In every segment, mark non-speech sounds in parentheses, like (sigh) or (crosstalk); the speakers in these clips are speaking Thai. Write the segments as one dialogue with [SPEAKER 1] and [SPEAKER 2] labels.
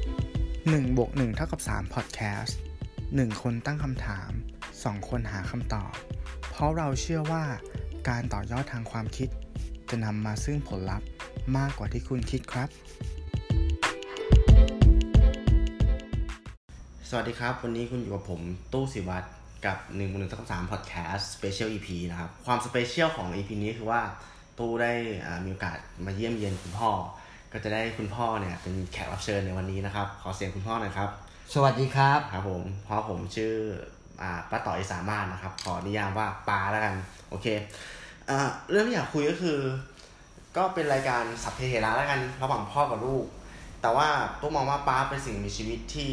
[SPEAKER 1] 1บวก1เท่ากับ3 Podcast 1 คนตั้งคำถาม 2 คนหาคำตอบ เพราะเราเชื่อว่าการต่อยอดทางความคิด จะนำมาซึ่งผลลัพธ์มากกว่าที่คุณคิดครับ
[SPEAKER 2] สวัสดีครับ วันนี้คุณอยู่กับผมตู้สิวัตรกับ1นึ่งหนึ่งสามพอดแคสต์สเปเชียลอีพีนะครับ ความสเปเชียลของ EP นี้คือว่าตู้ได้อ่ามีโอกาสมาเยี่ยมเยียนคุณพ่อ ก็จะได้คุณพ่อเนี่ยเป็นแขกรับเชิญในวันนี้นะครับ ขอเสียงคุณพ่อหน่อยครับ
[SPEAKER 3] สวัสดีครับ
[SPEAKER 2] ครับผมพ่อผมชื่ออ่าป้าต่อยสามารถนะครับ ขอนิยามว่าป้าแล้วกันโอเคอ่าเรื่องที่อยากคุยก็คือ ก็เป็นรายการสัพเพเหระแล้วกันระหว่างพ่อกับลูก แต่ว่าตู้มองว่าป้าเป็นสิ่งมีชีวิตที่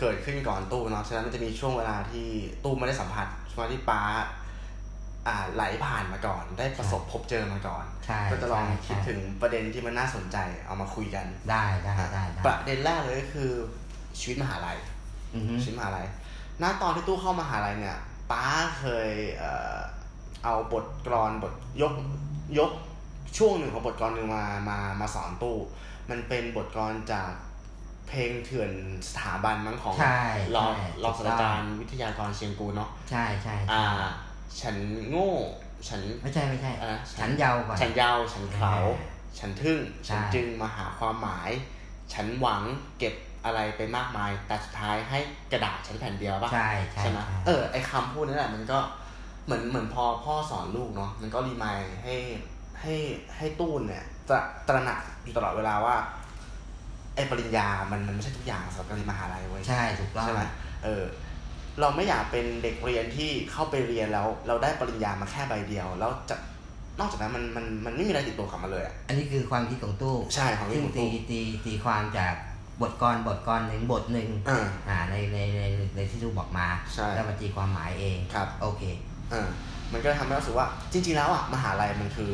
[SPEAKER 2] เกิดขึ้นก่อนตู้เนาะฉะนั้นมันจะมีช่วงเวลาที่ตู้ไม่ได้สัมผัสช่วงเวลาที่ป้าอ่าไหลผ่านมาก่อน ได้ประสบพบเจอมาก่อน
[SPEAKER 3] ใช่
[SPEAKER 2] ก็จะลอง
[SPEAKER 3] ใช่
[SPEAKER 2] คิด
[SPEAKER 3] ใช่
[SPEAKER 2] ถึงประเด็นที่มันน่าสนใจเอามาคุยกัน
[SPEAKER 3] ได้ได้ได้ได้
[SPEAKER 2] ประเด็นแรกเลยก็คือชีวิตมหาลัย
[SPEAKER 3] อือฮึ
[SPEAKER 2] ชิมหาลัยณตอนที่ตู้เข้ามหาลัยเนี่ย ป้าเคยเอ่อเอาบทกลอนบทยกยกช่วงหนึ่งของบทกลอนหนึ่งมา มา มาสอนตู้ มันเป็นบทกลอนจากเพลงเถื่อนสถาบันมั้งของ
[SPEAKER 3] ใช่
[SPEAKER 2] รอง
[SPEAKER 3] ใช่
[SPEAKER 2] รองศาสตราจารย์วิทยากรเชียงกูลเนาะ
[SPEAKER 3] ใช่ใช่ใช่
[SPEAKER 2] อ่า ฉันโง่ ฉัน
[SPEAKER 3] ไม่ใช่ไม่ใช่
[SPEAKER 2] อ่ะ
[SPEAKER 3] ฉันยาวกว่า
[SPEAKER 2] ฉันยาว ฉันเขา
[SPEAKER 3] อ่า
[SPEAKER 2] ฉันทึ่ง
[SPEAKER 3] ใช่
[SPEAKER 2] ฉันจึงมาหาความหมาย ฉันหวังเก็บอะไรไปมากมาย แต่สุดท้ายให้กระดาษฉันแผ่นเดียวปะ
[SPEAKER 3] ใช่ใช่
[SPEAKER 2] ใช่ไหม
[SPEAKER 3] ใช่
[SPEAKER 2] เออไอคำพูดนั่นแหละมันก็เหมือนเหมือนพอพ่อสอนลูกเนาะมันก็รีมายให้ให้ให้ตู้นเนี่ยตระตระหนักอยู่ตลอดเวลาว่า ไอปริญญามันมันไม่ใช่ทุกอย่างสำหรับการเรียนมหาลัยเว้ย
[SPEAKER 3] ใช่ถูกต้อง
[SPEAKER 2] ใช่ไหมเออ เราไม่อยากเป็นเด็กเรียนที่เข้าไปเรียนแล้ว เราได้ปริญญามาแค่ใบเดียว แล้วจะนอกจากนั้นมันมันมันไม่มีอะไรติดตัวกลับมาเลยอะ
[SPEAKER 3] อันนี้คือความคิดของตู้
[SPEAKER 2] ใช่ของพี่
[SPEAKER 3] ซึ่ง
[SPEAKER 2] ของ
[SPEAKER 3] ตี
[SPEAKER 2] ตู้
[SPEAKER 3] ตีตีความจากบทกรบทกรหนึ่งบทหนึ่ง
[SPEAKER 2] อ่า
[SPEAKER 3] อ่าในในในในที่ตู้บอกมา
[SPEAKER 2] ใช่
[SPEAKER 3] แล้วมาตีความหมายเอง
[SPEAKER 2] ครับ
[SPEAKER 3] โอเค
[SPEAKER 2] เออมันก็ทำให้เรารู้สึกว่าจริง ๆ แล้วอ่ะมหาลัยมันคือ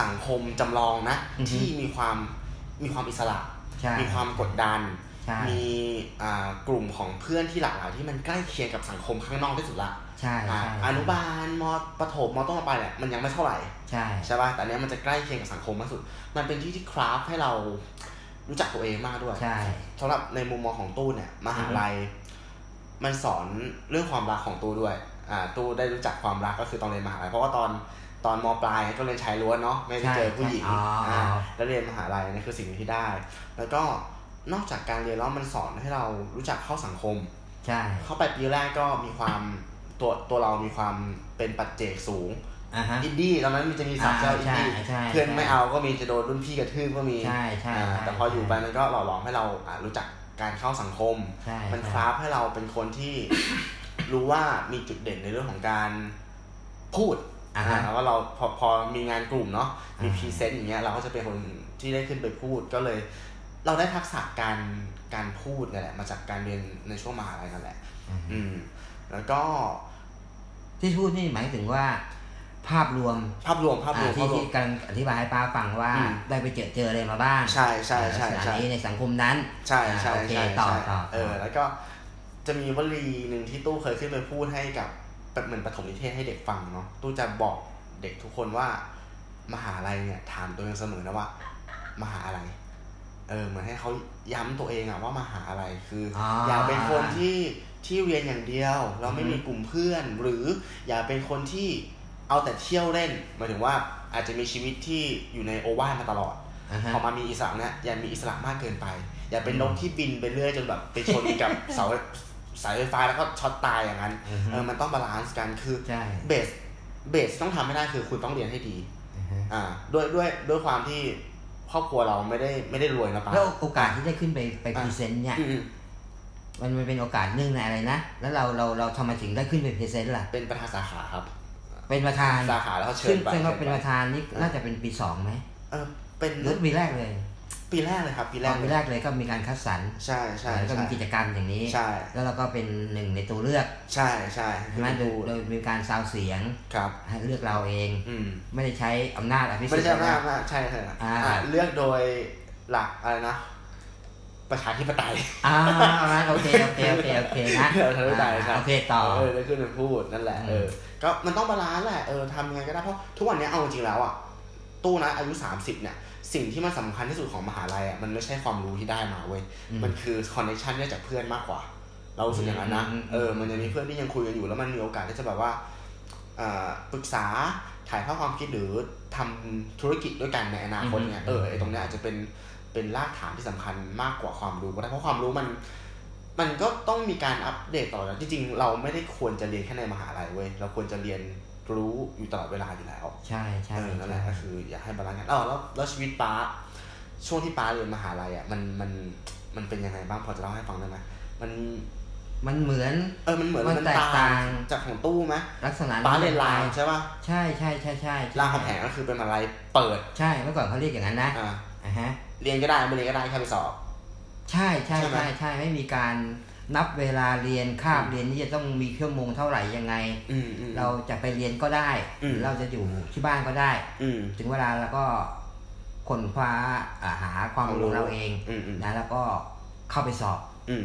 [SPEAKER 2] สังคมจำลองนะ
[SPEAKER 3] อือฮึ
[SPEAKER 2] ที่มีความมีความอิสระ
[SPEAKER 3] ใช่
[SPEAKER 2] มีความกดดัน
[SPEAKER 3] ใช่
[SPEAKER 2] มีอ่ากลุ่มของเพื่อนที่หลากหลายที่มันใกล้เคียงกับสังคมข้างนอกที่สุดละ
[SPEAKER 3] ใช่
[SPEAKER 2] อ่า
[SPEAKER 3] ใช่
[SPEAKER 2] อนุบาลมประถมมต้นมปลายเนี่ยมันยังไม่เท่าไหร่
[SPEAKER 3] ใช่
[SPEAKER 2] ใช่ป่ะแต่อันเนี้ยมันจะใกล้เคียงกับสังคมมากสุด มันเป็นที่ที่คราฟให้เรารู้จักตัวเองมากด้วย
[SPEAKER 3] ใช่
[SPEAKER 2] สำหรับในมุมมองของตู้เนี่ยมหาลัยมันสอนเรื่องความรักของตู้ด้วยอ่าตู้ได้รู้จักความรักก็คือตอนเรียนมหาลัยเพราะว่าตอนตอนมปลายก็เรียนชายล้วนเนาะไม่ได้เจอผู้หญิง
[SPEAKER 3] ใช่อ๋ออ่
[SPEAKER 2] าแล้วเรียนมหาลัยนี่คือสิ่งที่ได้ แล้วก็นอกจากการเรียนแล้วมันสอนให้เรารู้จักเข้าสังคม
[SPEAKER 3] ใช่
[SPEAKER 2] เข้าไปปีแรกก็มีความตัวตัวเรามีความเป็นปัจเจกสูง
[SPEAKER 3] อ่าฮะ
[SPEAKER 2] อินดี้ตอนนั้นมันจะมีสาวเจ้าอินดี้
[SPEAKER 3] อ่าใช่ใช่
[SPEAKER 2] เพื่อนไม่
[SPEAKER 3] ใช่
[SPEAKER 2] เอาก็มีจะโดนรุ่นพี่กระทืบก็มี
[SPEAKER 3] ใช่ใช่
[SPEAKER 2] อ่า
[SPEAKER 3] ใช่
[SPEAKER 2] แต่พออยู่ไปมันก็หล่อหลอมให้เราอ่ารู้จักการเข้าสังคม
[SPEAKER 3] ใช่
[SPEAKER 2] มัน
[SPEAKER 3] ใช่
[SPEAKER 2] คราฟให้เราเป็นคนที่ รู้ว่ามีจุดเด่นในเรื่องของการพูด
[SPEAKER 3] อ่าฮะ
[SPEAKER 2] แล้วก็เราพอพอมีงานกลุ่มเนาะมี
[SPEAKER 3] อ่า
[SPEAKER 2] พรีเซนต์อย่างเงี้ยเราก็จะเป็นคนที่ได้ขึ้นไปพูดก็เลย เราได้ทักษะการการพูดนั่นแหละ มาจากการเรียนในช่วงมหาลัยนั่นแหละ
[SPEAKER 3] อ่าฮะ
[SPEAKER 2] อืม แล้วก็
[SPEAKER 3] ที่พูดนี่หมายถึงว่า ภาพรวม
[SPEAKER 2] ภาพรวมภาพรวม
[SPEAKER 3] อ่า
[SPEAKER 2] ภา
[SPEAKER 3] ที่
[SPEAKER 2] พรว
[SPEAKER 3] ที่
[SPEAKER 2] ม
[SPEAKER 3] กำลังอธิบายให้ป้าฟังว่า
[SPEAKER 2] อืม
[SPEAKER 3] ได้ไปเจอเจออะไรมาบ้าง
[SPEAKER 2] ใช่ใช่ใช่
[SPEAKER 3] ลักษ
[SPEAKER 2] ใช่
[SPEAKER 3] ณะนี้ในสังคมนั้น
[SPEAKER 2] ใช่ใช่
[SPEAKER 3] อ่าโอเค
[SPEAKER 2] ใช่
[SPEAKER 3] ต่อ
[SPEAKER 2] ใช่
[SPEAKER 3] ต่อ
[SPEAKER 2] เออ แล้วก็จะมีวลีหนึ่งที่ตู้เคยขึ้นไปพูดให้กับแบบเหมือนปฐมนิเทศให้เด็กฟังเนาะตู้จะบอกเด็กทุกคนว่ามหาลัยเนี่ย ถามตัวเองเสมอนะว่า มหาอะไร เออ เหมือนให้เขาย้ำตัวเองอะว่ามหาอะไรคืออ
[SPEAKER 3] อ
[SPEAKER 2] อ
[SPEAKER 3] อ
[SPEAKER 2] ย่าเป็นคนที่ที่เรียนอย่างเดียว เราไม่มีกลุ่มเพื่อน หรืออย่าเป็นคนที่เอาแต่เที่ยวเล่นหมายถึงว่าอาจจะมีชีวิตที่อยู่ในโอวาทมาตลอด
[SPEAKER 3] อ่าฮะ
[SPEAKER 2] พอมามีอิสระเนี่ยอย่ามีอิสระมากเกินไป อย่าเป็น
[SPEAKER 3] อืม
[SPEAKER 2] นกที่บินไปเรื่อยจนแบบไปชนกับ เสาสายไฟ (laughs) ฟ้าแล้วก็ช็อตตายอย่างนั้น
[SPEAKER 3] อือฮึ
[SPEAKER 2] เออมันต้องบาลานซ์กันคือ
[SPEAKER 3] ใช่
[SPEAKER 2] เบสเบสต้องทำให้ได้คือคุณต้องเรียนให้ดี
[SPEAKER 3] อ่าฮะ
[SPEAKER 2] อ่าด้วยด้วยด้วยความที่ครอบครัวเราไม่ได้ไม่ได้รวยนะป้า
[SPEAKER 3] แล้วโอกาสที่ได้ขึ้นไปไป
[SPEAKER 2] อ่ะ
[SPEAKER 3] พรีเซนต์เนี่ย
[SPEAKER 2] อืม
[SPEAKER 3] มันมันเป็นโอกาสเนื่องในอะไรนะ แล้วเราเราเราทำไมถึงได้ขึ้นไปพรีเซนต์ล่ะ
[SPEAKER 2] (laughs) เป็นประธานสาขาครับ
[SPEAKER 3] เป็นประธาน
[SPEAKER 2] สาขาแล้วเขาเชิญ
[SPEAKER 3] ซึ่ง
[SPEAKER 2] ไป
[SPEAKER 3] ซึ่งว่าเป็น
[SPEAKER 2] ชิญไ
[SPEAKER 3] ประธานนี่น่าจะเป็นปีสองไหม
[SPEAKER 2] เออเป็น
[SPEAKER 3] หรือปีแรกเลย
[SPEAKER 2] ปีแรกเลยครับ ปีแรกเล
[SPEAKER 3] ปี
[SPEAKER 2] ย
[SPEAKER 3] แรกเลยก็มีการคัดสรร
[SPEAKER 2] ใช่ใช่
[SPEAKER 3] แล้วก็
[SPEAKER 2] ใช่
[SPEAKER 3] มีกิจกรรมอย่างนี้
[SPEAKER 2] ใช่
[SPEAKER 3] แล้วเราก็เป็นหนึ่งในตัวเลือก
[SPEAKER 2] ใช่ใช่
[SPEAKER 3] ใช่ไหมโดยโดยมีการซาวเสียง
[SPEAKER 2] ครับ
[SPEAKER 3] ให้เลือกเราเอง
[SPEAKER 2] อืม
[SPEAKER 3] ไม่ได้ใช้อำนาจอภิสิ
[SPEAKER 2] ไม่
[SPEAKER 3] ท
[SPEAKER 2] ได้
[SPEAKER 3] ธิ์
[SPEAKER 2] ใช่อำนาจ
[SPEAKER 3] นะ
[SPEAKER 2] อำนาจใช่ใช่ใช่
[SPEAKER 3] อ่า
[SPEAKER 2] อ่าเลือกโดยหลักอะไรนะ ประชาธิปไตย
[SPEAKER 3] อ่าเอาละโอเคโอเคโอเคโอเคนะ
[SPEAKER 2] ประชาธิปไตยใช่
[SPEAKER 3] โอเคต่อ
[SPEAKER 2] เออได้ขึ้นมาพูดนั่นแหละเออ ก็มันต้องบาลานซ์แหละเออทำยังไงก็ได้เพราะทุกวันเนี้ยเอาจริงๆแล้วอ่ะ ตู้นะอายุ 30 เนี่ย สิ่งที่มันสำคัญที่สุดของมหาลัยอ่ะมันไม่ใช่ความรู้ที่ได้มาเว้ย
[SPEAKER 3] อืม
[SPEAKER 2] มันคือคอนเนคชันได้จากเพื่อนมากกว่า เรารู้สึกอย่างนั้นนะ
[SPEAKER 3] อืม
[SPEAKER 2] เออมันจะมีเพื่อนที่ยังคุยกันอยู่แล้วมันมีโอกาสที่จะแบบว่าเอ่อปรึกษาถ่ายทอดความคิดหรือทำธุรกิจด้วยกันในอนาคตเนี่ยเออไอตรงเนี้ยอาจจะเป็นเป็นรากฐานที่สำคัญมากกว่าความรู้ก็ได้เพราะความรู้มัน มันก็ต้องมีการอัปเดตต่อนะจริงๆ เราไม่ได้ควรจะเรียนแค่ในมหาลัยเว้ยเราควรจะเรียนรู้อยู่ตลอดเวลาอยู่แล้ว
[SPEAKER 3] ใช่ใช่
[SPEAKER 2] เออนั่นแหละ
[SPEAKER 3] ใช่
[SPEAKER 2] ก็คืออยากให้บาลานซ์กันอ้าวแล้วแล้วชีวิตป้าช่วงที่ป้าเรียนมหาลัยอ่ะมันมันมันเป็นยังไงบ้างพอจะเล่าให้ฟังได้ไหมมัน
[SPEAKER 3] มันเหมือน
[SPEAKER 2] เออมันเหมือน
[SPEAKER 3] มันแตกต่าง
[SPEAKER 2] จากของตู้ไหม
[SPEAKER 3] ลักษณะ
[SPEAKER 2] ป้าเรียนลายใช่ป่ะ
[SPEAKER 3] ใช่ใช่ใช่ใช่
[SPEAKER 2] ลายคำแหงก็คือเป็นมหาลัยเปิด
[SPEAKER 3] ใช่เมื่อก่อนเขาเรียกอย่างนั้นนะ
[SPEAKER 2] อ่า
[SPEAKER 3] อ่ะฮะ
[SPEAKER 2] เรียนก็ได้ไม่เรียนก็ได้แค่ไปสอบ
[SPEAKER 3] ใช่ใช่
[SPEAKER 2] ใช่ไหม
[SPEAKER 3] ใช่ใช่ไม่มีการนับเวลาเรียนคาบ
[SPEAKER 2] อืม
[SPEAKER 3] เรียนนี่จะต้องมีชั่วโมงเท่าไหร่ยังไง
[SPEAKER 2] อืมอืม
[SPEAKER 3] เราจะไปเรียนก็ได้
[SPEAKER 2] อืม
[SPEAKER 3] หรือเราจะอยู่ที่บ้านก็ได้
[SPEAKER 2] อืม
[SPEAKER 3] ถึงเวลาเราก็ค้นคว้าอ่าหาความ
[SPEAKER 2] ความรู้
[SPEAKER 3] รู้เราเอง
[SPEAKER 2] อืมอืม
[SPEAKER 3] นะแล้วก็เข้าไปสอบ
[SPEAKER 2] อืม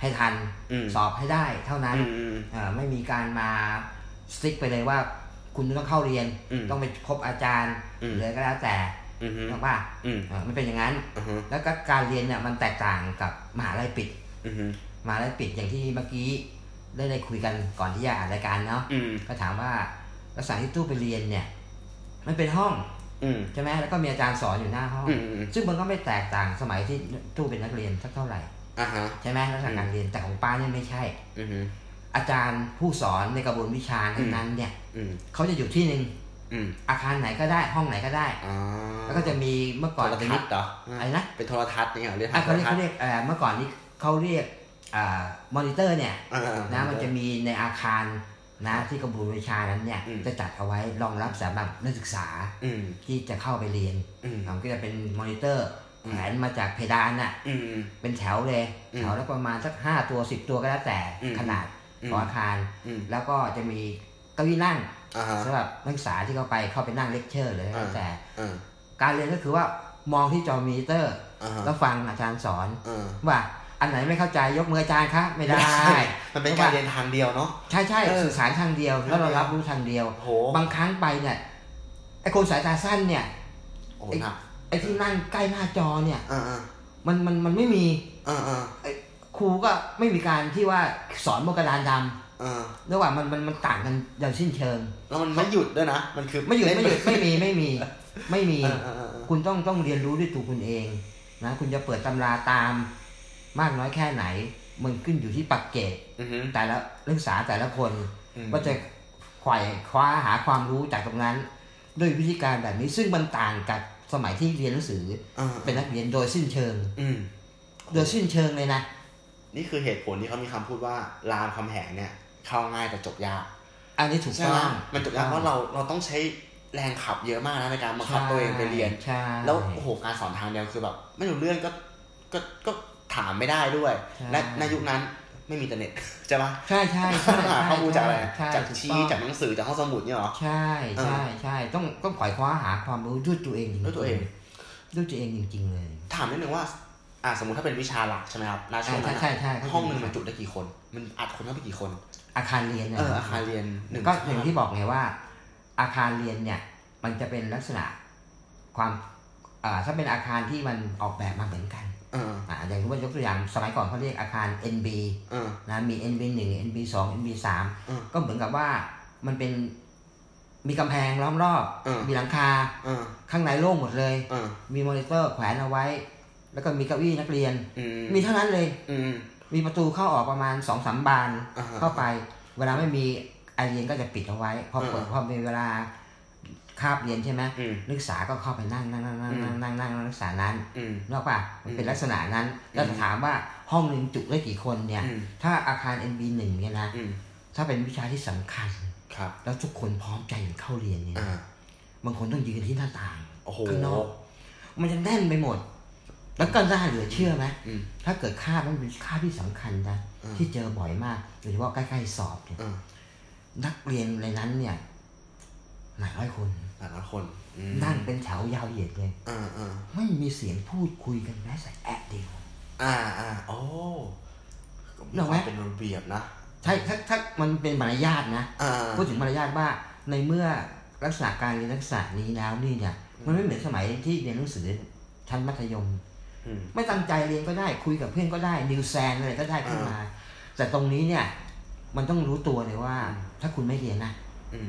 [SPEAKER 3] ให้ทัน
[SPEAKER 2] อืม
[SPEAKER 3] สอบให้ได้เท่านั้น
[SPEAKER 2] อืมอืม
[SPEAKER 3] เอ่อไม่มีการมาสติ๊กไปเลยว่า คุณต้องเข้าเรียน
[SPEAKER 2] อืม
[SPEAKER 3] ต้องไปพบอาจารย์
[SPEAKER 2] อืม
[SPEAKER 3] หรืออะไรก็แล้วแต่
[SPEAKER 2] อืมอืม
[SPEAKER 3] ถูกป่ะ
[SPEAKER 2] อืม
[SPEAKER 3] เอ่อมันเป็นอย่างนั้น
[SPEAKER 2] อืม
[SPEAKER 3] แล้วก็การเรียนเนี่ยมันแตกต่างกับมหาลัยปิด
[SPEAKER 2] อืม
[SPEAKER 3] มาแล้วปิดอย่างที่เมื่อกี้ได้ได้คุยกันก่อนที่จะอ่านรายการเนาะ
[SPEAKER 2] อืม
[SPEAKER 3] ก็ถามว่าลักษณะที่ตู้ไปเรียนเนี่ย มันเป็นห้อง
[SPEAKER 2] อืม
[SPEAKER 3] ใช่ไหมแล้วก็มีอาจารย์สอนอยู่หน้าห้อง
[SPEAKER 2] อืม อืม
[SPEAKER 3] ซึ่งมันก็ไม่แตกต่างสมัยที่ตู้เป็นนักเรียนสักเท่าไหร่
[SPEAKER 2] อ่าฮะ
[SPEAKER 3] ใช่ไหมลักษณะการเรียนแต่ของป้าเนี่ยไม่ใช่
[SPEAKER 2] อืม
[SPEAKER 3] อาจารย์ผู้สอนในกระบวนวิชานั้นๆเนี่ย
[SPEAKER 2] อืม
[SPEAKER 3] เขาจะอยู่ที่หนึ่ง
[SPEAKER 2] อืม
[SPEAKER 3] อาคารไหนก็ได้ห้องไหนก็ได้
[SPEAKER 2] อ่า
[SPEAKER 3] แล้วก็จะมีเมื่อ
[SPEAKER 2] โท
[SPEAKER 3] ก่อน
[SPEAKER 2] ร
[SPEAKER 3] เดี๋ยว
[SPEAKER 2] ทั
[SPEAKER 3] นี้
[SPEAKER 2] ศน์เหรอ
[SPEAKER 3] อะไรนะ
[SPEAKER 2] เป็นโทรทัศน์เนี่ยเหรอเรียก
[SPEAKER 3] อ่ะเขา
[SPEAKER 2] โทร
[SPEAKER 3] เรียก
[SPEAKER 2] ทัศ
[SPEAKER 3] เขา
[SPEAKER 2] น์
[SPEAKER 3] เรียกเอ่อเมื่อก่อนนี้เขาเรียกมอนิเตอร์เนี่ย
[SPEAKER 2] อ่าๆ
[SPEAKER 3] นะมันจะมีในอาคารนะที่กระบวนวิชานั้นเนี่ย
[SPEAKER 2] อืม
[SPEAKER 3] จะจัดเอาไว้รองรับสำหรับนักศึกษา
[SPEAKER 2] อืม
[SPEAKER 3] ที่จะเข้าไปเรียน
[SPEAKER 2] อืม
[SPEAKER 3] มันก็จะเป็นมอนิเตอร์
[SPEAKER 2] อืม
[SPEAKER 3] แขวนมาจากเพดานน่ะ
[SPEAKER 2] อืม
[SPEAKER 3] เป็นแถวเลย
[SPEAKER 2] อืม
[SPEAKER 3] แถวละประมาณสัก 5 ตัว 10 ตัวก็แล้วแต่
[SPEAKER 2] อืม
[SPEAKER 3] ขนาดของอาคาร
[SPEAKER 2] อืม
[SPEAKER 3] แล้วก็จะมีเก้าอี้นั่ง
[SPEAKER 2] อ่าฮะ
[SPEAKER 3] สำหรับนักศึกษาที่เข้าไปเข้าไปนั่งเลคเชอร์หรืออะไรก็แล้ว
[SPEAKER 2] อ่า
[SPEAKER 3] แต่
[SPEAKER 2] อ่า
[SPEAKER 3] การเรียนก็คือว่ามองที่จอมอนิเตอร์
[SPEAKER 2] อ่าฮะ
[SPEAKER 3] แล้วฟังอาจารย์สอน
[SPEAKER 2] อ่า
[SPEAKER 3] ว่าอันไหนไม่เข้าใจยกมืออาจารย์คะไม่ได้
[SPEAKER 2] มันเป็นการเรียนทางเดียวเนาะ
[SPEAKER 3] ใช่ใช่
[SPEAKER 2] เออ
[SPEAKER 3] สื่อสารทางเดียวแล้วเรารับรู้ทางเดียว
[SPEAKER 2] โอ้โห
[SPEAKER 3] บางครั้งไปเนี่ยไอ้คนสายตาสั้นเนี่ย
[SPEAKER 2] โอ้โหหนัก
[SPEAKER 3] ไอ้ที่นั่งใกล้หน้าจอเนี่ย
[SPEAKER 2] อ่าอ่า
[SPEAKER 3] มันมันมันไม่มี
[SPEAKER 2] อ่าอ่า
[SPEAKER 3] ครูก็ไม่มีการที่ว่าสอนบนกระดานด
[SPEAKER 2] อ่า
[SPEAKER 3] ำระหว่างมันมันมันต่างกันอย่างสิ้นเชิง
[SPEAKER 2] แล้วมันไม่หยุดด้วยนะ มันคือ
[SPEAKER 3] ไม่หยุดไม่หยุดไม่มีไม่มีไม่มี
[SPEAKER 2] เออเออเออเออ
[SPEAKER 3] คุณต้องต้องเรียนรู้ด้วยตัวคุณเองนะคุณจะเปิดตำราตาม มากน้อยแค่ไหน มันขึ้นอยู่ที่ปักเกต
[SPEAKER 2] อือฮึ
[SPEAKER 3] แต่ละนักศึกษาแต่ละคน
[SPEAKER 2] อืม
[SPEAKER 3] ว่าจะไขว่คว้าหาความรู้จากตรงนั้น ด้วยวิธีการแบบนี้ซึ่งมันต่างกับสมัยที่เรียนหนังสือ
[SPEAKER 2] อ่า
[SPEAKER 3] เป็นนักเรียนโดยสิ้นเชิง
[SPEAKER 2] อืม
[SPEAKER 3] โดยสิ้นเชิงเลยนะ
[SPEAKER 2] นี่คือเหตุผลที่เขามีคำพูดว่ารามคำแหงเนี่ย เข้าง่ายแต่จบยาก
[SPEAKER 3] อันนี้ถูก
[SPEAKER 2] ใช่ไหม
[SPEAKER 3] ต้อง
[SPEAKER 2] มันจบยากเพราะเราเราต้องใช้แรงขับเยอะมากนะในการบังคับตัวเองไปเรียน
[SPEAKER 3] ใช่
[SPEAKER 2] แล้วโอ้โหการสอนทางเดียวคือแบบไม่รู้เรื่องก็ก็ก็ถามไม่ได้ด้วย
[SPEAKER 3] ใช่
[SPEAKER 2] และในยุคนั้นไม่มีอินเทอร์เน็ต ใช่ปะ
[SPEAKER 3] ใช่ใช่
[SPEAKER 2] ต้อง
[SPEAKER 3] ใช่ใช่
[SPEAKER 2] หาข้อมูลจากอะไร
[SPEAKER 3] ใช่
[SPEAKER 2] จาก
[SPEAKER 3] ถู
[SPEAKER 2] ชี้
[SPEAKER 3] ต้อง
[SPEAKER 2] จากหนังสือจากห้องสมุดเนี่ยเหรอ
[SPEAKER 3] ใช่ใช่ใช่ต้องต้องไขว่คว้าหาความรู้ด้วยตัวเองจริงๆ
[SPEAKER 2] ด้วยตัวเอง
[SPEAKER 3] ด้วยตัวเองจริง ๆ เลย
[SPEAKER 2] ถามนิดนึงว่าอ่าสมมติถ้าเป็นวิชาหลักใช่ไหมครับนาช่
[SPEAKER 3] ใช่
[SPEAKER 2] วงนั้
[SPEAKER 3] ใช่
[SPEAKER 2] นอะ
[SPEAKER 3] ใช่ใช่
[SPEAKER 2] ห้องหนึ่งมันจุได้กี่คน มันอัดคนเข้าไปกี่คน
[SPEAKER 3] อาคารเรียนนี่ย
[SPEAKER 2] เอออาคารเรียนหนึ่ง
[SPEAKER 3] ก็อย่างที่บอกไงว่า อาคารเรียนเนี่ย มันจะเป็นลักษณะความอ่าถ้าเป็นอาคารที่มันออกแบบมาเหมือนกัน
[SPEAKER 2] เออ
[SPEAKER 3] อ่าอย่างที่ว่ายกตัวอย่างสมัยก่อนเขาเรียกอาคาร NB
[SPEAKER 2] เออ
[SPEAKER 3] นะมี NB 1 NB 2 NB
[SPEAKER 2] อืม
[SPEAKER 3] 3ก็เหมือนกับว่ามันเป็นมีกำแพงล้อมรอบ
[SPEAKER 2] อืม
[SPEAKER 3] มีหลังคา
[SPEAKER 2] เออ
[SPEAKER 3] ข้างในโล่งหมดเลย
[SPEAKER 2] เออ
[SPEAKER 3] มีมอนิเตอร์แขวนเอาไว้ แล้วก็มีเก้าอี้นักเรียน
[SPEAKER 2] อืม
[SPEAKER 3] มีเท่านั้นเลย
[SPEAKER 2] อืม
[SPEAKER 3] มีประตูเข้าออกประมาณสองสามบาน
[SPEAKER 2] อ่า
[SPEAKER 3] เข้าไปเวลาไม่มีไอเรียนก็จะปิดเอาไว้ พอเปิด
[SPEAKER 2] อ่า
[SPEAKER 3] พอมีเวลาคาบเรียนใช่ไหม
[SPEAKER 2] อืม
[SPEAKER 3] นักศึกษาก็เข้าไปนั่งนั่งนั่งนั่ง
[SPEAKER 2] อืม
[SPEAKER 3] นั่งนั่งนั่งนักศึกษานั้น
[SPEAKER 2] อืม
[SPEAKER 3] นกออกป่ะมันเป็น
[SPEAKER 2] อืม
[SPEAKER 3] ลักษณะนั้นแล้ว
[SPEAKER 2] อืม
[SPEAKER 3] ถามว่าห้องหนึ่งจุได้กี่คนเนี่ย
[SPEAKER 2] อืม
[SPEAKER 3] ถ้าอาคาร NB หนึ่งเนี่ยนะ
[SPEAKER 2] อืม
[SPEAKER 3] ถ้าเป็นวิชาที่สำคัญ
[SPEAKER 2] ครับ
[SPEAKER 3] แล้วทุกคนพร้อมใจกันเข้าเรียนเนี่ย
[SPEAKER 2] อ่า
[SPEAKER 3] บางคนต้องยืนที่หน้าต่าง
[SPEAKER 2] โอ้โห
[SPEAKER 3] ข้างนอก มันจะแน่นไปหมด แล้วก็น่าเหลือเชื่อไหม
[SPEAKER 2] อืม
[SPEAKER 3] ถ้าเกิดคาบมันเป็นคาบที่สำคัญนะ
[SPEAKER 2] อืม
[SPEAKER 3] ที่เจอบ่อยมากโดยเฉพาะใกล้ๆสอบเนี่ย
[SPEAKER 2] อ่า
[SPEAKER 3] นักเรียนในนั้นเนี่ยหลายร้อยคน
[SPEAKER 2] แต่ละคนอืม
[SPEAKER 3] นั่งเป็นแถวยาวเหยียดเลย
[SPEAKER 2] อ่าอ่า
[SPEAKER 3] ไม่มีเสียงพูดคุยกันแม้แต่แอะเดียว
[SPEAKER 2] อ่าอ่าโอ้
[SPEAKER 3] นึกออกไหม
[SPEAKER 2] ควาเป็นระเบียบนะ
[SPEAKER 3] ใช่ถ้าถ้ามันเป็นมารยาทนะ
[SPEAKER 2] อ่า
[SPEAKER 3] พูดถึงมารยาทว่าในเมื่อลักษณะการเรียนลักษณะนี้แล้วนี่เนี่ย มันไม่เหมือนสมัยที่เรียนหนังสือชั้นมัธยม
[SPEAKER 2] อืม
[SPEAKER 3] ไม่ตั้งใจเรียนก็ได้คุยกับเพื่อนก็ได้นิวแซนอะไรก็ได้ขึ้นมา แต่ตรงนี้เนี่ย มันต้องรู้ตัวเลยว่า
[SPEAKER 2] อืม
[SPEAKER 3] ถ้าคุณไม่เรียนนะ
[SPEAKER 2] อืม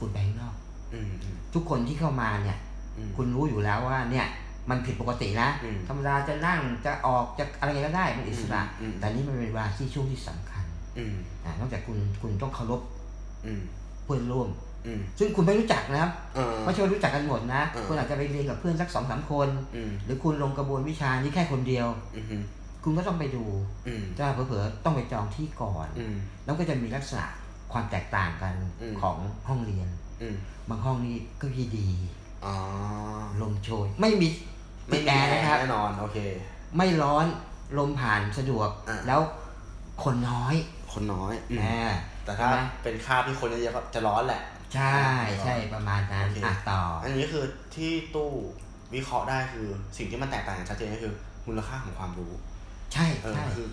[SPEAKER 3] คุณไปข้างนอก
[SPEAKER 2] อืมอืม
[SPEAKER 3] ทุกคนที่เข้ามาเนี่ย
[SPEAKER 2] อืม
[SPEAKER 3] คุณรู้อยู่แล้วว่าเนี่ย มันผิดปกตินะ
[SPEAKER 2] อืม
[SPEAKER 3] ธรรมดาจะนั่งจะออกจะอะไรก็ได้มันอิสระ
[SPEAKER 2] อืมอืม
[SPEAKER 3] แต่นี่มันเป็นเวลาที่ช่วงที่สำคัญ
[SPEAKER 2] อืม
[SPEAKER 3] นะนอกจากคุณคุณต้องเคารพ
[SPEAKER 2] อืม
[SPEAKER 3] เพื่อนร่วม
[SPEAKER 2] อืม
[SPEAKER 3] ซึ่งคุณไม่รู้จักนะครับ
[SPEAKER 2] เออ
[SPEAKER 3] ไม่ใช่ว่ารู้จักกันหมดนะ
[SPEAKER 2] เออ
[SPEAKER 3] คุณอาจจะไปเรียนกับเพื่อนสักสองสามคน
[SPEAKER 2] อืม
[SPEAKER 3] หรือคุณลงกระบวนวิชานี้แค่คนเดียว
[SPEAKER 2] อืม
[SPEAKER 3] คุณก็ต้องไปดู
[SPEAKER 2] อืม
[SPEAKER 3] จะเผลอๆต้องไปจองที่ก่อน
[SPEAKER 2] อืม
[SPEAKER 3] แล้วก็จะมีลักษณะความแตกต่างกัน
[SPEAKER 2] อืม
[SPEAKER 3] ของห้องเรียน
[SPEAKER 2] อืม
[SPEAKER 3] บางห้องนี่เก็ยีดี
[SPEAKER 2] อ๋อ
[SPEAKER 3] ลมโชย ไม่มีไม่แอร์นะครับ
[SPEAKER 2] แน่นอนโอเค
[SPEAKER 3] ไม่ร้อนลมผ่านสะดวก
[SPEAKER 2] อ่า
[SPEAKER 3] แล้วคนน้อย
[SPEAKER 2] คนน้อยอืม
[SPEAKER 3] อ่า
[SPEAKER 2] แต่ถ้าเป็นค่าบที่คนเยอะๆก็จะร้อนแหละ
[SPEAKER 3] ใช่ใช่ประมาณนั้น
[SPEAKER 2] โอเค
[SPEAKER 3] อ่ะต่อ
[SPEAKER 2] อันนี้คือที่ตู้วิเคราะห์ได้คือสิ่งที่มันแตกต่างอย่างชัดเจนก็คือมูลค่าของความรู้
[SPEAKER 3] ใช่
[SPEAKER 2] เออ
[SPEAKER 3] ใช่
[SPEAKER 2] คือ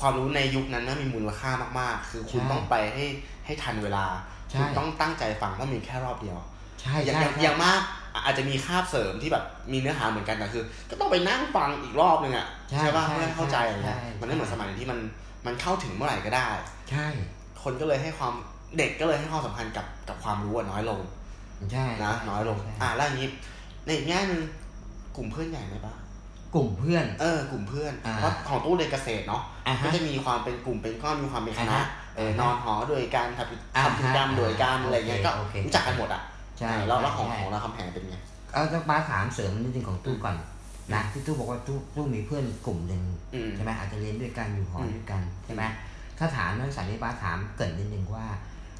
[SPEAKER 2] ความรู้ในยุคนั้นนะมีมูลค่ามากๆ คือคุณ
[SPEAKER 3] ใช่
[SPEAKER 2] ต้องไปให้ให้ทันเวลา
[SPEAKER 3] ใช่
[SPEAKER 2] คุณต้องตั้งใจฟังเพราะมีแค่รอบเดียว
[SPEAKER 3] ใช่
[SPEAKER 2] อย่างอ
[SPEAKER 3] ใช่
[SPEAKER 2] ย่าง
[SPEAKER 3] ใช่
[SPEAKER 2] อย่างมากอ่ะอาจจะมีคาบเสริมที่แบบมีเนื้อหาเหมือนกันแต่คือ ก็ต้องไปนั่งฟังอีกรอบนึงอ่ะ
[SPEAKER 3] ใช่
[SPEAKER 2] ป่ะเพื่อให้เข้าใจอะไรเงี้ย
[SPEAKER 3] ช่
[SPEAKER 2] มันไม่เหมือนสมัยที่มันมันเข้าถึงเมื่อไหร่ก็ได้
[SPEAKER 3] ใช่
[SPEAKER 2] คนก็เลยให้ความเด็กก็เลยให้ความสำคัญกับกับความรู้อะน้อยลง
[SPEAKER 3] ใช่
[SPEAKER 2] นะน้อยลง
[SPEAKER 3] ใช่
[SPEAKER 2] อ่ะแล้วอย่างนี้ในอีกแง่หนึงกลุ่มเพื่อนใหญ่ไหมปะ
[SPEAKER 3] กลุ่มเพื่อน
[SPEAKER 2] เออกลุ่มเพื่อน
[SPEAKER 3] อ่า
[SPEAKER 2] เพราะของตู้เรียนเกษตรเนาะ
[SPEAKER 3] อ่าฮะ
[SPEAKER 2] ก็จะมีความเป็นกลุ่มเป็นก้อนมีความเป็นคณะ
[SPEAKER 3] อ่าฮะ
[SPEAKER 2] เออนอนหอด้วยกันทำกิจ
[SPEAKER 3] อ่าฮะ
[SPEAKER 2] ทำกิจกรรมด้วยกันอะไรเงี้ย
[SPEAKER 3] โอเค
[SPEAKER 2] ก็
[SPEAKER 3] โอเค
[SPEAKER 2] รู้จักกันหมดอ่ะ
[SPEAKER 3] ใช่
[SPEAKER 2] เออแล้วแล้วของ
[SPEAKER 3] ใช่
[SPEAKER 2] ของเราคำแพงเป็นไง
[SPEAKER 3] เอาจะมาถามเสริมนิดนึงของตู้ก่อนนะที่ตู้บอกว่าตู้ตู้มีเพื่อนกลุ่มหนึ่ง
[SPEAKER 2] อืม
[SPEAKER 3] ใช่ไหมอาจจะเรียนด้วยกันอยู่หออ
[SPEAKER 2] ม
[SPEAKER 3] ด้วยกันใช่ไหมถ้าถามนักศึกษาในบ้านถามเกรินนิดนึงว่า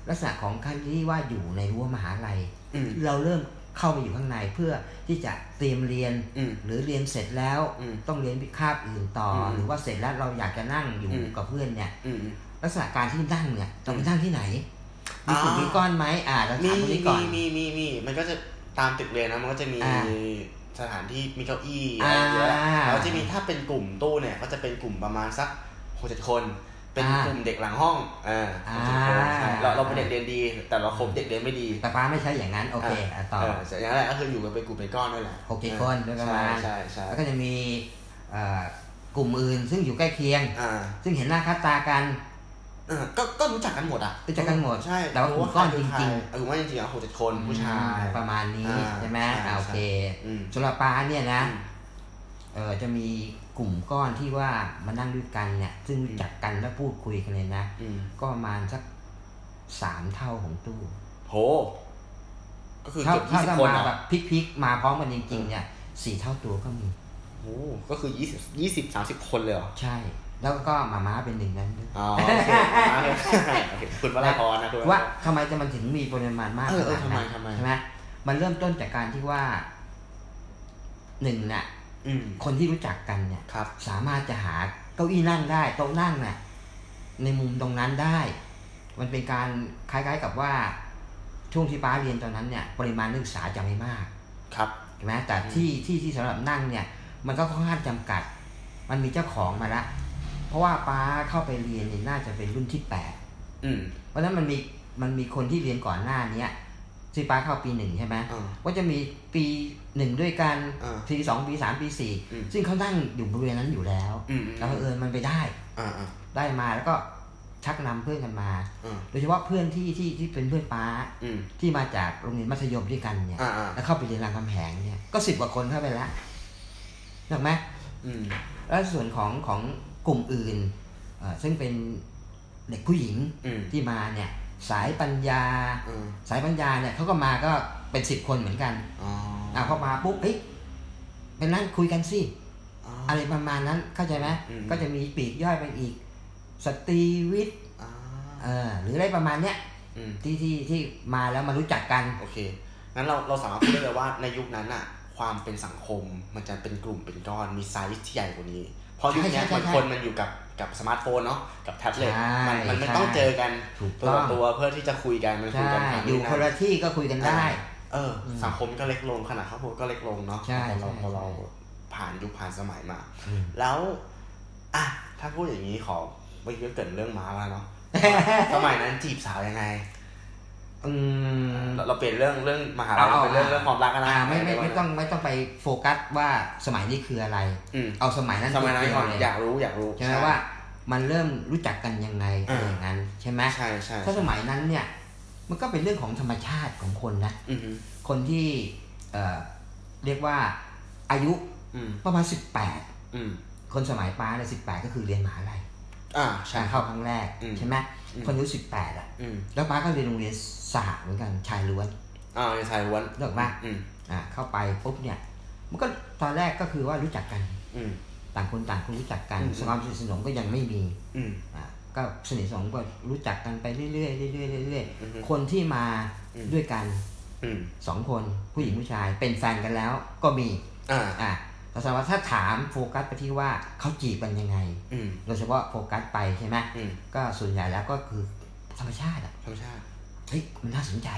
[SPEAKER 3] ลักษณะของการที่ว่าอยู่ในรั้วมหาลัย
[SPEAKER 2] อืม
[SPEAKER 3] เราเริ่มเข้าไปอยู่ข้างในเพื่อที่จะเตรียมเรียน
[SPEAKER 2] อืม
[SPEAKER 3] หรือเรียนเสร็จแล้ว
[SPEAKER 2] อืม
[SPEAKER 3] ต้องเรียนคาบอื่นต่ออ
[SPEAKER 2] ม
[SPEAKER 3] หรือว่าเสร็จแล้วเราอยากจะนั่งอยู่
[SPEAKER 2] อืม
[SPEAKER 3] กับเพื่อนเนี่ย
[SPEAKER 2] อืม
[SPEAKER 3] ลักษณะการที่นั่งเนี่ยเราไป
[SPEAKER 2] อืม
[SPEAKER 3] นั่งที่ไหนมีกลุ่ม
[SPEAKER 2] อ่ามี
[SPEAKER 3] มีก้อนไหมอ่าเรา
[SPEAKER 2] มี
[SPEAKER 3] ถามตรงนี้ก่
[SPEAKER 2] มี
[SPEAKER 3] อน
[SPEAKER 2] มีมีมีมันก็จะตามตึกเรียนนะมันก็จะมี
[SPEAKER 3] อ่า
[SPEAKER 2] สถานที่มีเก้าอี้อะไรเยอะ
[SPEAKER 3] อ่า
[SPEAKER 2] แล้วจะมีถ้าเป็นกลุ่มตู้เนี่ยก็จะเป็นกลุ่มประมาณสักหกเจ็ดคน เป็น
[SPEAKER 3] อ่าก
[SPEAKER 2] ลุ่มเด็กหลังห้องเอ่า
[SPEAKER 3] อ่า
[SPEAKER 2] เราเราเป็นเด็กเรียนดี แต่เราคบเด็กเรียนไม่ดี
[SPEAKER 3] แต่ป้าไม่ใช่อย่างนั้นโอเคอ่ะต่อ
[SPEAKER 2] เเสร็จแล้วแหละก็คืออยู่กันเป็นกลุ่มเป็นก้อนด้วยแหละ
[SPEAKER 3] หกเจ็ดคนด้วยประมาณ
[SPEAKER 2] ใช่ใช่
[SPEAKER 3] แล้
[SPEAKER 2] ใช่
[SPEAKER 3] วก็จะมีเอ่อกลุ่มอื่นซึ่งอยู่ใกล้เคียง
[SPEAKER 2] อ่า
[SPEAKER 3] ซึ่งเห็นหน้าค่าตากัน
[SPEAKER 2] เออก็ก็รู้จักกันหมดอ่ะ
[SPEAKER 3] รู้จักกันหมด
[SPEAKER 2] ใช่
[SPEAKER 3] แต่ว่า
[SPEAKER 2] รู้
[SPEAKER 3] กลุ่มก้อนจริงๆ
[SPEAKER 2] ใคคือใคเออว่าจริงๆอ่ะหกเจ็ดคนผู้ชาย
[SPEAKER 3] ประมาณนี้
[SPEAKER 2] อ่า
[SPEAKER 3] ใช่ไหม
[SPEAKER 2] ใช่
[SPEAKER 3] อ่าโอเค
[SPEAKER 2] อืม
[SPEAKER 3] สำหรับป้าเนี่ยนะ
[SPEAKER 2] อืม
[SPEAKER 3] เออจะมีกลุ่มก้อนที่ว่ามานั่งด้วยกันเนี่ย ซึ่ง
[SPEAKER 2] อืม
[SPEAKER 3] รู้จักกันและพูดคุยกันเลยนะ
[SPEAKER 2] อืม
[SPEAKER 3] ก็ประมาณสักสามเท่าของตู้
[SPEAKER 2] โห ก็คือ
[SPEAKER 3] เท่า
[SPEAKER 2] เกือบยี่
[SPEAKER 3] เท่า
[SPEAKER 2] สิบ
[SPEAKER 3] ถ้า
[SPEAKER 2] คน
[SPEAKER 3] มา
[SPEAKER 2] อ่ะ
[SPEAKER 3] แบบพลิกๆมาพร้อมกันจริงๆเนี่ยสี่เท่าตัวก็มี
[SPEAKER 2] โหก็คือยี่สิบยี่สิบสามสิบคนเลยเหรอ
[SPEAKER 3] ใช่ แล้วก็หมาม้าเป็นหนึ่งนั้นด้วย (laughs)
[SPEAKER 2] อ๋อโอเคโอเคคุณวราพรนะคุณ
[SPEAKER 3] ว่าทำไมจะมันถึงมีปริมาณมาก
[SPEAKER 2] เออเออ
[SPEAKER 3] ขนาด
[SPEAKER 2] ทำไมทำไม
[SPEAKER 3] นั้นใช่ไหมมันเริ่มต้นจากการที่ว่าหนึ่งน่ะ
[SPEAKER 2] อืม
[SPEAKER 3] คนที่รู้จักกันเนี่ย
[SPEAKER 2] ครับ
[SPEAKER 3] สามารถจะหาเก้าอี้นั่งได้โต๊ะนั่งน่ะในมุมตรงนั้นได้ มันเป็นการคล้ายๆกับว่า ช่วงที่ป้าเรียนตอนนั้นเนี่ย ปริมาณนักศึกษาจะไม่มาก
[SPEAKER 2] ครับ
[SPEAKER 3] ใช่ไหมแต่ที่ที่ที่สำหรับนั่งเนี่ย มันก็ค่อนข้างจำกัด มันมีเจ้าของมาละเพราะว่าป้าเข้าไปเรียนเนี่ยน่าจะเป็นรุ่นที่แปด
[SPEAKER 2] อืม
[SPEAKER 3] เพราะฉะนั้นมันมีมันมีคนที่เรียนก่อนหน้าเนี้ยที่ป้าเข้าปีหนึ่งใช่ไหม
[SPEAKER 2] อ่า
[SPEAKER 3] ก็จะมีปีหนึ่งด้วยกัน
[SPEAKER 2] อ่า
[SPEAKER 3] ปีสองปีสามปีสี่
[SPEAKER 2] อืม
[SPEAKER 3] ซึ่งเขานั่งอยู่บริเวณนั้นอยู่แล้ว
[SPEAKER 2] อืม
[SPEAKER 3] แล้วบังเอิญมันไปได้
[SPEAKER 2] อ่าอ่า
[SPEAKER 3] ได้มาแล้วก็ชักนำเพื่อนกันมา
[SPEAKER 2] อ่า
[SPEAKER 3] โดยเฉพาะเพื่อนที่ที่ที่เป็นเพื่อนป้า
[SPEAKER 2] อืม
[SPEAKER 3] ที่มาจากโรงเรียนมัธยมด้วยกันเนี่ย
[SPEAKER 2] อ่าอ่า
[SPEAKER 3] แล้วเข้าไปเรียนรามคำแหงเนี่ยก็สิบกว่าคนเข้าไปแล้วถูกไหม
[SPEAKER 2] อืม
[SPEAKER 3] แล้วส่วนของของกลุ่มอื่นเอ่อซึ่งเป็นเด็กผู้หญิง
[SPEAKER 2] อืม
[SPEAKER 3] ที่มาเนี่ยสายปัญญา
[SPEAKER 2] อืม
[SPEAKER 3] สายปัญญาเนี่ยเขาก็มาก็เป็นสิบคนเหมือนกัน
[SPEAKER 2] อ๋อ
[SPEAKER 3] อ่ะพอมาปุ๊บเฮ้ยไปนั่งคุยกันสิ
[SPEAKER 2] อ๋อ
[SPEAKER 3] อะไรประมาณนั้นเข้าใจไหม
[SPEAKER 2] อืม
[SPEAKER 3] ก็จะมีปีกย่อยไปอีก สตรีวิทย์
[SPEAKER 2] อ่า
[SPEAKER 3] เออหรืออะไรประมาณเนี้ย
[SPEAKER 2] อืม
[SPEAKER 3] ที่ที่ที่มาแล้วมารู้จักกัน
[SPEAKER 2] โอเค งั้นเราเราสามารถพูดได้เลยว่าในยุคนั้นอะความเป็นสังคมมันจะเป็นกลุ่มเป็นก้อนมีไซส์ที่ใหญ่กว่านี้ เพราะยุคเนี้ย
[SPEAKER 3] ใช่
[SPEAKER 2] ค
[SPEAKER 3] ใช่
[SPEAKER 2] น
[SPEAKER 3] ใช่
[SPEAKER 2] คนมันอยู่กับกับสมาร์ทโฟนเนาะกับแท็บเล็ต
[SPEAKER 3] ใช่
[SPEAKER 2] มันมันไม่
[SPEAKER 3] ใช่
[SPEAKER 2] ต้องเจอกัน
[SPEAKER 3] ถูก
[SPEAKER 2] ตัว
[SPEAKER 3] ต้
[SPEAKER 2] ต่
[SPEAKER 3] อ
[SPEAKER 2] อง ตัวเพื่อที่จะคุยกันมันคุย
[SPEAKER 3] ใช่
[SPEAKER 2] กันผ่าน
[SPEAKER 3] อยู่คนละที่ก็คุยกันได้
[SPEAKER 2] เอออ
[SPEAKER 3] ม
[SPEAKER 2] สังคมก็เล็กลงขนาดครอบครัวก็เล็กลงเนาะ
[SPEAKER 3] ใช่
[SPEAKER 2] พอเรา
[SPEAKER 3] ใช่
[SPEAKER 2] พอเรา
[SPEAKER 3] ใช่
[SPEAKER 2] ผ่านยุคผ่านสมัยมา
[SPEAKER 3] อืม
[SPEAKER 2] แล้วอ่ะถ้าพูดอย่าง
[SPEAKER 3] (laughs)
[SPEAKER 2] นี้ขอเมื่อกี้ก็เกริดเรื่องม้ามาแล้วเนาะ สมัยนั้นจีบสาวยังไง
[SPEAKER 3] อืม
[SPEAKER 2] เราเราเปลี่ยนเรื่องเรื่องมหาลั
[SPEAKER 3] าย
[SPEAKER 2] เป็นเรื่องเรื่องความรักกันนะ
[SPEAKER 3] ไม่ไม่ไม่ต้องไม่ต้องไปโฟกัสว่าสมัยนี้คืออะไร
[SPEAKER 2] อืม
[SPEAKER 3] เอาสมัยนั้น
[SPEAKER 2] สมัยนั้นก่อน
[SPEAKER 3] เลย
[SPEAKER 2] อยากรู้อยากรู้
[SPEAKER 3] ใช่ไหมว่า มันเริ่มรู้จักกันยังไง
[SPEAKER 2] อ่า
[SPEAKER 3] อะไรอย่างนั้นใช่ไหม
[SPEAKER 2] ใช่ใช่
[SPEAKER 3] ถ้าสมัยนั้นเนี่ย มันก็เป็นเรื่องของธรรมชาติของคนนะ
[SPEAKER 2] อืม
[SPEAKER 3] คนที่เอ่อเรียกว่าอายุ
[SPEAKER 2] อืม
[SPEAKER 3] ประมาณ
[SPEAKER 2] อืม
[SPEAKER 3] 18 คนสมัยป้าเนี่ย18 ก็คือเรียนมหาลัย
[SPEAKER 2] อ่า
[SPEAKER 3] ชา
[SPEAKER 2] ใช่
[SPEAKER 3] เข้าครั้งแรก
[SPEAKER 2] อืม
[SPEAKER 3] ใช่ไหม
[SPEAKER 2] อืม
[SPEAKER 3] คนอายุ18อ่ะ
[SPEAKER 2] อืม
[SPEAKER 3] แล้วป้าก็เรียนโรงเรียนสหเหมือนกันชายล้วน
[SPEAKER 2] อ่าในชายล้วน
[SPEAKER 3] เลือกมา
[SPEAKER 2] อืม
[SPEAKER 3] อ่าเข้าไปปุ๊บเนี่ย มันก็ตอนแรกก็คือว่ารู้จักกัน
[SPEAKER 2] อืม
[SPEAKER 3] ต่างคนต่างคนรู้จักกัน
[SPEAKER 2] อืม
[SPEAKER 3] ความสนิทสนมก็ยังไม่มี
[SPEAKER 2] อืม
[SPEAKER 3] อ่าก็สนิทสนมก็รู้จักกันไปเรื่อยๆเรื่อยๆเรื่อย
[SPEAKER 2] อือฮึ
[SPEAKER 3] ๆคนที่มา
[SPEAKER 2] อืม
[SPEAKER 3] ด้วยกัน
[SPEAKER 2] อืม
[SPEAKER 3] สองคนผู้หญิงผู้ชาย เป็นแฟนกันแล้วก็มี
[SPEAKER 2] อ่า
[SPEAKER 3] อ่าแต่สำหรับถ้าถามโฟกัสไปที่ว่าเขาจีบกันยังไง
[SPEAKER 2] อืม
[SPEAKER 3] โดยเฉพาะโฟกัสไปใช่ไหม
[SPEAKER 2] อืม
[SPEAKER 3] ก็ส่วนใหญ่แล้วก็คือธรรมชาติอ่ะ
[SPEAKER 2] ธรรมชาติ
[SPEAKER 3] เฮ้ยมันน่าสนใจ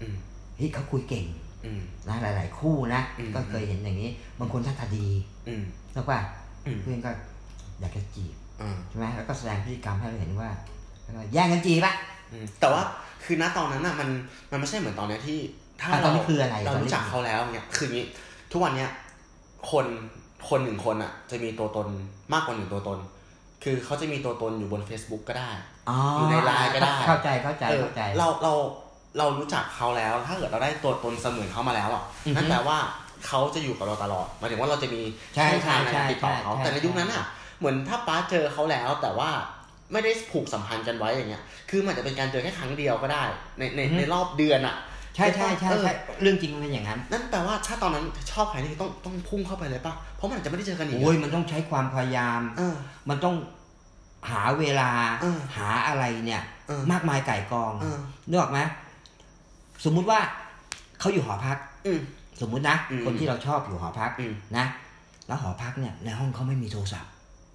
[SPEAKER 2] อืม
[SPEAKER 3] เฮ้ยเขาคุยเก่ง
[SPEAKER 2] อืม
[SPEAKER 3] นะหลาย ๆ คู่นะ
[SPEAKER 2] อืม
[SPEAKER 3] ก็เคยเห็นอย่างนี้บางคนท่าตาดี
[SPEAKER 2] อืม
[SPEAKER 3] แล้วว่า
[SPEAKER 2] อืม
[SPEAKER 3] เพื่อนก็อยากจะจีบ
[SPEAKER 2] อ่า
[SPEAKER 3] ใช่ไหมแล้วก็แสดงพฤติกรรมให้เราเห็นว่าแล้วก็แย่งกันจีบอะ
[SPEAKER 2] อืมแต่ว่าคือณตอนนั้นน่ะมันมันไม่ใช่เหมือนตอนเนี้ยที่ถ้า
[SPEAKER 3] อ่ะตอ
[SPEAKER 2] เรา
[SPEAKER 3] นนี้คืออะไร
[SPEAKER 2] เรา
[SPEAKER 3] ตอน
[SPEAKER 2] รู้
[SPEAKER 3] นี้
[SPEAKER 2] จักเขาแล้วเนี่ยคืออย่างงี้ทุกวันเนี้ยคนคนหนึ่งคนอ่ะ จะมีตัวตนมากกว่าหนึ่งตัวตน คือเขาจะมีตัวตนอยู่บน Facebook ก็ได้
[SPEAKER 3] อ๋ออยู่
[SPEAKER 2] ในไลน์ก็ได้
[SPEAKER 3] เข้าใจเข้าใจ
[SPEAKER 2] เออ
[SPEAKER 3] เข้าใจ
[SPEAKER 2] เราเราเรารู้จักเขาแล้ว ถ้าเกิดเราได้ตัวตนเสมือนเขามาแล้วอ่ะ
[SPEAKER 3] อือฮึ
[SPEAKER 2] นั่นแปลว่าเขาจะอยู่กับเราตลอดหมายถึงว่าเราจะมี
[SPEAKER 3] ใช่
[SPEAKER 2] ช่องทางใน
[SPEAKER 3] ใช่
[SPEAKER 2] การติดต่อเขา
[SPEAKER 3] ใช่
[SPEAKER 2] แต่ใน
[SPEAKER 3] ใช่
[SPEAKER 2] ยุคนั้นอ่ะ เหมือนถ้าป้าเจอเขาแล้ว แต่ว่าไม่ได้ผูกสัมพันธ์กันไว้อย่างเงี้ย คือมันอาจจะเป็นการเจอแค่ครั้งเดียวก็ได้ ในในในรอบเดือนอ่ะ
[SPEAKER 3] ใช่ใช่ใช่
[SPEAKER 2] เออ
[SPEAKER 3] ใช่เรื่องจริงมันเป็นอย่างนั้น
[SPEAKER 2] นั่นแปลว่าถ้าตอนนั้นชอบใครนี่ต้องต้องพุ่งเข้าไปเลยป่ะ เพราะมันอาจจะไม่ได้เจอกันอีก
[SPEAKER 3] โอ้ยมันต้องใช้ความพยายาม
[SPEAKER 2] เออ
[SPEAKER 3] มันต้องหาเวลา
[SPEAKER 2] เออ
[SPEAKER 3] หาอะไรเนี่ย
[SPEAKER 2] เออ
[SPEAKER 3] มากมายไก่ายกอง
[SPEAKER 2] เออ
[SPEAKER 3] นึกออกไหมสมมุติว่าเขาอยู่หอพัก
[SPEAKER 2] อืม
[SPEAKER 3] สมมุตินะ
[SPEAKER 2] อืม
[SPEAKER 3] คนที่เราชอบอยู่หอพัก
[SPEAKER 2] อืม
[SPEAKER 3] นะ แล้วหอพักเนี่ย ในห้องเขาไม่มีโทรศัพท์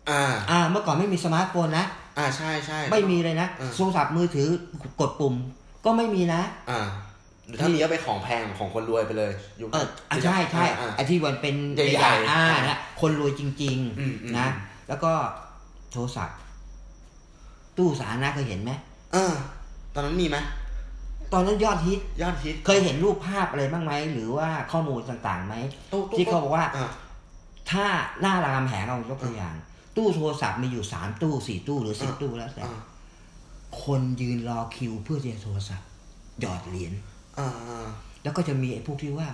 [SPEAKER 2] อ่า
[SPEAKER 3] อ่าเมื่อก่อนไม่มีสมาร์ทโฟนนะ
[SPEAKER 2] อ่าใช่ใช่
[SPEAKER 3] ไม่มีเลยนะ
[SPEAKER 2] เออ
[SPEAKER 3] โทรศัพท์มือถือกดปุ่ม ก็ไม่มีนะ
[SPEAKER 2] อ่าหรือถ้ามีก็ไปของแพงของคนรวยไปเลยยุค
[SPEAKER 3] เอ
[SPEAKER 2] นั้น
[SPEAKER 3] ออ่ะใช่ใช่
[SPEAKER 2] อ่า
[SPEAKER 3] ไอที่มันเป็น
[SPEAKER 2] ใหญ่ๆ
[SPEAKER 3] อ่า
[SPEAKER 2] อ่า
[SPEAKER 3] นะคนรวยจริง
[SPEAKER 2] อืมอืม
[SPEAKER 3] นะ แล้วก็โทรศัพท์ ตู้สาธารณะเคยเห็นไหม
[SPEAKER 2] เออ ตอนนั้นมีไหม
[SPEAKER 3] ตอนนั้นยอดฮิต
[SPEAKER 2] ยอดฮิต
[SPEAKER 3] เคยเห็นรูปภาพอะไรบ้างไหมหรือว่าข้อมูลต่างๆไหม
[SPEAKER 2] ตู้ตู้
[SPEAKER 3] ที่เขาบอกว่า
[SPEAKER 2] อ่า
[SPEAKER 3] ถ้าหน้ารามคำแหงเอายกตัวอย่าง ตู้โทรศัพท์มีอยู่สามตู้สี่ตู้หรือสิบ
[SPEAKER 2] อ่า
[SPEAKER 3] ตู้แล้วแต่
[SPEAKER 2] อ่า
[SPEAKER 3] คนยืนรอคิวเพื่อที่จะโทรศัพท์หยอดเหรียญ
[SPEAKER 2] อ่าอ่า
[SPEAKER 3] แล้วก็จะมีไอ้พวกที่ว่า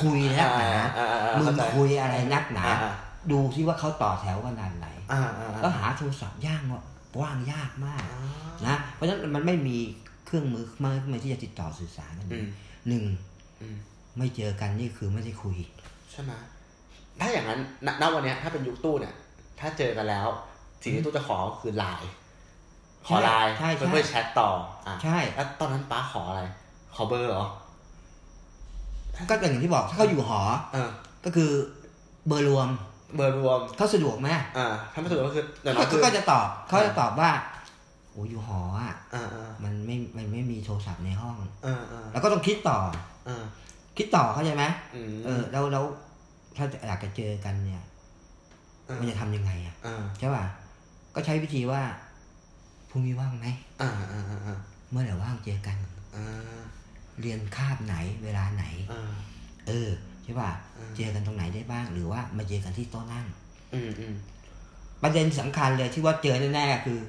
[SPEAKER 3] คุยนักหนา
[SPEAKER 2] อ่าอ่าอ่า
[SPEAKER 3] มึง
[SPEAKER 2] เข้าใจ
[SPEAKER 3] คุยอะไรนักหนา
[SPEAKER 2] อ่าอ่า
[SPEAKER 3] ดูที่ว่าเขาต่อแถวขนาดไหน
[SPEAKER 2] อ่าอ่า
[SPEAKER 3] ก็
[SPEAKER 2] อ่า
[SPEAKER 3] หาโทรศัพท์ยากว่าว่างยากมากนะ เพราะฉะนั้นมันไม่มีเครื่องมือมากมายที่จะติดต่อสื่อสารกัน
[SPEAKER 2] อืม
[SPEAKER 3] หนึ่ง
[SPEAKER 2] อืม
[SPEAKER 3] ไม่เจอกันนี่คือไม่ได้คุย
[SPEAKER 2] ใช่ไหมถ้าอย่างนั้นณณวันเนี้ยถ้าเป็นยุคตู้เนี่ย ถ้าเจอกันแล้ว สิ่งที่ตู้จะขอคือไลน์ขอไลน์
[SPEAKER 3] ใช่ใช่
[SPEAKER 2] เพื่อเพื่อแชทต่ออ่ะ
[SPEAKER 3] ใช่
[SPEAKER 2] แล้วตอนนั้นป้าขออะไร ขอเบอร์เหรอ
[SPEAKER 3] ก็อย่างที่บอกถ้าเขาอยู่หอ
[SPEAKER 2] เออ
[SPEAKER 3] ก็คือเบอร์รวม
[SPEAKER 2] เบอร์รวม
[SPEAKER 3] เขาสะดวกไหม
[SPEAKER 2] อ่า ถ้าไม่สะดวกก็คือเดี๋ยว
[SPEAKER 3] เขา
[SPEAKER 2] เราคือ
[SPEAKER 3] ก็จะตอบเขาจะตอบว่าโอ้อยู่หออ่ะ
[SPEAKER 2] อ่าอ่า
[SPEAKER 3] มันไม่มันไม่มีโทรศัพท์ในห้อง
[SPEAKER 2] อ่าอ่า
[SPEAKER 3] แล้วก็ต้องคิดต่อ
[SPEAKER 2] อ่า
[SPEAKER 3] คิดต่อเข้าใจไหม
[SPEAKER 2] อืม
[SPEAKER 3] เออแล้วแล้วถ้าอยากจะเจอกันเนี่ย
[SPEAKER 2] อ่า
[SPEAKER 3] มันจะทำยังไงอ่ะ
[SPEAKER 2] อ่า
[SPEAKER 3] ใช่ป่ะก็ใช้วิธีว่าพรุ่งนี้ว่างไหม
[SPEAKER 2] อ่าอ่าอ่าอ่า
[SPEAKER 3] เมื่อไหร่ว่างเจอกัน
[SPEAKER 2] อ่า
[SPEAKER 3] เรียนคาบไหนเวลาไหน
[SPEAKER 2] อ่า
[SPEAKER 3] เออใช่ป่ะ
[SPEAKER 2] อืม
[SPEAKER 3] เจอกันตรงไหนได้บ้าง หรือว่ามาเจอกันที่โต๊ะนั่ง
[SPEAKER 2] อืมอืม
[SPEAKER 3] ประเด็นสำคัญเลยที่ว่าเจอแน่ๆคือ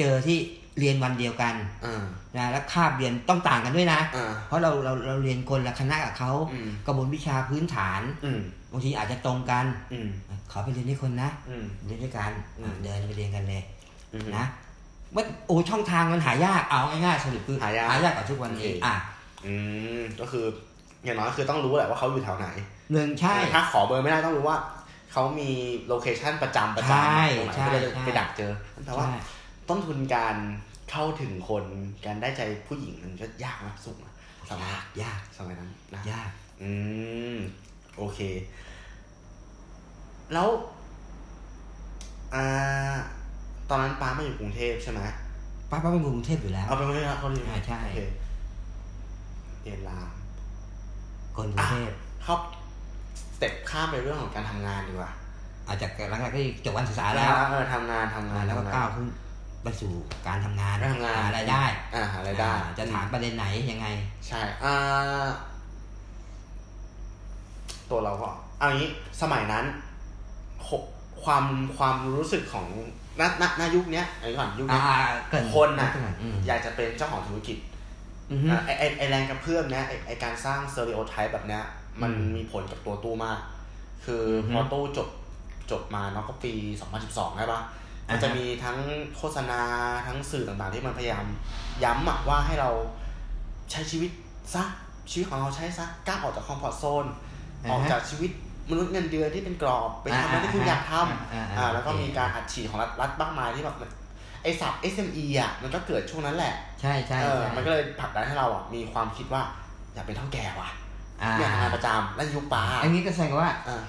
[SPEAKER 3] เจอที่เรียนวันเดียวกัน
[SPEAKER 2] อ่า
[SPEAKER 3] นะแล้วคาบเรียนต้องต่างกันด้วยนะ
[SPEAKER 2] อ่า
[SPEAKER 3] เพราะเราเราเราเรียนคนละคณะกับเขา
[SPEAKER 2] อืม
[SPEAKER 3] กระบวนวิชาพื้นฐาน
[SPEAKER 2] อืม
[SPEAKER 3] บางทีอาจจะตรงกัน
[SPEAKER 2] อืม
[SPEAKER 3] ขอไปเรียนด้วยคนนะ
[SPEAKER 2] อืม
[SPEAKER 3] เรียนด้วยกัน
[SPEAKER 2] อืม
[SPEAKER 3] เดินไปเรียนกันเลย
[SPEAKER 2] อืม
[SPEAKER 3] นะว่าโอ้ช่องทางมันหายากเอาง่ายๆสรุปคือ
[SPEAKER 2] หายาก
[SPEAKER 3] กว่าทุกวันนี้
[SPEAKER 2] โอเค
[SPEAKER 3] อ่ะ
[SPEAKER 2] อืมก็คือ อย่างน้อยคือต้องรู้แหละว่าเขาอยู่แถวไหน
[SPEAKER 3] หนึ่งใช่
[SPEAKER 2] ถ้าขอเบอร์ไม่ได้ต้องรู้ว่าเขามีโลเคชันประจำประจำ
[SPEAKER 3] ใช่
[SPEAKER 2] ตรงไหน
[SPEAKER 3] ใช่
[SPEAKER 2] เพื่อจะ
[SPEAKER 3] ใช่
[SPEAKER 2] ไปดักเจอนั่นแปลว่า
[SPEAKER 3] ใช่
[SPEAKER 2] ต้นทุนการเข้าถึงคนการได้ใจผู้หญิงมันก็ยากนะสูงนะสมัย
[SPEAKER 3] ยากยาก
[SPEAKER 2] สมัยนั้นนะ
[SPEAKER 3] ยาก
[SPEAKER 2] อืม โอเค แล้วอ่าตอนนั้นป้ามาอยู่กรุงเทพใช่ไหม
[SPEAKER 3] ป้าป้าเป็นคนกรุงเทพอยู่แล้ว
[SPEAKER 2] เอาเป็นว่าที่เขาเรียน
[SPEAKER 3] อ่าใช่
[SPEAKER 2] โอเคเรียนราม
[SPEAKER 3] คนกรุงเทพ
[SPEAKER 2] เข้าสเต็ปข้ามไปเรื่องของการทำงานดีกว่า
[SPEAKER 3] อาจจะหลังจากที่จบการศึกษาแล้ว
[SPEAKER 2] เออทำงานทำงา
[SPEAKER 3] อ่าน แล้วก็
[SPEAKER 2] ทำงน
[SPEAKER 3] ก้าวขึ้น ไปสู่การทำงาน
[SPEAKER 2] การทำงาน
[SPEAKER 3] หรายได้
[SPEAKER 2] อ่าหารายได้
[SPEAKER 3] อ่าจะถามประเด็นไหนยังไง
[SPEAKER 2] ใช่อ่าตัวเราก็เอางี้สมัยนั้นคความความรู้สึกของณณณยุคเนี้ยเอางี้ก่อนยุค
[SPEAKER 3] อ่า
[SPEAKER 2] เนี้ย
[SPEAKER 3] อ่าเกิด
[SPEAKER 2] คนน่ะ
[SPEAKER 3] อืม
[SPEAKER 2] อยากจะเป็นเจ้าของธุรกิจ
[SPEAKER 3] อือฮึ
[SPEAKER 2] อ่ะไอไอไอแรงกระเพื่อมเนี้ยไอไอการสร้างเซอริโอไทป์แบบเนี้ย มัน
[SPEAKER 3] อืม
[SPEAKER 2] มีผลกับตัวตู้มาก คืออ
[SPEAKER 3] อฮึ
[SPEAKER 2] พอตู้จบจบมาเนาะก็ปี 2012ใช่ปะ
[SPEAKER 3] อ่าฮะ
[SPEAKER 2] มันจะมีทั้งโฆษณาทั้งสื่อต่างๆ ที่มันพยายามย้ำอะว่าให้เราใช้ชีวิตซะชีวิตของเราใช้ซะกล้าออกจากคอมฟอร์ทโซน ออกจากชีวิตมนุษย์เงินเดือนที่เป็นกรอบไปทำอะไรที่คุณอยากทำ
[SPEAKER 3] อ่า
[SPEAKER 2] อ่าแล้วก็
[SPEAKER 3] โอเค
[SPEAKER 2] มีการอัดฉีดของรัฐรัฐมากมายที่แบบมันไอสับ SME อ่ะมันก็เกิดช่วงนั้นแหละ
[SPEAKER 3] ใช่ใช่
[SPEAKER 2] เออ
[SPEAKER 3] ใช่
[SPEAKER 2] มันก็เลยผลักดันให้เราอ่ะมีความคิดว่าอยากเป็นเท่าแก่ว่ะ
[SPEAKER 3] อ่า
[SPEAKER 2] อยากทำงานประจำและยุคป้า
[SPEAKER 3] อันนี้ก็แสดงว่า
[SPEAKER 2] อ่า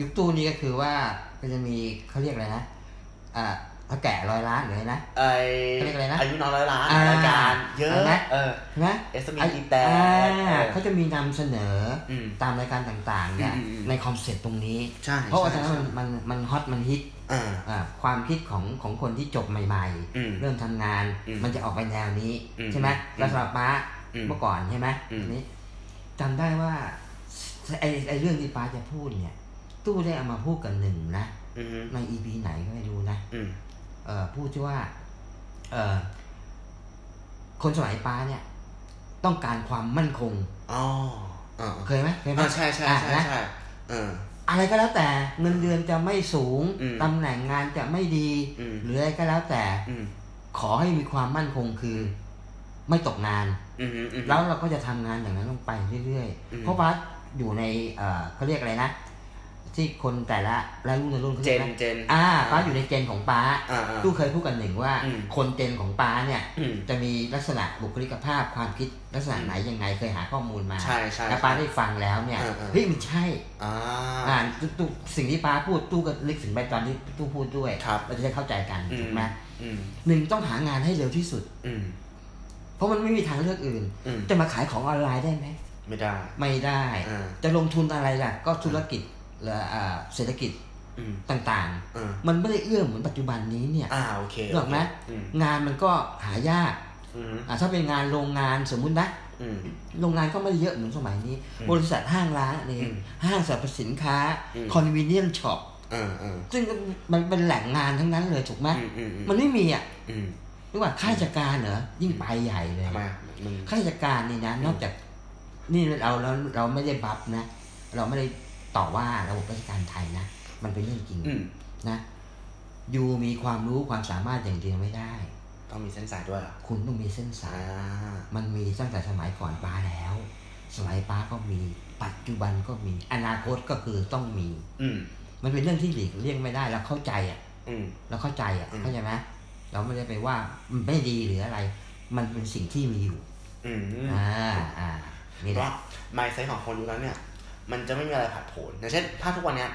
[SPEAKER 3] ยุคตู้นี้ก็คือว่าก็จะมีเขาเรียกอะไรนะอ่าถ้าแก่ร้อยล้านหรืออะไรนะ
[SPEAKER 2] ไอ
[SPEAKER 3] เขาเรียกอะไรนะ
[SPEAKER 2] อายุน้อยร้อยล้าน
[SPEAKER 3] อ่าร
[SPEAKER 2] ายการเยอะ
[SPEAKER 3] อะไรนะ
[SPEAKER 2] เออ
[SPEAKER 3] ใช่ไหม
[SPEAKER 2] SME
[SPEAKER 3] ไอ้
[SPEAKER 2] ตีแต่
[SPEAKER 3] อ่
[SPEAKER 2] เออ
[SPEAKER 3] าเขาจะมีนำเสนออ
[SPEAKER 2] ม
[SPEAKER 3] ตามรายการต่างๆเนี่ย
[SPEAKER 2] อืมอืม
[SPEAKER 3] ในคอนเซ็ปต์ตรงนี้
[SPEAKER 2] ใช่
[SPEAKER 3] เพราะว่าตอน
[SPEAKER 2] ใช่
[SPEAKER 3] นั้นมันมันมันฮอตมันฮิต
[SPEAKER 2] อ่า
[SPEAKER 3] อ่าความคิดของของคนที่จบใหม่
[SPEAKER 2] อืม
[SPEAKER 3] ๆ เริ่มทำงาน
[SPEAKER 2] อืม
[SPEAKER 3] มันจะออกไปแนวนี้
[SPEAKER 2] อืม
[SPEAKER 3] ใช่ไหม
[SPEAKER 2] อืม
[SPEAKER 3] แล้วสำหรับป้า
[SPEAKER 2] อืม
[SPEAKER 3] เมื่อก่อนใช่ไหม
[SPEAKER 2] อืม
[SPEAKER 3] อันนี้จำได้ว่าไอไอเรื่องที่ป้าจะพูดเนี่ย ตู้ได้เอามาพูดกันหนึ่งนะ
[SPEAKER 2] อืม
[SPEAKER 3] ในอีพีไหนก็ไม่รู้นะ
[SPEAKER 2] อืม
[SPEAKER 3] เอ่อพูดที่ว่าเอ่อคนสมัยป้าเนี่ย ต้องการความมั่นคง
[SPEAKER 2] อ๋ออ่า
[SPEAKER 3] เคยไหมเคยไหม
[SPEAKER 2] อ่าใช่ใช่
[SPEAKER 3] อ่ะ
[SPEAKER 2] ใช่
[SPEAKER 3] นะ
[SPEAKER 2] ใช่เออ
[SPEAKER 3] อะไรก็แล้วแต่เงินเดือนจะไม่สูง
[SPEAKER 2] อืม
[SPEAKER 3] ตำแหน่งงานจะไม่ดี
[SPEAKER 2] อืม
[SPEAKER 3] หรืออะไรก็แล้วแต่
[SPEAKER 2] อืม
[SPEAKER 3] ขอให้มีความมั่นคงคือ ไม่ตกงาน
[SPEAKER 2] อืมอืมอืม
[SPEAKER 3] แล้วเราก็จะทำงานอย่างนั้นลงไปเรื่อย
[SPEAKER 2] อืม
[SPEAKER 3] ๆ เพราะว่าอยู่ในเอ่อเขาเรียกอะไรนะ ที่คนแต่ละและรุ่นละรุ่นเขา
[SPEAKER 2] เจ
[SPEAKER 3] เรีย
[SPEAKER 2] น
[SPEAKER 3] กนะ
[SPEAKER 2] เจน
[SPEAKER 3] อ่าป้าอยู่ในเจนของป้า
[SPEAKER 2] อ่าอ่า
[SPEAKER 3] ตู้เคยพูดกันหนึ่งว่า
[SPEAKER 2] อืม
[SPEAKER 3] คนเจนของป้าเนี่ย
[SPEAKER 2] อืม
[SPEAKER 3] จะมีลักษณะบุคลิกภาพความคิดลักษณะ
[SPEAKER 2] อืม
[SPEAKER 3] ไหนยังไงเคยหาข้อมูลมา
[SPEAKER 2] ใช่ใช่
[SPEAKER 3] แล้วป้าได้ฟังแล้วเนี่ย
[SPEAKER 2] เออเออ
[SPEAKER 3] เฮ้ยมันใช่
[SPEAKER 2] อ่า
[SPEAKER 3] อ่านตู้สิ่งที่ป้าพูดตู้ก็นึกถึงไปตอนที่ตู้พูดด้วย
[SPEAKER 2] ครับ
[SPEAKER 3] เราจะได้เข้าใจกัน
[SPEAKER 2] อืม
[SPEAKER 3] ถูกไหม
[SPEAKER 2] อืม
[SPEAKER 3] หนึ่งต้องหางานให้เร็วที่สุด
[SPEAKER 2] อืม
[SPEAKER 3] เพราะมันไม่มีทางเลือกอื่น
[SPEAKER 2] อืม
[SPEAKER 3] จะมาขายของออนไลน์ได้ไหม
[SPEAKER 2] ไม่ได้
[SPEAKER 3] ไม่ได้
[SPEAKER 2] อ่า
[SPEAKER 3] จะลงทุนอะไรล่ะก็ธุรกิจหรืออ่าเศรษฐกิจ
[SPEAKER 2] อืม
[SPEAKER 3] ต่าง
[SPEAKER 2] อ่า
[SPEAKER 3] ๆ มันไม่ได้เอื้อมเหมือนปัจจุบันนี้เนี่ย
[SPEAKER 2] อ่าโอเค
[SPEAKER 3] นึกออกไหม
[SPEAKER 2] อืม
[SPEAKER 3] งานมันก็หายาก
[SPEAKER 2] อืม
[SPEAKER 3] อ่ะถ้าเป็นงานโรงงานสมมุตินะ
[SPEAKER 2] อืม
[SPEAKER 3] โรงงานก็ไม่ได้เยอะเหมือนสมัยนี้
[SPEAKER 2] อืม
[SPEAKER 3] บริษัทห้างร้านเอ
[SPEAKER 2] อื
[SPEAKER 3] ง
[SPEAKER 2] ม
[SPEAKER 3] ห้างสรรพสินค้า
[SPEAKER 2] อืม
[SPEAKER 3] คอนเวเนียนช็อป
[SPEAKER 2] อ่าอ่า
[SPEAKER 3] ซึ่งมันเป็นแหล่งงานทั้งนั้นเลยถูกไหม
[SPEAKER 2] อืมอืมอืม
[SPEAKER 3] มันไม่มีอ่ะ
[SPEAKER 2] อืม
[SPEAKER 3] นึกว่าข้าราชการเหรอ ยิ่งไปใหญ่เลย
[SPEAKER 2] ทำไมอ่ะมัน
[SPEAKER 3] ข้าราชการนี่นะ
[SPEAKER 2] อืม
[SPEAKER 3] นอกจากนี่เราเราเราไม่ได้บัฟนะ เราไม่ได้ต่อว่าระบบราชการไทยนะ มันเป็นเรื่องจริง
[SPEAKER 2] อืม
[SPEAKER 3] นะ อยู่มีความรู้ความสามารถอย่างเดียวไม่ได้
[SPEAKER 2] ต้องมีเส้นสายด้วยเหรอ
[SPEAKER 3] คุณต้องมีเส้นสา
[SPEAKER 2] อ่าย
[SPEAKER 3] มันมีตั้งแต่สมัยก่อนป้าแล้ว สมัยป้าก็มี ปัจจุบันก็มี อนาคตก็คือต้องมี
[SPEAKER 2] อืม
[SPEAKER 3] มันเป็นเรื่องที่หลีกเลี่ยงไม่ได้เราเข้าใจอ่ะ
[SPEAKER 2] อืม
[SPEAKER 3] เราเข้าใจอ่ะ
[SPEAKER 2] อืม
[SPEAKER 3] เข้าใจไหมเราไม่ได้ไปว่ามันไม่ดีหรืออะไร มันเป็นสิ่งที่มีอยู่
[SPEAKER 2] อืม
[SPEAKER 3] อ่าอ่านี่แห
[SPEAKER 2] ว่า
[SPEAKER 3] ละ
[SPEAKER 2] ไมซ์ไซต์ของคนยุคนั้นเนี่ย มันจะไม่มีอะไรผัดโผนอย่างเช่น ถ้าทุกวันเนี้ย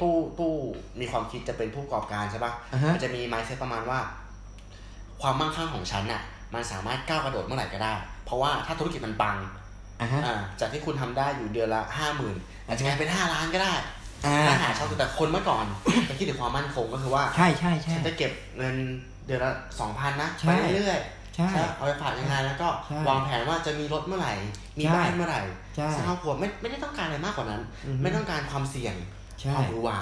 [SPEAKER 2] ตู้ตู้มีความคิดจะเป็นผู้ประกอบการใช่ป่ะ
[SPEAKER 3] อ่าฮะ
[SPEAKER 2] มันจะมีไมซ์เซตประมาณว่า ความมั่งคั่งของฉันน่ะ มันสามารถก้าวกระโดดเมื่อไหร่ก็ได้ เพราะว่าถ้าธุรกิจมันปัง
[SPEAKER 3] อ่าฮะ
[SPEAKER 2] อ่าจากที่คุณทำได้อยู่เดือนละห้าหมื่นอาจจะกลายเป็นห้าล้านก็ได้
[SPEAKER 3] อ่า
[SPEAKER 2] ถ้าหาเช่าแต่คนเมื่อก่อน
[SPEAKER 3] (coughs)
[SPEAKER 2] จะคิดถึงความมั่นคงก็คือว่า
[SPEAKER 3] ใช่ใช่ใช่
[SPEAKER 2] ฉันจะเก็บเงินเดือนละสองพันนะ
[SPEAKER 3] ใช่
[SPEAKER 2] ไปเรื่อยๆ
[SPEAKER 3] ใช่
[SPEAKER 2] ใช่เอาไปฝากยังไงแล้วก็
[SPEAKER 3] ใช่
[SPEAKER 2] วางแผนว่าจะมีรถเมื่อไหร่ มี
[SPEAKER 3] ใช่
[SPEAKER 2] บ้านเมื่อไหร่
[SPEAKER 3] ใช่
[SPEAKER 2] สร้างครอบครัวไม่ไม่ได้ต้องการอะไรมากกว่านั้น
[SPEAKER 3] อือฮึ
[SPEAKER 2] ไม่ต้องการความเสี่ยง
[SPEAKER 3] ใช่
[SPEAKER 2] ความหวือหวา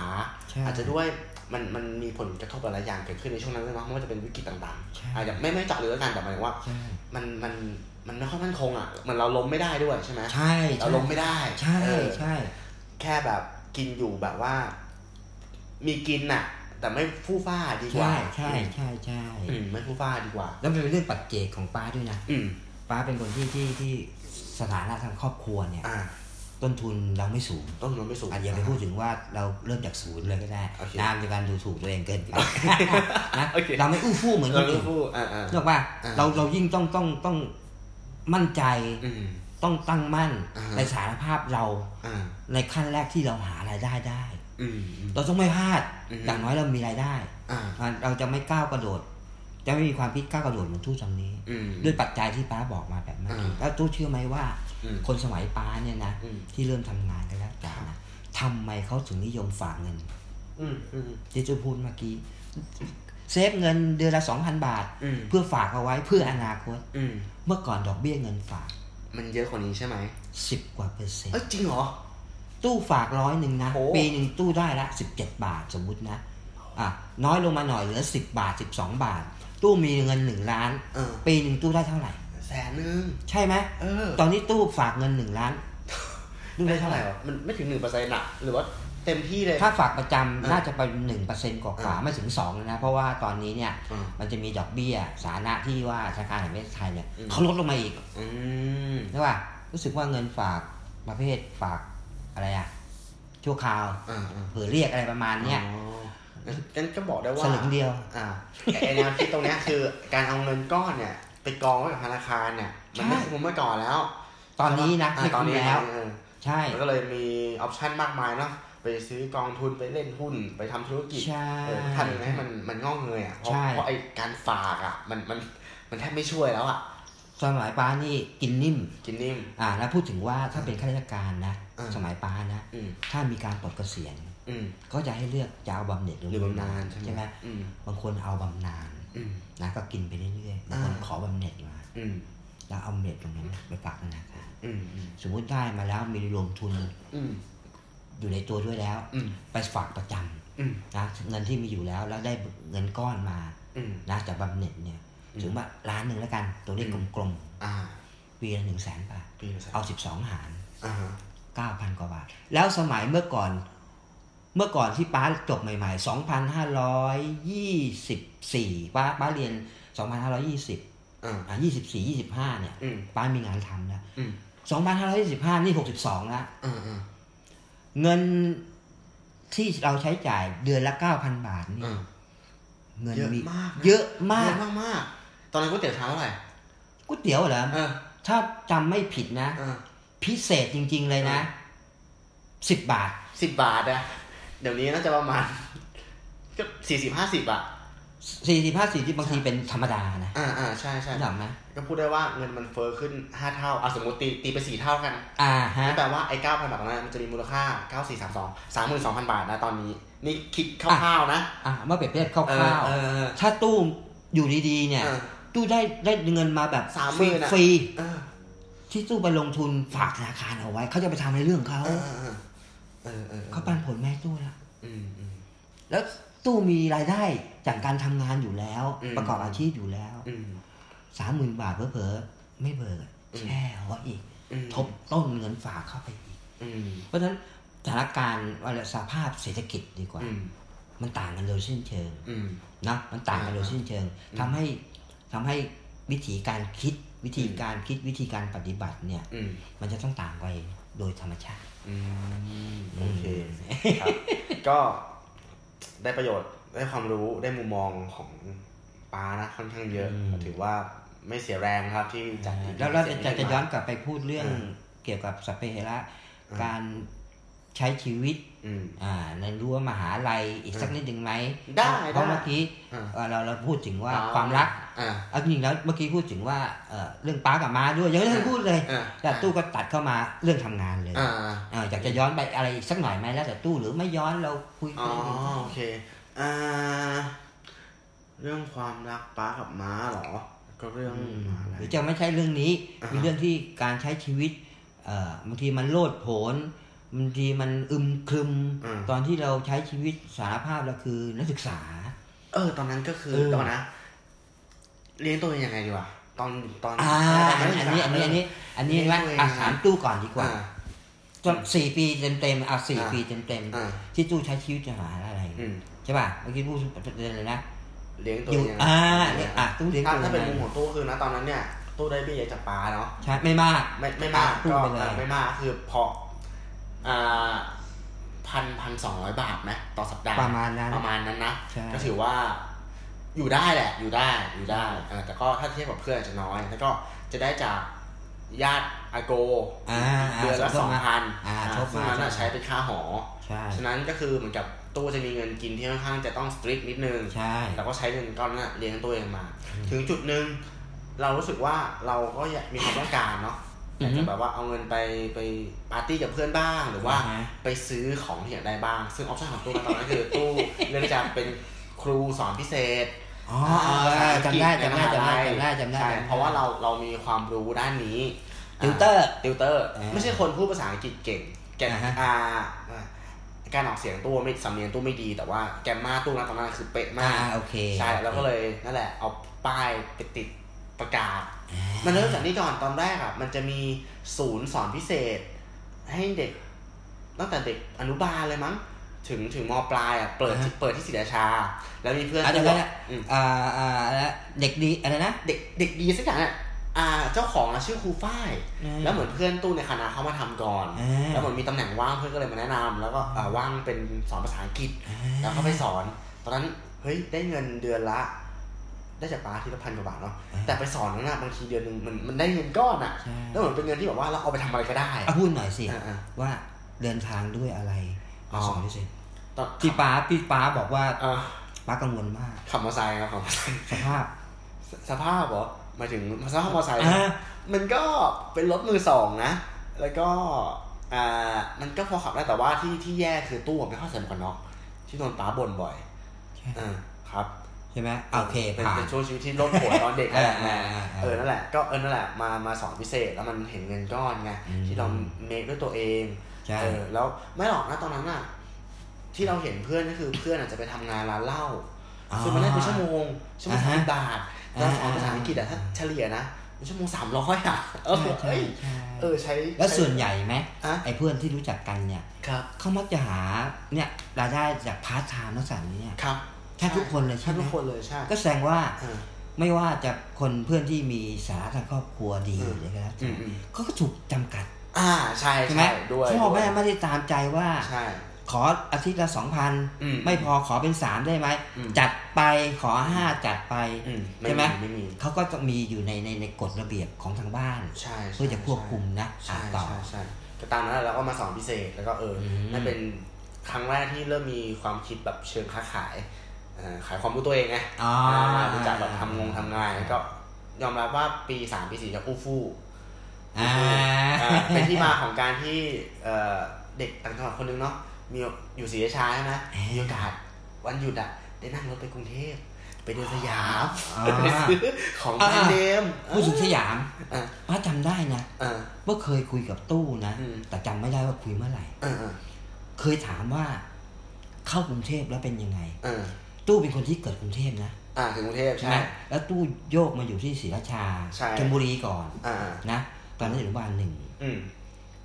[SPEAKER 3] ใช่
[SPEAKER 2] อาจจะด้วยมันมันมีผลกระทบหลายๆอย่างเกิดขึ้นในช่วงนั้นด้วยมั้งไม่ว่าจะเป็นวิกฤตต่าง
[SPEAKER 3] ใช่
[SPEAKER 2] ๆอาจจะไม่ไม่เจาะลึกแล้วกันแต่หมายถึงว่า
[SPEAKER 3] ใช่
[SPEAKER 2] มันมันมันไม่ค่อยมั่นคงอ่ะเหมือนเราล้มไม่ได้ด้วยใช่ไหม
[SPEAKER 3] ใช่
[SPEAKER 2] เราลงไม่ได้
[SPEAKER 3] ใช่
[SPEAKER 2] เออ
[SPEAKER 3] ใช่
[SPEAKER 2] แค่แบบกินอยู่แบบว่า มีกินน่ะ แต่ไม่ฟู่ฟ้าดีก
[SPEAKER 3] ใช่
[SPEAKER 2] ว่า
[SPEAKER 3] ใช่ใช่ใช่
[SPEAKER 2] อืมไม่ฟู่ฟ้าดีกว่า
[SPEAKER 3] แล้วมันเป็นเรื่องปัจเจกของป้าด้วยนะ
[SPEAKER 2] อืม
[SPEAKER 3] ป้าเป็นคนที่ที่ที่สถานะทางครอบครัวเนี่ย
[SPEAKER 2] อ่า
[SPEAKER 3] ต้นทุนเราไม่สูง
[SPEAKER 2] ต้องลงไม่สูง
[SPEAKER 3] อาจจะไปพูดถึงว่าเราเริ่มจากศูนย์เลยก็ได้
[SPEAKER 2] โอเค
[SPEAKER 3] น้ำจากการดูถูกตัวเองเกิน
[SPEAKER 2] (laughs)
[SPEAKER 3] ไปนะ
[SPEAKER 2] โอเค
[SPEAKER 3] เราไม่อู้ฟู่เหมือนค
[SPEAKER 2] เรา
[SPEAKER 3] น
[SPEAKER 2] ไม่
[SPEAKER 3] อื่น
[SPEAKER 2] ฟู่อ่าอ่า
[SPEAKER 3] เรียกว่า
[SPEAKER 2] อ่า
[SPEAKER 3] เราเรายิ่งต้องต้องต้องมั่นใจ
[SPEAKER 2] อืม
[SPEAKER 3] ต้องตั้งมั่น
[SPEAKER 2] อ่าฮะ
[SPEAKER 3] ในสารภาพเรา
[SPEAKER 2] อ่า
[SPEAKER 3] ในขั้นแรกที่เราหารายได้ได้
[SPEAKER 2] อืมอืม
[SPEAKER 3] เราต้องไม่พลาด
[SPEAKER 2] อือฮึ
[SPEAKER 3] อย่างน้อยเรามีรายได้
[SPEAKER 2] อ่า
[SPEAKER 3] อ่าเราจะไม่ก้าวกระโดด จะไม่มีความคิดก้าวกระโดดเหมือนทุกตอนนี้
[SPEAKER 2] อืม
[SPEAKER 3] ด้วยปัจจัยที่ป้าบอกมาแบบเมื่อกี้
[SPEAKER 2] อ่า
[SPEAKER 3] แล้วตู้เชื่อไหมว่า
[SPEAKER 2] อืม
[SPEAKER 3] คนสมัยป้าเนี่ยนะ
[SPEAKER 2] อืม
[SPEAKER 3] ที่เริ่มทำงานกันแล้วแต่นะทำไมเขาถึงนิยมฝากเงิน
[SPEAKER 2] อืมอืม
[SPEAKER 3] ที่จะพูดเมื่อกี้ เซฟเงินเดือนละสองพันบาท
[SPEAKER 2] อืม
[SPEAKER 3] เพื่อฝากเอาไว้เพื่ออนาคต
[SPEAKER 2] อืม
[SPEAKER 3] เมื่อก่อนดอกเบี้ยเงินฝาก
[SPEAKER 2] มันเยอะกว่านี้ใช่ไหม
[SPEAKER 3] สิบกว่าเปอร์เซ็นต์
[SPEAKER 2] เอ้ยจริงเหรอ
[SPEAKER 3] ตู้ฝากร้อยหนึ่งนะ
[SPEAKER 2] โอ้
[SPEAKER 3] ปีหนึ่งตู้ได้ละสิบเจ็ดบาทสมมุตินะอ่ะน้อยลงมาหน่อยเหลือสิบบาทสิบสองบาท ตู้มีเงินหนึ่งล้าน
[SPEAKER 2] เออ
[SPEAKER 3] ปีหนึ่งตู้ได้เท่าไหร่
[SPEAKER 2] แสนหนึ่ง
[SPEAKER 3] ใช่ไหม
[SPEAKER 2] เออ
[SPEAKER 3] ตอนนี้ตู้ฝากเงินหนึ่งล้าน (laughs) ตู้ได้เท่าไหร่
[SPEAKER 2] วะมันไม่ถึงหนึ่งเปอร์เซ็นต์อะหรือว่าเต็มที่เลย
[SPEAKER 3] ถ้าฝากประจำ
[SPEAKER 2] เออ
[SPEAKER 3] น่าจะไปหนึ่งเปอร์เซ็นต์ก
[SPEAKER 2] เอ
[SPEAKER 3] ว่า
[SPEAKER 2] อ
[SPEAKER 3] ๆไม่ถึงสองนะ เพราะว่าตอนนี้เนี่ย
[SPEAKER 2] อืม
[SPEAKER 3] มันจะมีดอกเบี้ยสาธารณะที่ว่าธนาคารแห่งประเทศไทยเนี่ย
[SPEAKER 2] อืม
[SPEAKER 3] เขาลดลงมาอีก
[SPEAKER 2] อืม
[SPEAKER 3] ใช่ป่ะรู้สึกว่าเงินฝากประเภทฝากอะไรอะชั่วคราว
[SPEAKER 2] อ่าอ่า
[SPEAKER 3] เผื่อเรียกอะไรประมาณเนี้ย
[SPEAKER 2] อ๋องั้นงั้นก็บอกได้ว่า
[SPEAKER 3] สลึงเดียว
[SPEAKER 2] อ่าไอ้แนวคิดตรงเนี้ยคือการเอาเงินก้อนเนี่ยไปกองไว้กับธนาคารเนี่ยมันไม่
[SPEAKER 3] ใช่
[SPEAKER 2] คุ้มเมื่อก่อนแล้ว
[SPEAKER 3] ตอนนี้นะ
[SPEAKER 2] อ่า
[SPEAKER 3] ไม่
[SPEAKER 2] ตอน
[SPEAKER 3] คุ้ม
[SPEAKER 2] นี้
[SPEAKER 3] แล้ว
[SPEAKER 2] เออ
[SPEAKER 3] ใช่
[SPEAKER 2] มันก็เลยมีออปชันมากมายเนาะไปซื้อกองทุนไปเล่นหุ้นไปทำธุรกิจ
[SPEAKER 3] ใช่
[SPEAKER 2] เออทำยังไงให้มันมันงอกเงยอ่ะเพราะ
[SPEAKER 3] ใช่
[SPEAKER 2] เพราะไอ้การฝากอ่ะมันมันมันแทบไม่ช่วยแล้วอ่ะ
[SPEAKER 3] สมัยป้านี่กินนิ่ม
[SPEAKER 2] กินนิ่ม
[SPEAKER 3] อ่าแล้วพูดถึงว่าถ้าเป็นข้าราชการนะ
[SPEAKER 2] เออ
[SPEAKER 3] สมัยป้านะ
[SPEAKER 2] อืม
[SPEAKER 3] ถ้ามีการปลดเกษียณ
[SPEAKER 2] อืม
[SPEAKER 3] ก็จะให้เลือกจะเอาบำเหน็จหรือ
[SPEAKER 2] หรือบำนาญใช่ไหม
[SPEAKER 3] ใช่ไหม
[SPEAKER 2] อืม
[SPEAKER 3] บางคนเอาบำนาญ
[SPEAKER 2] อืม
[SPEAKER 3] นะก็กินไปเรื่อยๆบางคน
[SPEAKER 2] อ่า
[SPEAKER 3] ขอบำเหน็จมา
[SPEAKER 2] อืม
[SPEAKER 3] แล้วเอาบำเหน็จตรงนั้นไปฝากธนาคาร
[SPEAKER 2] อืมอืม
[SPEAKER 3] สมมุติได้มาแล้วมีรวมทุน
[SPEAKER 2] อืม
[SPEAKER 3] อยู่ในตัวด้วยแล้ว
[SPEAKER 2] อืม
[SPEAKER 3] ไปฝากประจำ
[SPEAKER 2] อืม
[SPEAKER 3] นะเงินที่มีอยู่แล้วแล้วได้เงินก้อนมา
[SPEAKER 2] อืม
[SPEAKER 3] นะจากบำเหน็จเนี่ย
[SPEAKER 2] อืม
[SPEAKER 3] ถึงว่าล้านหนึ่งแล้วกันตัวเลข
[SPEAKER 2] อืม
[SPEAKER 3] กลม
[SPEAKER 2] อ่า
[SPEAKER 3] ๆปีละหนึ่งแสนบาท
[SPEAKER 2] ปีละแสน
[SPEAKER 3] เอา 12 หาร
[SPEAKER 2] อ่าฮะ
[SPEAKER 3] 9,000 กว่าบาท แล้วสมัยเมื่อก่อน เมื่อก่อนที่ป้าจบใหม่ ๆ 2,524 ป้าป้าเรียน 2,520
[SPEAKER 2] อ่า
[SPEAKER 3] อ่ะ24 25 เนี่ย
[SPEAKER 2] อืม
[SPEAKER 3] ป้ามีงานทำแล้ว
[SPEAKER 2] อืม
[SPEAKER 3] 2,525 นี่ 62แล้ว
[SPEAKER 2] อ่าอ่า
[SPEAKER 3] เงินที่เราใช้จ่ายเดือนละ 9,000 บาทนี่
[SPEAKER 2] อ่า
[SPEAKER 3] เงิน
[SPEAKER 2] เยอะ
[SPEAKER 3] มี
[SPEAKER 2] มากนะ
[SPEAKER 3] เยอะมาก
[SPEAKER 2] เยอะมากๆตอนนั้นก๋วยเตี๋ยวชามเท่าไหร่
[SPEAKER 3] ก๋วยเตี๋ยวเหรอ
[SPEAKER 2] เออ
[SPEAKER 3] ถ้าจำไม่ผิดนะ
[SPEAKER 2] เออ
[SPEAKER 3] พิเศษจริง ๆ เลยนะ 10 บาท
[SPEAKER 2] สิบบาทอะเดี๋ยวนี้น่าจะประมาณ (laughs) ก็สี่สิบห้าสิบอะ
[SPEAKER 3] สี่สิบห้าสี่สิบบางทีเป็นธรรมดานะ
[SPEAKER 2] อ่าอ่าใช่ใช่
[SPEAKER 3] รู้จักไหม
[SPEAKER 2] ก็พูดได้ว่าเงินมันเฟ้อขึ้นห้าเท่าอ่ะสมมติตีตีไปสี่เท่ากัน
[SPEAKER 3] อ่าฮะ
[SPEAKER 2] นั่นแปลว่าไอ้เก้าพันบาทตรงนั้นมันจะมีมูลค่าเก้าสี่สามสองสามหมื่นสองพันบาทนะตอนนี้ นี่คิดคร่าวๆนะ
[SPEAKER 3] อ่าเมื่อเปรียบเทียบค
[SPEAKER 2] เอ
[SPEAKER 3] ร่า
[SPEAKER 2] อ
[SPEAKER 3] ว
[SPEAKER 2] เออเออ
[SPEAKER 3] ๆถ้าตู้อยู่ดีๆ เนี่ย
[SPEAKER 2] เออ
[SPEAKER 3] ตู้ได้ได้เงินมาแบบ
[SPEAKER 2] 30,000
[SPEAKER 3] ฟรี
[SPEAKER 2] อะ
[SPEAKER 3] ฟรี
[SPEAKER 2] เออ
[SPEAKER 3] ที่ตู้ไปลงทุนฝากธนาคารเอาไว้ เขาจะไปทำในเรื่องของเขา
[SPEAKER 2] เออเออเออเออ
[SPEAKER 3] เขาปันผลแม่ให้ตู้ละ
[SPEAKER 2] อืมอืม
[SPEAKER 3] แล้วตู้มีรายได้จากการทำงานอยู่แล้ว
[SPEAKER 2] อืม
[SPEAKER 3] ประกอบอาชีพอยู่แล้ว
[SPEAKER 2] อืม
[SPEAKER 3] สามหมื่นบาทเผลอๆไม่เบิกอะแช่เอาไว้อีก
[SPEAKER 2] อืม
[SPEAKER 3] ทบต้นเงินฝากเข้าไปอีก
[SPEAKER 2] อืม
[SPEAKER 3] เพราะฉะนั้นสถานการณ์ว่าสภาพเศรษฐกิจดีกว่า
[SPEAKER 2] อืม
[SPEAKER 3] มันต่างกันโดยสิ้นเชิง
[SPEAKER 2] อืม
[SPEAKER 3] นะมันต่างกันโดยสิ้นเชิง
[SPEAKER 2] อืม
[SPEAKER 3] ทำให้ทำให้วิธีการคิดวิธี
[SPEAKER 2] อืม
[SPEAKER 3] การคิดวิธีการปฏิบัติเนี่ย
[SPEAKER 2] อืม
[SPEAKER 3] มันจะต้องต่างไปโดยธรรมชาติ
[SPEAKER 2] อืมโอเคครับ ก็ได้ประโยชน์ได้ความรู้ได้มุมมองของป้านะค่อนข้างเยอะ
[SPEAKER 3] อืม
[SPEAKER 2] ถือว่าไม่เสียแรงครับที่จัด
[SPEAKER 3] แล้วเราจะจะจะย้อนกลับไปพูดเรื่อง
[SPEAKER 2] อืม
[SPEAKER 3] เกี่ยวกับสัพเพเหระ
[SPEAKER 2] อืม
[SPEAKER 3] การใช้ชีวิต
[SPEAKER 2] อืม
[SPEAKER 3] อ่าในรั้วมหาลัยอีกสัก
[SPEAKER 2] อืม
[SPEAKER 3] นิดหนึ่งไหม
[SPEAKER 2] ได้
[SPEAKER 3] เพราะ
[SPEAKER 2] ได้
[SPEAKER 3] เมื่อกี้
[SPEAKER 2] อ่า
[SPEAKER 3] เอ่อเราเราพูดถึงว่าความรัก
[SPEAKER 2] อ่า
[SPEAKER 3] เอาจริงๆแล้วเมื่อกี้พูดถึงว่าเอ่อเรื่องป้ากับม้าด้วยยังไม่ได้
[SPEAKER 2] อ่า
[SPEAKER 3] พูดเลย
[SPEAKER 2] อ่า
[SPEAKER 3] แต่ตู้ก็ตัดเข้ามาเรื่องทำงานเลย
[SPEAKER 2] อ่า
[SPEAKER 3] อ่าอยากจะย้อนไปอะไรอีกสักหน่อยไหมแล้วแต่ตู้หรือไม่ย้อนเราคุย
[SPEAKER 2] อ๋อ
[SPEAKER 3] กัน
[SPEAKER 2] โอเคอ่าเรื่องความรักป้ากับม้าเหรอ ก็เรื่องอะไร
[SPEAKER 3] หรือจะไม่ใช่เรื่องนี้
[SPEAKER 2] อ่าฮะ
[SPEAKER 3] มีเรื่องที่การใช้ชีวิตเอ่อบางทีมันโลดโผนบางทีมันอึมครึม
[SPEAKER 2] อ่า
[SPEAKER 3] ตอนที่เราใช้ชีวิตสารภาพเราคือนักศึกษา
[SPEAKER 2] เออ ตอนนั้นก็คือ
[SPEAKER 3] เออ
[SPEAKER 2] ตอนนะ เลี้ยงตัวเองยังไงดีวะตอนตอน
[SPEAKER 3] อ่าอันนี้อันนี้อันนี้อันนี้อันนี้ว่าอ่ะถามตู้ก่อนดีกว่า
[SPEAKER 2] อ่
[SPEAKER 3] จนสี่ปีเต็มเต็มๆอ่ะสี่
[SPEAKER 2] อ่า
[SPEAKER 3] ปีเต็มเต็มๆ
[SPEAKER 2] อ่า
[SPEAKER 3] ที่ตู้ใช้ชีวิตจะหาอะไร
[SPEAKER 2] อืม
[SPEAKER 3] ใช่ป่ะเมื่อกี้พูดเลยนะ
[SPEAKER 2] เลี้ยงตัว
[SPEAKER 3] อ
[SPEAKER 2] เอยู่ งยังไง
[SPEAKER 3] อ่าเนี่ยอ่ะตู้เลี้ยง
[SPEAKER 2] ถ้า
[SPEAKER 3] ตัว
[SPEAKER 2] ถ้าเป็นมุม
[SPEAKER 3] ไง
[SPEAKER 2] ของตู้คือนะตอนนั้นเนี่ย ตู้ได้เบี้ยจากป้าเนาะ
[SPEAKER 3] ใช่ไม่มาก
[SPEAKER 2] ไม่ไม่มาก
[SPEAKER 3] อ่ะตู้
[SPEAKER 2] ก็
[SPEAKER 3] ไปเลย
[SPEAKER 2] เออไม่มากคือพออ่าพันพันสองร้อยบาทไหมต่อสัปดาห์
[SPEAKER 3] ประมาณนั้น
[SPEAKER 2] ประมาณนั้นนะ
[SPEAKER 3] ใช่
[SPEAKER 2] ก็ถือว่า อยู่ได้แหละ อยู่ได้อยู่ได้เออแต่ก็ถ้าเทียบกับเพื่อนอาจจะน้อย แล้วก็จะได้จากญาติอาโก
[SPEAKER 3] อ่าา
[SPEAKER 2] เดือนละ
[SPEAKER 3] ทบ
[SPEAKER 2] สอง
[SPEAKER 3] มา
[SPEAKER 2] พัน
[SPEAKER 3] อ่าทบ
[SPEAKER 2] ซึ่ง
[SPEAKER 3] มา
[SPEAKER 2] นั้นนะใช้เป็นค่าหอ
[SPEAKER 3] ใช่
[SPEAKER 2] ฉะนั้นก็คือเหมือนกับตู้จะมีเงินกินที่ค่อนข้างจะต้องสตริกนิดนึง
[SPEAKER 3] ใช่
[SPEAKER 2] เราก็ใช้เงินก้อนนั้นนะเลี้ยงตัวเองมา ถึงจุดหนึ่งเรารู้สึกว่าเราก็อยากมีความต้องการเนาะอยากจะแบบว่าเอาเงินไปไปปาร์ตี้กับเพื่อนบ้าง หรือว่า
[SPEAKER 3] ฮะ
[SPEAKER 2] ไปซื้อของที่อยากได้บ้าง ซึ่งออปชั่นของตู้นะตอนนั้นคือ ตู้เลือกจะเป็นครูสอนพิเศษ
[SPEAKER 3] อ๋อเออเออจำได้จำได้จำได้จำได้จำ
[SPEAKER 2] ใช่
[SPEAKER 3] ได้จำได้
[SPEAKER 2] เพราะว่าเราเรามีความรู้ด้านนี้
[SPEAKER 3] ติวเตอร์
[SPEAKER 2] ติวเตอร์
[SPEAKER 3] อ่า
[SPEAKER 2] ไม่ใช่คนพูดภาษาอังกฤษเก่ง แก
[SPEAKER 3] อ่าฮะ
[SPEAKER 2] อ่าการออกเสียงตัวไม่สำเนียงตัวไม่ดี แต่ว่าแกมมาตู้นั้นตอนนั้นคือ
[SPEAKER 3] อ่าม
[SPEAKER 2] เป๊ะาก
[SPEAKER 3] โอเค
[SPEAKER 2] ใช่แล้วก็เลยนั่นแหละ เอาป้ายไปติดประกาศ มันเริ่มจากนี่ก่อนตอนแรกอ่ะมันจะมีศูนย์สอนพิเศษ ให้เด็ก ตั้งแต่เด็กอนุบาลเลยมั้ง ถึงถึงมปลายอ่ะเปิดที่เปิดที่ศรีราชา แล้วมีเพื่อน
[SPEAKER 3] อาจจะ
[SPEAKER 2] ที่
[SPEAKER 3] ไร
[SPEAKER 2] ว่า
[SPEAKER 3] นะ
[SPEAKER 2] อืม
[SPEAKER 3] อ่าอ่าอะไรนะเด็กดีอะไรนะ
[SPEAKER 2] เด็กเด็กดีสักอย่างอ่ะอ่า เจ้าของอ่ะชื่อครูฝ้ายแล้วเหมือนเพื่อนตู้ในคณะเขามาทำก่อน
[SPEAKER 3] อ่า
[SPEAKER 2] แล้วเหมือนมีตำแหน่งว่างเพื่อนก็เลยมาแนะนำแล้วก็อ่าว่างเป็นสอนภาษาอังกฤษ แล้วก็ไปสอน ตอนนั้นเฮ้ยได้เงินเดือนละ ได้จากป้าทีละพันกว่าบาทเนาะแต่ไปสอนนั้นอ่ะบางทีเดือนหนึ่งมันมันได้เงินก้อนอ่ะ
[SPEAKER 3] ใช่
[SPEAKER 2] แล้วเหมือนเป็นเงินที่แบบว่าเราเอาไปทำอะไรก็ได้
[SPEAKER 3] เอาพูดหน่อยสิ
[SPEAKER 2] อ่า
[SPEAKER 3] ว่าเดินทางด้วยอะไร
[SPEAKER 2] อ๋
[SPEAKER 3] มา
[SPEAKER 2] อ
[SPEAKER 3] สอนด้วยสิ
[SPEAKER 2] ๆตอน
[SPEAKER 3] พี่ป้าพี่ป้าบอกว่า
[SPEAKER 2] เอ่อ
[SPEAKER 3] ป้ากังวลมาก
[SPEAKER 2] ขับมอเตอร์ไซค์ครับขับมอเตอร์ไซค์ (laughs)
[SPEAKER 3] สภาพ
[SPEAKER 2] สภาพเหรอหมายถึงสภาพมอเตอร์ไซค์
[SPEAKER 3] อ่า
[SPEAKER 2] มันก็เป็นรถมือสองนะ แล้วก็อ่ามันก็พอขับได้แต่ว่าที่ที่แย่คือตู้ผมไม่เข้าใส่หมวกกันน็อกที่โดนป้าบ่นบ่อยอ่าครับ
[SPEAKER 3] ใช่ไหมโอเค
[SPEAKER 2] เป็น
[SPEAKER 3] ผ่าน
[SPEAKER 2] เป็นช่วงชีวิตที่โลดโผนตอนเด็กนั่นแหละ
[SPEAKER 3] อ่าอ่าอ่า
[SPEAKER 2] เออนั่นแหละก็เออนั่นแหละมามาสอนพิเศษแล้วมันเห็นเงินก้อนไง
[SPEAKER 3] อืม
[SPEAKER 2] ที่เราเมคด้วยตัวเอง
[SPEAKER 3] ใช่
[SPEAKER 2] เออแล้วไม่หรอกนะตอนนั้นน่ะ ที่เราเห็นเพื่อนก็คือเพื่อนอาจจะไปทำงานร้านเหล้า
[SPEAKER 3] อ๋อ
[SPEAKER 2] คือมันได้เป็นชั่วโมงชั่วโมง
[SPEAKER 3] อ่า
[SPEAKER 2] สาม
[SPEAKER 3] ฮะ
[SPEAKER 2] สิบบาทแล้วของ
[SPEAKER 3] อ่า
[SPEAKER 2] ภาษาอังกฤษอะถ้า
[SPEAKER 3] อ่า
[SPEAKER 2] เฉลี่ยนะมันชั่วโมงสามร้อยอะเออ
[SPEAKER 3] ใช่ใช่
[SPEAKER 2] เอ้ย
[SPEAKER 3] ใช่
[SPEAKER 2] เออใช้
[SPEAKER 3] แล้วส่วน
[SPEAKER 2] ช้
[SPEAKER 3] ใหญ่ไหม
[SPEAKER 2] อะ
[SPEAKER 3] ไอ้เพื่อนที่รู้จักกันเนี่ย
[SPEAKER 2] ครับ
[SPEAKER 3] เขามักจะหาเนี่ยรายได้จากพาร์ทไทม์นักศึกษาเนี่ย
[SPEAKER 2] ครับ
[SPEAKER 3] แค่ทุกคนเลย
[SPEAKER 2] ใช่
[SPEAKER 3] ใช่ไหม
[SPEAKER 2] ทุกคนเลยใช่
[SPEAKER 3] ก็แสดงว่า
[SPEAKER 2] เออ
[SPEAKER 3] ไม่ว่าจะคนเพื่อนที่มีสาระทางครอบครัวดี
[SPEAKER 2] อื
[SPEAKER 3] หรื
[SPEAKER 2] ม
[SPEAKER 3] ออะไรก็แล้ว
[SPEAKER 2] อื
[SPEAKER 3] แต่
[SPEAKER 2] มอืม
[SPEAKER 3] เขาก็ถูกจำกัด
[SPEAKER 2] อ่าใช่
[SPEAKER 3] ใช่ไหม
[SPEAKER 2] ใช่ด้วย
[SPEAKER 3] พ่อแม่
[SPEAKER 2] ด้วย
[SPEAKER 3] ไม่ได้ตามใจว่า
[SPEAKER 2] ใช่
[SPEAKER 3] ขออาทิตย์ละสองพัน
[SPEAKER 2] อืม
[SPEAKER 3] ไม่พอขอเป็นสามได้ไหม
[SPEAKER 2] อืม
[SPEAKER 3] จัดไปขอห้าจัดไป
[SPEAKER 2] อืม
[SPEAKER 3] ใช่ไหม
[SPEAKER 2] ไม่มี
[SPEAKER 3] เขาก็ต้องมีอยู่ในในในกฎระเบียบของทางบ้าน
[SPEAKER 2] ใช่ใช่
[SPEAKER 3] เพื่อจะควบคุมนะ
[SPEAKER 2] ใช่
[SPEAKER 3] อ่ะต่อ
[SPEAKER 2] ใช่ใช่ก็ตามนั้นแหละเราก็มาสอนพิเศษแล้วก็เอออ
[SPEAKER 3] ม
[SPEAKER 2] นั่นเป็นครั้งแรกที่เริ่มมีความคิดแบบเชิงค้าขายเอ่อขายความรู้ตัวเองไง
[SPEAKER 3] อ๋อ
[SPEAKER 2] รู้จักแบบทำงงทำงานแล้วก็ยอมรับว่าปีสามปีสี่จะอู้ฟู่
[SPEAKER 3] อ่า
[SPEAKER 2] อ่าเป็นที่มาของการที่เอ่อเด็กต่างจังหวัดคนนึงเนาะมีอยู่ศรีราชาใช่ไหมมีโอกาสวันหยุดอ่ะ ได้นั่งรถไปกรุงเทพ ไปเดินสยาม
[SPEAKER 3] อ๋อ
[SPEAKER 2] ไปซื้อของ
[SPEAKER 3] อ่า
[SPEAKER 2] แบรนด์เนม
[SPEAKER 3] พูดถึงสยาม
[SPEAKER 2] อ่า
[SPEAKER 3] ป้าจำได้นะ
[SPEAKER 2] อ่า
[SPEAKER 3] ว่าเคยคุยกับตู้นะ
[SPEAKER 2] อืม
[SPEAKER 3] แต่จำไม่ได้ว่าคุยเมื่อไหร่
[SPEAKER 2] อ่าอ่า
[SPEAKER 3] เคยถามว่า เข้ากรุงเทพแล้วเป็นยังไง
[SPEAKER 2] อ่า
[SPEAKER 3] ตู้เป็นคนที่เกิดกรุงเทพนะ
[SPEAKER 2] อ่าถึงกรุงเทพ
[SPEAKER 3] ใช่
[SPEAKER 2] ใช่
[SPEAKER 3] ไห
[SPEAKER 2] ไห
[SPEAKER 3] ม
[SPEAKER 2] ม
[SPEAKER 3] แล้วตู้โยกมาอยู่ที่ศรีราชา
[SPEAKER 2] ใช่
[SPEAKER 3] ชลบุรีก่อน
[SPEAKER 2] อ่า
[SPEAKER 3] นะ ตอนนั้นอยู่อนุบาลหนึ่ง
[SPEAKER 2] อืม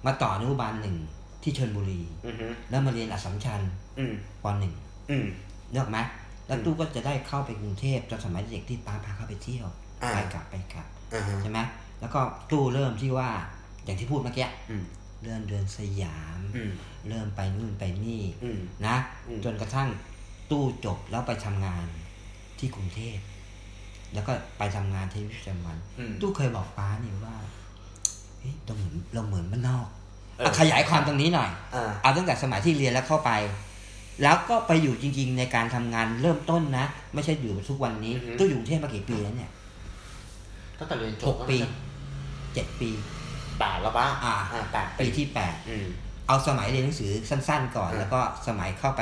[SPEAKER 3] มาต่ออนุบาลหนึ่งที่ชลบุรี
[SPEAKER 2] อืมฮึ
[SPEAKER 3] แล้วมาเรียนอัสสัมชัญ
[SPEAKER 2] อืม
[SPEAKER 3] ปหนึ่ง
[SPEAKER 2] อืม
[SPEAKER 3] เลือกไหมแล้ว
[SPEAKER 2] อืม
[SPEAKER 3] ตู้ก็จะได้เข้าไปกรุงเทพตอนสมัยเด็กที่ป้าพาเข้าไปเที่ยว
[SPEAKER 2] อ่า
[SPEAKER 3] ไปกลับไปกลับ
[SPEAKER 2] อ่าฮะ
[SPEAKER 3] ใช่ไหมแล้วก็ตู้เริ่มที่ว่าอย่างที่พูดเมื่อกี้
[SPEAKER 2] อืม
[SPEAKER 3] เริ่มเดินสยาม
[SPEAKER 2] อืม
[SPEAKER 3] เริ่มไปนู่นไปนี่
[SPEAKER 2] อืม
[SPEAKER 3] นะ
[SPEAKER 2] อืม
[SPEAKER 3] จนกระทั่งตู้จบแล้วไปทำงานที่กรุงเทพแล้วก็ไปทำงานที่วิทยประจำวัน
[SPEAKER 2] อืม
[SPEAKER 3] ตู้เคยบอกป้านี่ว่าเฮ้ยเราเหมือนเราเหมือนบ้านนอก
[SPEAKER 2] เออ
[SPEAKER 3] เอาขยายความตรงนี้หน่อย
[SPEAKER 2] อ่า
[SPEAKER 3] เอาตั้งแต่สมัยที่เรียนแล้วเข้าไป แล้วก็ไปอยู่จริง ๆ ในการทำงานเริ่มต้นนะ ไม่ใช่อยู่ทุกวันนี้ตู้อยู่กรุงเทพมากี่ปีแล้วเนี่ย
[SPEAKER 2] ตั้งแต่เรียนจบ
[SPEAKER 3] หกปีเจ็ดปี
[SPEAKER 2] แปดแล้วปะ
[SPEAKER 3] อ่า
[SPEAKER 2] แปด
[SPEAKER 3] ปีที่แปด
[SPEAKER 2] อืม
[SPEAKER 3] เอาสมัยเรียนหนังสือสั้น ๆ ก่อน
[SPEAKER 2] อ่า
[SPEAKER 3] แล้วก็สมัยเข้าไป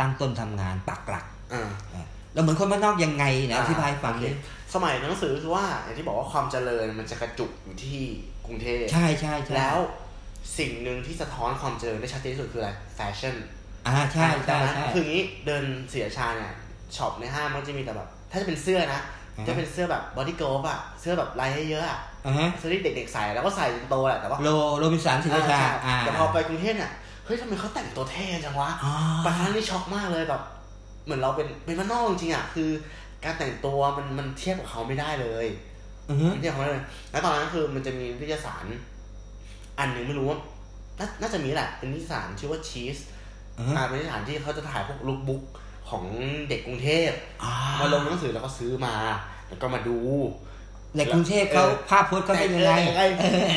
[SPEAKER 3] ตั้งต้นทำงานปักหลัก
[SPEAKER 2] อ่า
[SPEAKER 3] อ่ะแล้วเหมือนคนบ้านนอกยังไงเนย
[SPEAKER 2] อ่า
[SPEAKER 3] อธิบายให้ฟังเลย
[SPEAKER 2] สมัยหนังสือคือว่าอย่างที่บอกว่าความเจริญมันจะกระจุกอยู่ที่กรุงเทพ
[SPEAKER 3] ใช่ใช่ใช่
[SPEAKER 2] แล้วสิ่งหนึ่งที่สะท้อนความเจริญได้ชัดเจนที่สุดคืออะไรแฟชั่น
[SPEAKER 3] อ่าใช่ใช่
[SPEAKER 2] ดังนั้น
[SPEAKER 3] ใช่
[SPEAKER 2] คืองี้เดินเสียชาเนี่ยช็อปในห้างมันจะมีแต่แบบ ถ้าจะเป็นเสื้อนะ
[SPEAKER 3] อ่า
[SPEAKER 2] จะเป็นเสื้อแบบบอดี้กรอฟอะเสื้อแบบลายเยอะๆอะ
[SPEAKER 3] อ่าฮะ
[SPEAKER 2] เสื้อที่เด็กๆใส่แล้วก็ใส่จนโตแหละแต่ว่า
[SPEAKER 3] โลโรบินสันศิลชา
[SPEAKER 2] อ่า
[SPEAKER 3] อ่า
[SPEAKER 2] แต่พอไปกรุงเทพเนี่ยเฮ้ยทำไมเขาแต่งตัวเท่จังวะ
[SPEAKER 3] อ๋อ
[SPEAKER 2] บางครั้งนี่ช็อกมากเลยแบบ เหมือนเราเป็นเป็นมานนอกจริงๆอ่ะคือ การแต่งตัวมันมันเทียบกับเขาไม่ได้เลย
[SPEAKER 3] อือฮึ
[SPEAKER 2] เทียบกับเขาไม่ได้เลย แล้วตอนนั้นคือมันจะมีนิตยสาร อันหนึ่งไม่รู้ว่าน่าน่าจะมีแหละเป็นนิตยสารชื่อว่าชีส
[SPEAKER 3] อือฮึ
[SPEAKER 2] อ่าเป็นนิตยสารที่เขาจะถ่ายพวกลุคบุ๊กของเด็กกรุงเทพ
[SPEAKER 3] อ่า
[SPEAKER 2] มาลงหนังสือแล้วก็ซื้อมา แล้วก็มาดู
[SPEAKER 3] ในกรุงเทพเขา
[SPEAKER 2] เออ
[SPEAKER 3] ภาพพจน์เขาได้ยังไง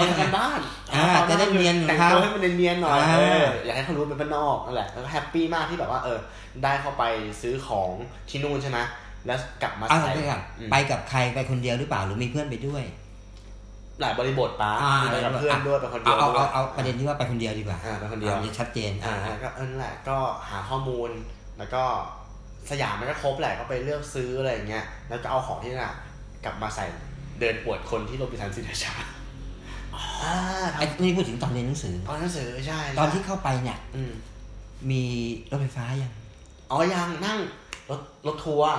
[SPEAKER 2] มันกันบ้าน
[SPEAKER 3] อ่าจะได้เนียน
[SPEAKER 2] แต่ง
[SPEAKER 3] ครั
[SPEAKER 2] ตั
[SPEAKER 3] บ
[SPEAKER 2] วให้มันเนียนๆหน่อย
[SPEAKER 3] อ่า
[SPEAKER 2] เอออยากให้เขารู้เป็นบ้านนอกนั่นแหละแล้วก็แฮปปี้มากที่แบบว่าเออ ได้เข้าไปซื้อของที่นู่นใช่ไหมแล้วกลับมา
[SPEAKER 3] อ่า
[SPEAKER 2] ใส่
[SPEAKER 3] ไปกับ
[SPEAKER 2] อืม
[SPEAKER 3] ไปกับใครไปคนเดียวหรือเปล่าหรือมีเพื่อนไปด้วย
[SPEAKER 2] หลายบริบทป้า
[SPEAKER 3] อ่า
[SPEAKER 2] ไปกับเพื่อนด้วยไปคนเดี
[SPEAKER 3] เอา
[SPEAKER 2] ยว
[SPEAKER 3] เอา
[SPEAKER 2] ด้วย
[SPEAKER 3] เอาเอาประเด็นที่ว่าไปคนเดียวดีกว่า
[SPEAKER 2] อ่าไปคนเดียว
[SPEAKER 3] อาจะชัดเจน
[SPEAKER 2] อ่า
[SPEAKER 3] อ่า
[SPEAKER 2] แล้วก็เออนั่นแหละก็หาข้อมูลแล้วก็ สยามมันก็ครบแหละก็ไปเลือกซื้ออะไรอย่างเงี้ยแล้วก็เอาของที่น่ะ กลับมาใส่เดินปวดคนที่โรบินสันซินเดชาอ่า
[SPEAKER 3] ไอ้นี่พูดถึงตอนเรียนหนังสือ
[SPEAKER 2] ตอนหนังสือใช่
[SPEAKER 3] ตอนที่เข้าไปเนี่ย
[SPEAKER 2] อืม
[SPEAKER 3] มีรถไฟฟ้ายัง
[SPEAKER 2] อ๋อยังนั่งรถรถทัวร์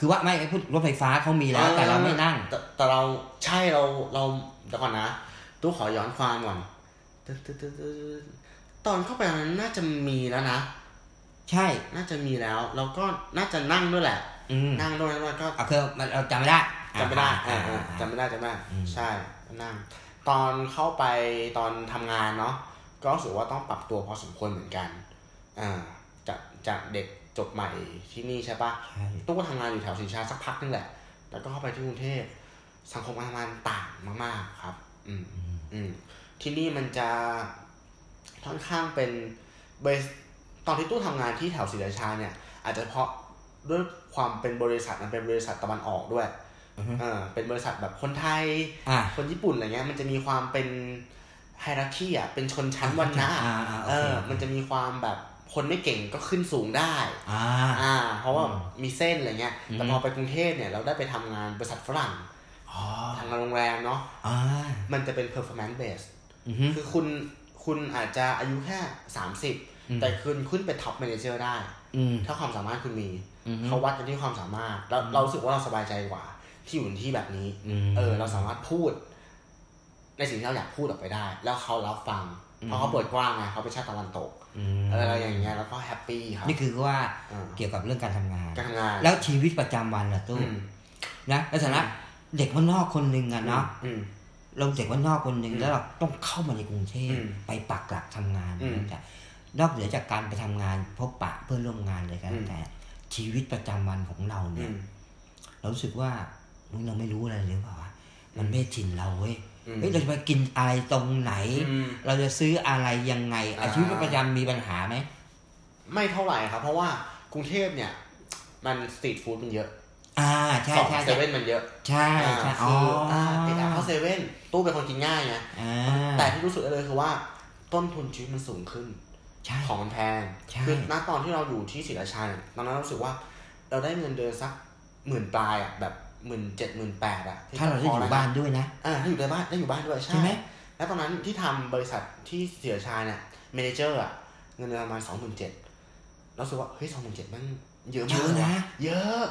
[SPEAKER 3] คือว่าไม่ไอ้พูดรถไฟฟ้าเขามีแล้ว
[SPEAKER 2] ออ
[SPEAKER 3] แต่เราไม่นั่ง
[SPEAKER 2] แต่แต่เราใช่เราเราเดี๋ยวก่อนนะตู้ขอย้อนความก่อนตึ๊ดตึ๊ดตึ๊ดตึ๊ดตอนเข้าไปมันน่าจะมีแล้วนะ
[SPEAKER 3] ใช่
[SPEAKER 2] น่าจะมีแล้วแล้วก็น่าจะนั่งด้วยแหละ
[SPEAKER 3] อืม
[SPEAKER 2] นั่งด้วยนั่งด้วยก็
[SPEAKER 3] เอาคือมันเราจำไม่ได้
[SPEAKER 2] จำไม่ได้
[SPEAKER 3] อ่า
[SPEAKER 2] อ่า
[SPEAKER 3] อ่า
[SPEAKER 2] อ่า
[SPEAKER 3] อ่า
[SPEAKER 2] จำไม่ได้จำไม่ได้
[SPEAKER 3] อืม
[SPEAKER 2] ใช่นั่งตอนเข้าไปตอนทำงานเนาะก็รู้สึกว่าต้องปรับตัวพอสมควรเหมือนกันอ่าจากจากเด็กจบใหม่ที่นี่ใช่ปะ
[SPEAKER 3] ใช่
[SPEAKER 2] ตู้ก็ทำงานอยู่แถวสินชาสักพักนึงแหละ แล้วก็เข้าไปที่กรุงเทพสังคมการทำงานต่างมาก ๆ ครับ อืม
[SPEAKER 3] อืม
[SPEAKER 2] อืมที่นี่มันจะค่อนข้างเป็นเบสตอนที่ตู้ทำงานที่แถวศรีราชาเนี่ย อาจจะเพราะด้วยความเป็นบริษัทมันเป็นบริษัทตะวันออกด้วย
[SPEAKER 3] อือฮึ
[SPEAKER 2] เออเป็นบริษัทแบบคนไทย
[SPEAKER 3] อ่า
[SPEAKER 2] คนญี่ปุ่นอะไรเงี้ยมันจะมีความเป็นไฮรักีอ่ะเป็นชนชั้นวรรณะ
[SPEAKER 3] อ่าาโค
[SPEAKER 2] เออ มันจะมีความแบบคนไม่เก่งก็ขึ้นสูงได้
[SPEAKER 3] อ่า
[SPEAKER 2] อ่า เพราะว่า
[SPEAKER 3] อืม
[SPEAKER 2] มีเส้นอะไรเงี้ยแต่
[SPEAKER 3] อืม
[SPEAKER 2] พอไปกรุงเทพเนี่ยเราได้ไปทำงานบริษัทฝรั่ง
[SPEAKER 3] อ๋อ
[SPEAKER 2] ทำงานโรงแรมเนาะ
[SPEAKER 3] อ่า
[SPEAKER 2] มันจะเป็น performance based
[SPEAKER 3] อือฮึ
[SPEAKER 2] คือคุณคุณอาจจะอายุแค่
[SPEAKER 3] อืม
[SPEAKER 2] 30 แต่คุณขึ้นไปท็อปแมเนเจอร์ได้
[SPEAKER 3] อืม
[SPEAKER 2] ถ้าความสามารถคุณมี
[SPEAKER 3] อือฮึ
[SPEAKER 2] เขาวัดกันที่ความสามารถ แล้วเรารู้สึกว่าเราสบายใจกว่า ที่อยู่ในที่แบบนี้
[SPEAKER 3] ม
[SPEAKER 2] เออ เราสามารถพูด ในสิ่งที่เราอยากพูดออกไปได้ แล้วเขารับฟัง
[SPEAKER 3] อืม
[SPEAKER 2] เพราะเขาเปิดกว้างไงเขาเป็นชาติตะวันตก
[SPEAKER 3] ม
[SPEAKER 2] อะไรอย่างเงี้ยแล้วก็แฮปปี้ครับ
[SPEAKER 3] นี่คือว่า
[SPEAKER 2] อ่า
[SPEAKER 3] เกี่ยวกับเรื่องการทำงาน
[SPEAKER 2] การทำงาน
[SPEAKER 3] แล้วชีวิตประจำวันล่ะ
[SPEAKER 2] อื
[SPEAKER 3] ตู้
[SPEAKER 2] ม
[SPEAKER 3] นะในฐานะเด็กวันนอกคนหนึ่งอะเนาะ
[SPEAKER 2] อืม
[SPEAKER 3] เราเด็กวันนอกคนหนึ่ง
[SPEAKER 2] อืม
[SPEAKER 3] แล้วเราต้องเข้ามาในกรุงเทพ
[SPEAKER 2] อืม
[SPEAKER 3] ไปปักหลักทำงาน
[SPEAKER 2] อืม
[SPEAKER 3] นะจ๊ะนอกเหนือจากการไปทำงานพบปะเพื่อนร่วมงานเลยก็
[SPEAKER 2] อื
[SPEAKER 3] แล้ว
[SPEAKER 2] ม
[SPEAKER 3] แต่ชีวิตประจำวันของเรา
[SPEAKER 2] อื
[SPEAKER 3] เนี่ย
[SPEAKER 2] ม
[SPEAKER 3] เรารู้สึกว่าเราไม่รู้อะไรเลยหรือเปล่าวะมันไม่ถิ่นเราเว้ย
[SPEAKER 2] อืม
[SPEAKER 3] เฮ้ยเราจะไปกินอะไรตรงไหน
[SPEAKER 2] อืม
[SPEAKER 3] เราจะซื้ออะไรยังไงอ่ะ
[SPEAKER 2] อ่า
[SPEAKER 3] ชีวิตประจำมีปัญหาไหม
[SPEAKER 2] ไม่เท่าไหร่ครับ เพราะว่ากรุงเทพเนี่ย มันสตรีทฟู้ดมันเยอะ
[SPEAKER 3] อ่าใช่
[SPEAKER 2] สอง
[SPEAKER 3] ใช่
[SPEAKER 2] เซ
[SPEAKER 3] ใช่
[SPEAKER 2] เว่นมันเยอะ
[SPEAKER 3] ใช่ใช่
[SPEAKER 2] อ่า
[SPEAKER 3] อ๋อ
[SPEAKER 2] คือ
[SPEAKER 3] อ่า
[SPEAKER 2] อ่าไอ้ดาบเข้าเซเว่นตู้เป็นคนกินง่ายไงแต่ที่รู้สึกได้เลยคือว่าต้นทุนชีวิตมันสูงขึ้น
[SPEAKER 3] ใช่
[SPEAKER 2] ของมันแพง
[SPEAKER 3] ใช่
[SPEAKER 2] คือณตอนที่เราอยู่ที่ศรีราชาเนี่ยตอนนั้นเรารู้สึกว่า เราได้เงินเดือนสักหมื่นปลายอ่ะแบบหมื่นเจ็ดหมื่นแปดอ่ะที่
[SPEAKER 3] ถ้าเราได้อยู่บ้านด้วยนะ
[SPEAKER 2] อ่าถ้าอยู่ในบ้านได้อยู่บ้านด้วยใช่
[SPEAKER 3] ใช่ไหม
[SPEAKER 2] แล้วตอนนั้นที่ทำบริษัทที่ศรีราชาเนี่ยเมเนเจอร์อ่ะเงินเดือนประมาณสองหมื่นเจ็ดเรารู้สึกว่าเฮ้ยสองหมื่นเจ็ดมันเยอะ
[SPEAKER 3] เย
[SPEAKER 2] มาก
[SPEAKER 3] อะ
[SPEAKER 2] เลยว
[SPEAKER 3] นะ
[SPEAKER 2] เยอะ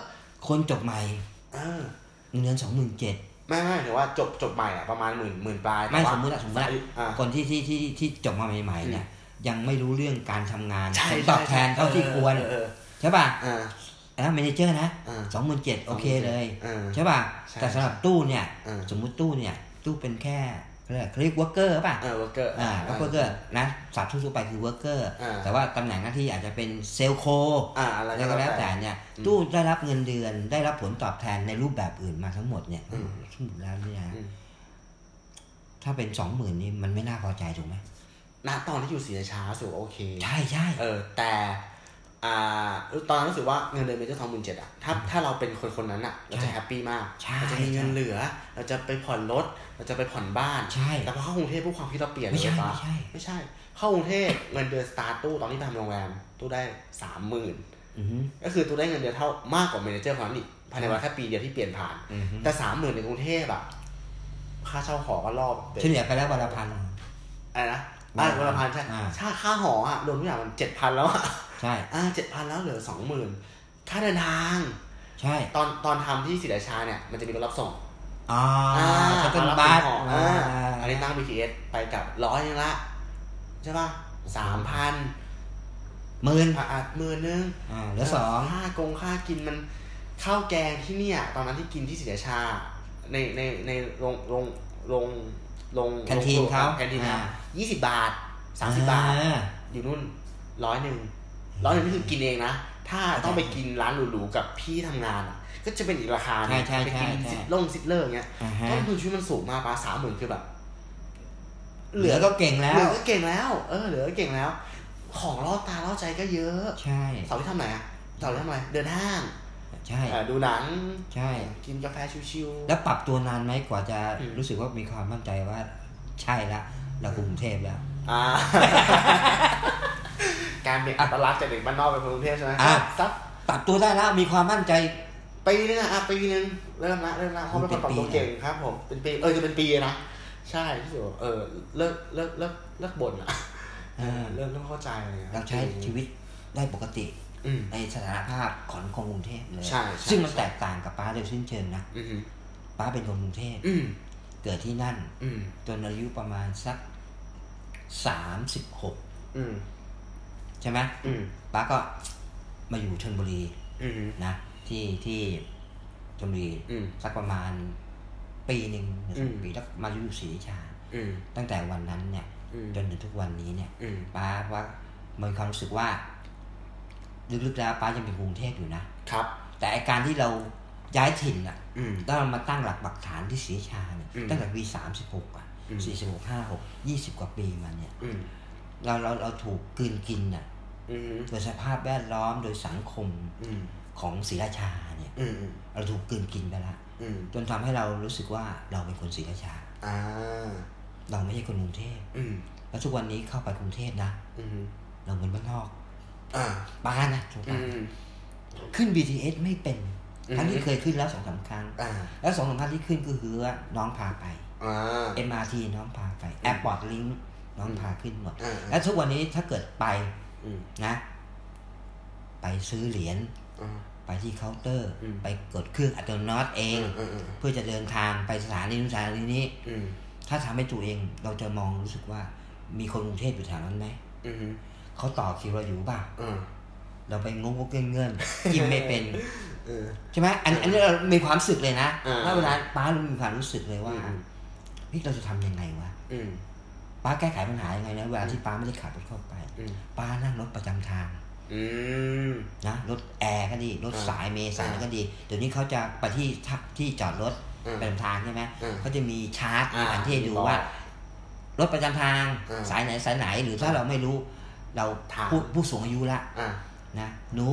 [SPEAKER 3] คนจบใหม่
[SPEAKER 2] เออ
[SPEAKER 3] เงินเดือนสองหมื่นเจ็ด
[SPEAKER 2] ไม่ไม่ถือว่าจบจบใหม่อ่ะประมาณหมื่นหมื่นปลายแต่
[SPEAKER 3] ไม่
[SPEAKER 2] ว่า
[SPEAKER 3] สมมติละสมมติละ
[SPEAKER 2] อ่า
[SPEAKER 3] คนที่ที่ที่ที่จบมาใหม่ๆเนี่ยยังไม่รู้เรื่องการทำงาน
[SPEAKER 2] ใช่
[SPEAKER 3] ผล
[SPEAKER 2] ใช่
[SPEAKER 3] ตอบแทนเท่าที่ควร
[SPEAKER 2] เออ
[SPEAKER 3] ใช่ป่ะ
[SPEAKER 2] เออ
[SPEAKER 3] แล้วเมเนเจอร์นะ
[SPEAKER 2] เออ
[SPEAKER 3] สองหมื่นเจ็ดโอเคเลย
[SPEAKER 2] เออ
[SPEAKER 3] ใช่ป่ะ
[SPEAKER 2] ใช่
[SPEAKER 3] แต่สำหรับตู้เนี่ย
[SPEAKER 2] เออ
[SPEAKER 3] สมมุติตู้เนี่ย ตู้เป็นแค่เขาเรียกเขาเรียกวอร์เกอร์ป่ะ
[SPEAKER 2] เออ worker
[SPEAKER 3] อ่าแล้ววอร์เกอร์นะสับทั่วๆไปคือวอร์เกอร์
[SPEAKER 2] อ่า
[SPEAKER 3] แต่ว่าตำแหน่งหน้าที่อาจจะเป็นเซลโค
[SPEAKER 2] อ่าอะไร
[SPEAKER 3] แล้วก็แล้วแต่เนี่ย ตู้ได้รับเงินเดือน ได้รับผลตอบแทนในรูปแบบอื่นมาทั้งหมดเนี่ย
[SPEAKER 2] อืม
[SPEAKER 3] ทั้งหมดแล้วเนี่ย
[SPEAKER 2] อืม
[SPEAKER 3] ถ้าเป็นสองหมื่นนี่มันไม่น่าพอใจถูกไหม
[SPEAKER 2] ณตอนที่อยู่สีช้ารู้สึกว่าโอเค
[SPEAKER 3] ใช่ใช่
[SPEAKER 2] เออ แต่ อ่า ตอนนั้นรู้สึกว่าเงินเดือนเมเจอร์สองหมื่นเจ็ดอะถ้า ถ้าเราเป็นคนคนนั้นอะเราจะแฮปปี้มาก
[SPEAKER 3] ใช่
[SPEAKER 2] เราจะมีเงินเหลือ เราจะไปผ่อนรถ เราจะไปผ่อนบ้าน
[SPEAKER 3] ใช่
[SPEAKER 2] แต่พอเข้ากรุงเทพผู้ความคิดเราเปลี่ยน
[SPEAKER 3] ไม่
[SPEAKER 2] เลย
[SPEAKER 3] ใช่
[SPEAKER 2] ปะ
[SPEAKER 3] ไม่ใช่
[SPEAKER 2] ไม่ใช่ เข้ากรุงเทพเงินเดือนสตาร์ตู้ตอนที่ทำโรงแรมตู้ได้สามหมื่น
[SPEAKER 3] อือฮึ
[SPEAKER 2] ก็คือตัวได้เงินเดือนเท่ามากกว่าเมเนเจอร์คนนั้นอีกภายในเวลาแค่ปีเดียวที่เปลี่ยนผ่าน
[SPEAKER 3] อือฮึ
[SPEAKER 2] แต่สามหมื่นในกรุงเทพอะค่าเช่าหอก็รอบเป็น
[SPEAKER 3] เฉลี่ยไปแล้ววันละพัน
[SPEAKER 2] อะไรนะบ้านคนละพันใช่
[SPEAKER 3] อ่า
[SPEAKER 2] ค่าค่าหออะรวมทุกอย่างมันเจ็ดพันแล้วอะ
[SPEAKER 3] ใช่
[SPEAKER 2] อ่าเจ็ดพันแล้วเหลือสองหมื่นค่าเดินทาง
[SPEAKER 3] ใช่
[SPEAKER 2] ตอนตอนทำที่ศิราชาเนี่ยมันจะมีรถรับส่ง
[SPEAKER 3] อ่าก็เป็น
[SPEAKER 2] รับ
[SPEAKER 3] บ้าน
[SPEAKER 2] หออ่าอันนี้
[SPEAKER 3] า
[SPEAKER 2] ตั้ง BTS ไปกลับร้อยนึงละใช่ป่ะสามพัน
[SPEAKER 3] หมื่น
[SPEAKER 2] อ่ะหมื่นนึง
[SPEAKER 3] อ่าเหลือสอง
[SPEAKER 2] ค่ากงค่ากินมันข้าวแกงที่เนี่ย ตอนนั้นที่กินที่ศรีราชา ในในในโรงโรงโรงโรง
[SPEAKER 3] แคนทีนเขา
[SPEAKER 2] แคนทีน
[SPEAKER 3] อ่า
[SPEAKER 2] เขายี่สิบบาทสามสิบบาท
[SPEAKER 3] อ่
[SPEAKER 2] อยู่นู่นร้อยหนึ่งร้อยหนึ่งนี่คือกินเองนะ ถ้าต้องไปกินร้านหรูๆกับพี่ทำงานอ่ะ ก็จะเป็นอีกราคาหนึ่ง
[SPEAKER 3] ใช่ใช่
[SPEAKER 2] ไปกิ
[SPEAKER 3] ใช่
[SPEAKER 2] ซิดลงซิดเลอร์อย่างเงี้ย
[SPEAKER 3] อ่าฮะ
[SPEAKER 2] ต้นทุนชีวิตมันสูงมากปะสามหมื่นคือแบบ
[SPEAKER 3] เหลือก็เก่งแล้
[SPEAKER 2] เหลื
[SPEAKER 3] ว
[SPEAKER 2] อก็เก่งแล้ว เออเหลือก็เก่งแล้ว ของล่อตาล่อใจก็เยอะ
[SPEAKER 3] ใช่
[SPEAKER 2] เสาร์ที่ทำไหนอะเสาร์ที่ทำอะไร เดินห้าง
[SPEAKER 3] ใช่
[SPEAKER 2] เอ่อดูหนัง
[SPEAKER 3] ใช่
[SPEAKER 2] กินกาแฟชิว
[SPEAKER 3] แล้วปรับตัวนานไหมกว่าจะ
[SPEAKER 2] อืม
[SPEAKER 3] รู้สึกว่ามีความมั่นใจว่าใช่ละเรากรุงเทพแล้ว
[SPEAKER 2] ๆอ่า (laughs) การเปลี่ยนอัตลักษณ์จากเด็กบ้านนอกเป็นคนกรุงเทพใช่ไหม
[SPEAKER 3] อ่ะ
[SPEAKER 2] สัก
[SPEAKER 3] ปรับตัวได้แล้วมีความมั่นใจ
[SPEAKER 2] ปีนึงอะอ่ะปีนึงเริ่มละเริ่มละเขาะเป็นคนปรับตัวเก่งครับผมเป็นปีเออจะเป็นปีนะใช่ที่สุดเออเลิกเลิกเลิกเลิกบ่นอะ
[SPEAKER 3] เออ
[SPEAKER 2] เริ่มเริ่มเข้าใจอะไรเลย
[SPEAKER 3] เราใช้ชีวิตได้ปกติ
[SPEAKER 2] อืม
[SPEAKER 3] ในสถานภาพของคนกรุงเทพเลย
[SPEAKER 2] ใช่ใช่
[SPEAKER 3] ซึ่งมันแตกต่างกับป้าโดยสิ้นเชิงนะ
[SPEAKER 2] อืม
[SPEAKER 3] ป้าเป็นคนกรุงเทพ
[SPEAKER 2] อืม
[SPEAKER 3] เกิดที่นั่น
[SPEAKER 2] อืม
[SPEAKER 3] จนอายุประมาณสักสามสิบหก
[SPEAKER 2] อืม
[SPEAKER 3] ใช่ไหม
[SPEAKER 2] อืม
[SPEAKER 3] ป้าก็มาอยู่ชนบุรี
[SPEAKER 2] อืม
[SPEAKER 3] นะที่ที่ชนบุรี
[SPEAKER 2] อืม
[SPEAKER 3] สักประมาณปีหนึ่งหรือสอง
[SPEAKER 2] อืม
[SPEAKER 3] ปีแล้วมาอยู่ศรีราชา
[SPEAKER 2] อืม
[SPEAKER 3] ตั้งแต่วันนั้นเนี่ย
[SPEAKER 2] อืม
[SPEAKER 3] จนถึงทุกวันนี้เนี่ย
[SPEAKER 2] อืม
[SPEAKER 3] ป้าว่ามีความรู้สึกว่า ลึกๆแล้วป้ายังเป็นกรุงเทพอยู่นะ
[SPEAKER 2] ครับ
[SPEAKER 3] แต่ไอาการที่เราย้ายถิ่นอ่ะ
[SPEAKER 2] อืม
[SPEAKER 3] แล้วเรามาตั้งหลักปักฐานที่ศรีราชาเนี่ย
[SPEAKER 2] อืม
[SPEAKER 3] ตั้งแต่ปีสามสิบหกอ่ะ
[SPEAKER 2] อืม
[SPEAKER 3] สี่สิบหกห้าหกยี่สิบกว่าปีมาเนี่ย
[SPEAKER 2] อืม
[SPEAKER 3] เราเราเราถูกกลืนกินอ่ะ
[SPEAKER 2] อืม
[SPEAKER 3] โดยสภาพแวดล้อมโดยสังคม
[SPEAKER 2] อืม
[SPEAKER 3] ของศรีราชาเนี่ย
[SPEAKER 2] อืมอืม
[SPEAKER 3] เราถูกกลืนกินไปละ
[SPEAKER 2] อืม
[SPEAKER 3] จนทำให้เรารู้สึกว่าเราเป็นคนศรีราชา
[SPEAKER 2] อ่า
[SPEAKER 3] เราไม่ใช่คนกรุงเทพ
[SPEAKER 2] อืม
[SPEAKER 3] แล้วทุกวันนี้เข้าไปกรุงเทพนะ
[SPEAKER 2] อืม
[SPEAKER 3] เราเหมือนบ้านนอก
[SPEAKER 2] อ่า
[SPEAKER 3] บ้านนะถูก
[SPEAKER 2] อื
[SPEAKER 3] ปะ
[SPEAKER 2] ม
[SPEAKER 3] ขึ้น BTS ไม่เป็น
[SPEAKER 2] อืม
[SPEAKER 3] ทั้งที่เคยขึ้นแล้วสองสามครั้ง
[SPEAKER 2] อ่า
[SPEAKER 3] แล้วสองสามครั้งที่ขึ้นก็คือว่าน้องพาไป
[SPEAKER 2] อ่า
[SPEAKER 3] MRT น้องพาไป Airport Link น้องพาขึ้นหมด
[SPEAKER 2] อ่า
[SPEAKER 3] และทุกวันนี้ถ้าเกิดไป
[SPEAKER 2] อืม
[SPEAKER 3] นะ ไปซื้อเหรียญ
[SPEAKER 2] อ่า
[SPEAKER 3] ไปที่เคาน์เตอร์
[SPEAKER 2] อืม
[SPEAKER 3] ไปกดเครื่องอัตโนมัติเอง
[SPEAKER 2] อืมอืม
[SPEAKER 3] เพื่อจะเดินทางไปสถานีนู้นสถานีนี้
[SPEAKER 2] อืม
[SPEAKER 3] ถ้าทำให้ตัวเองเราจะมองรู้สึกว่า มีคนกรุงเทพอยู่แถวนั้นไหม
[SPEAKER 2] อืม
[SPEAKER 3] เขาต่อคิวเราอยู่บ้าง
[SPEAKER 2] อ่า
[SPEAKER 3] เราไปงงกเงื่อนเงื่อนๆกินไม่เป็น
[SPEAKER 2] เออ
[SPEAKER 3] ใช่ไหมอันอันนี้เรามีความรู้สึกเลยนะ
[SPEAKER 2] อ่า
[SPEAKER 3] ถ้าเวลาป้าเรามีความรู้สึกเลยว่า
[SPEAKER 2] อืม
[SPEAKER 3] เฮ้ยเราจะทำยังไงวะ
[SPEAKER 2] อืม
[SPEAKER 3] ป้าแก้ไขปัญหายังไงนะเวลาที่ป้าไม่ได้ขับรถเข้าไป
[SPEAKER 2] อืม
[SPEAKER 3] ป้านั่งรถประจำทาง
[SPEAKER 2] อืม
[SPEAKER 3] นะรถแอร์ก็ดีรถ
[SPEAKER 2] อ่า
[SPEAKER 3] สายเมล์สายอะไร
[SPEAKER 2] อ่า
[SPEAKER 3] ก็ดีเดี๋ยวนี้เขาจะไปที่ท่าที่จอดรถ
[SPEAKER 2] อ่า
[SPEAKER 3] ประจำทางใช่ไหม
[SPEAKER 2] อ่า
[SPEAKER 3] เขาจะมีชาร์ตมี
[SPEAKER 2] อ่า
[SPEAKER 3] แผนที่ให้ดู
[SPEAKER 2] บอก
[SPEAKER 3] ว่า รถประจำทาง
[SPEAKER 2] อ่า
[SPEAKER 3] สายไหนสายไหนหรือถ้าเราไม่รู้ เรา
[SPEAKER 2] ถาม
[SPEAKER 3] ผู้ผู้สูงอายุละ
[SPEAKER 2] อ่า
[SPEAKER 3] นะหนู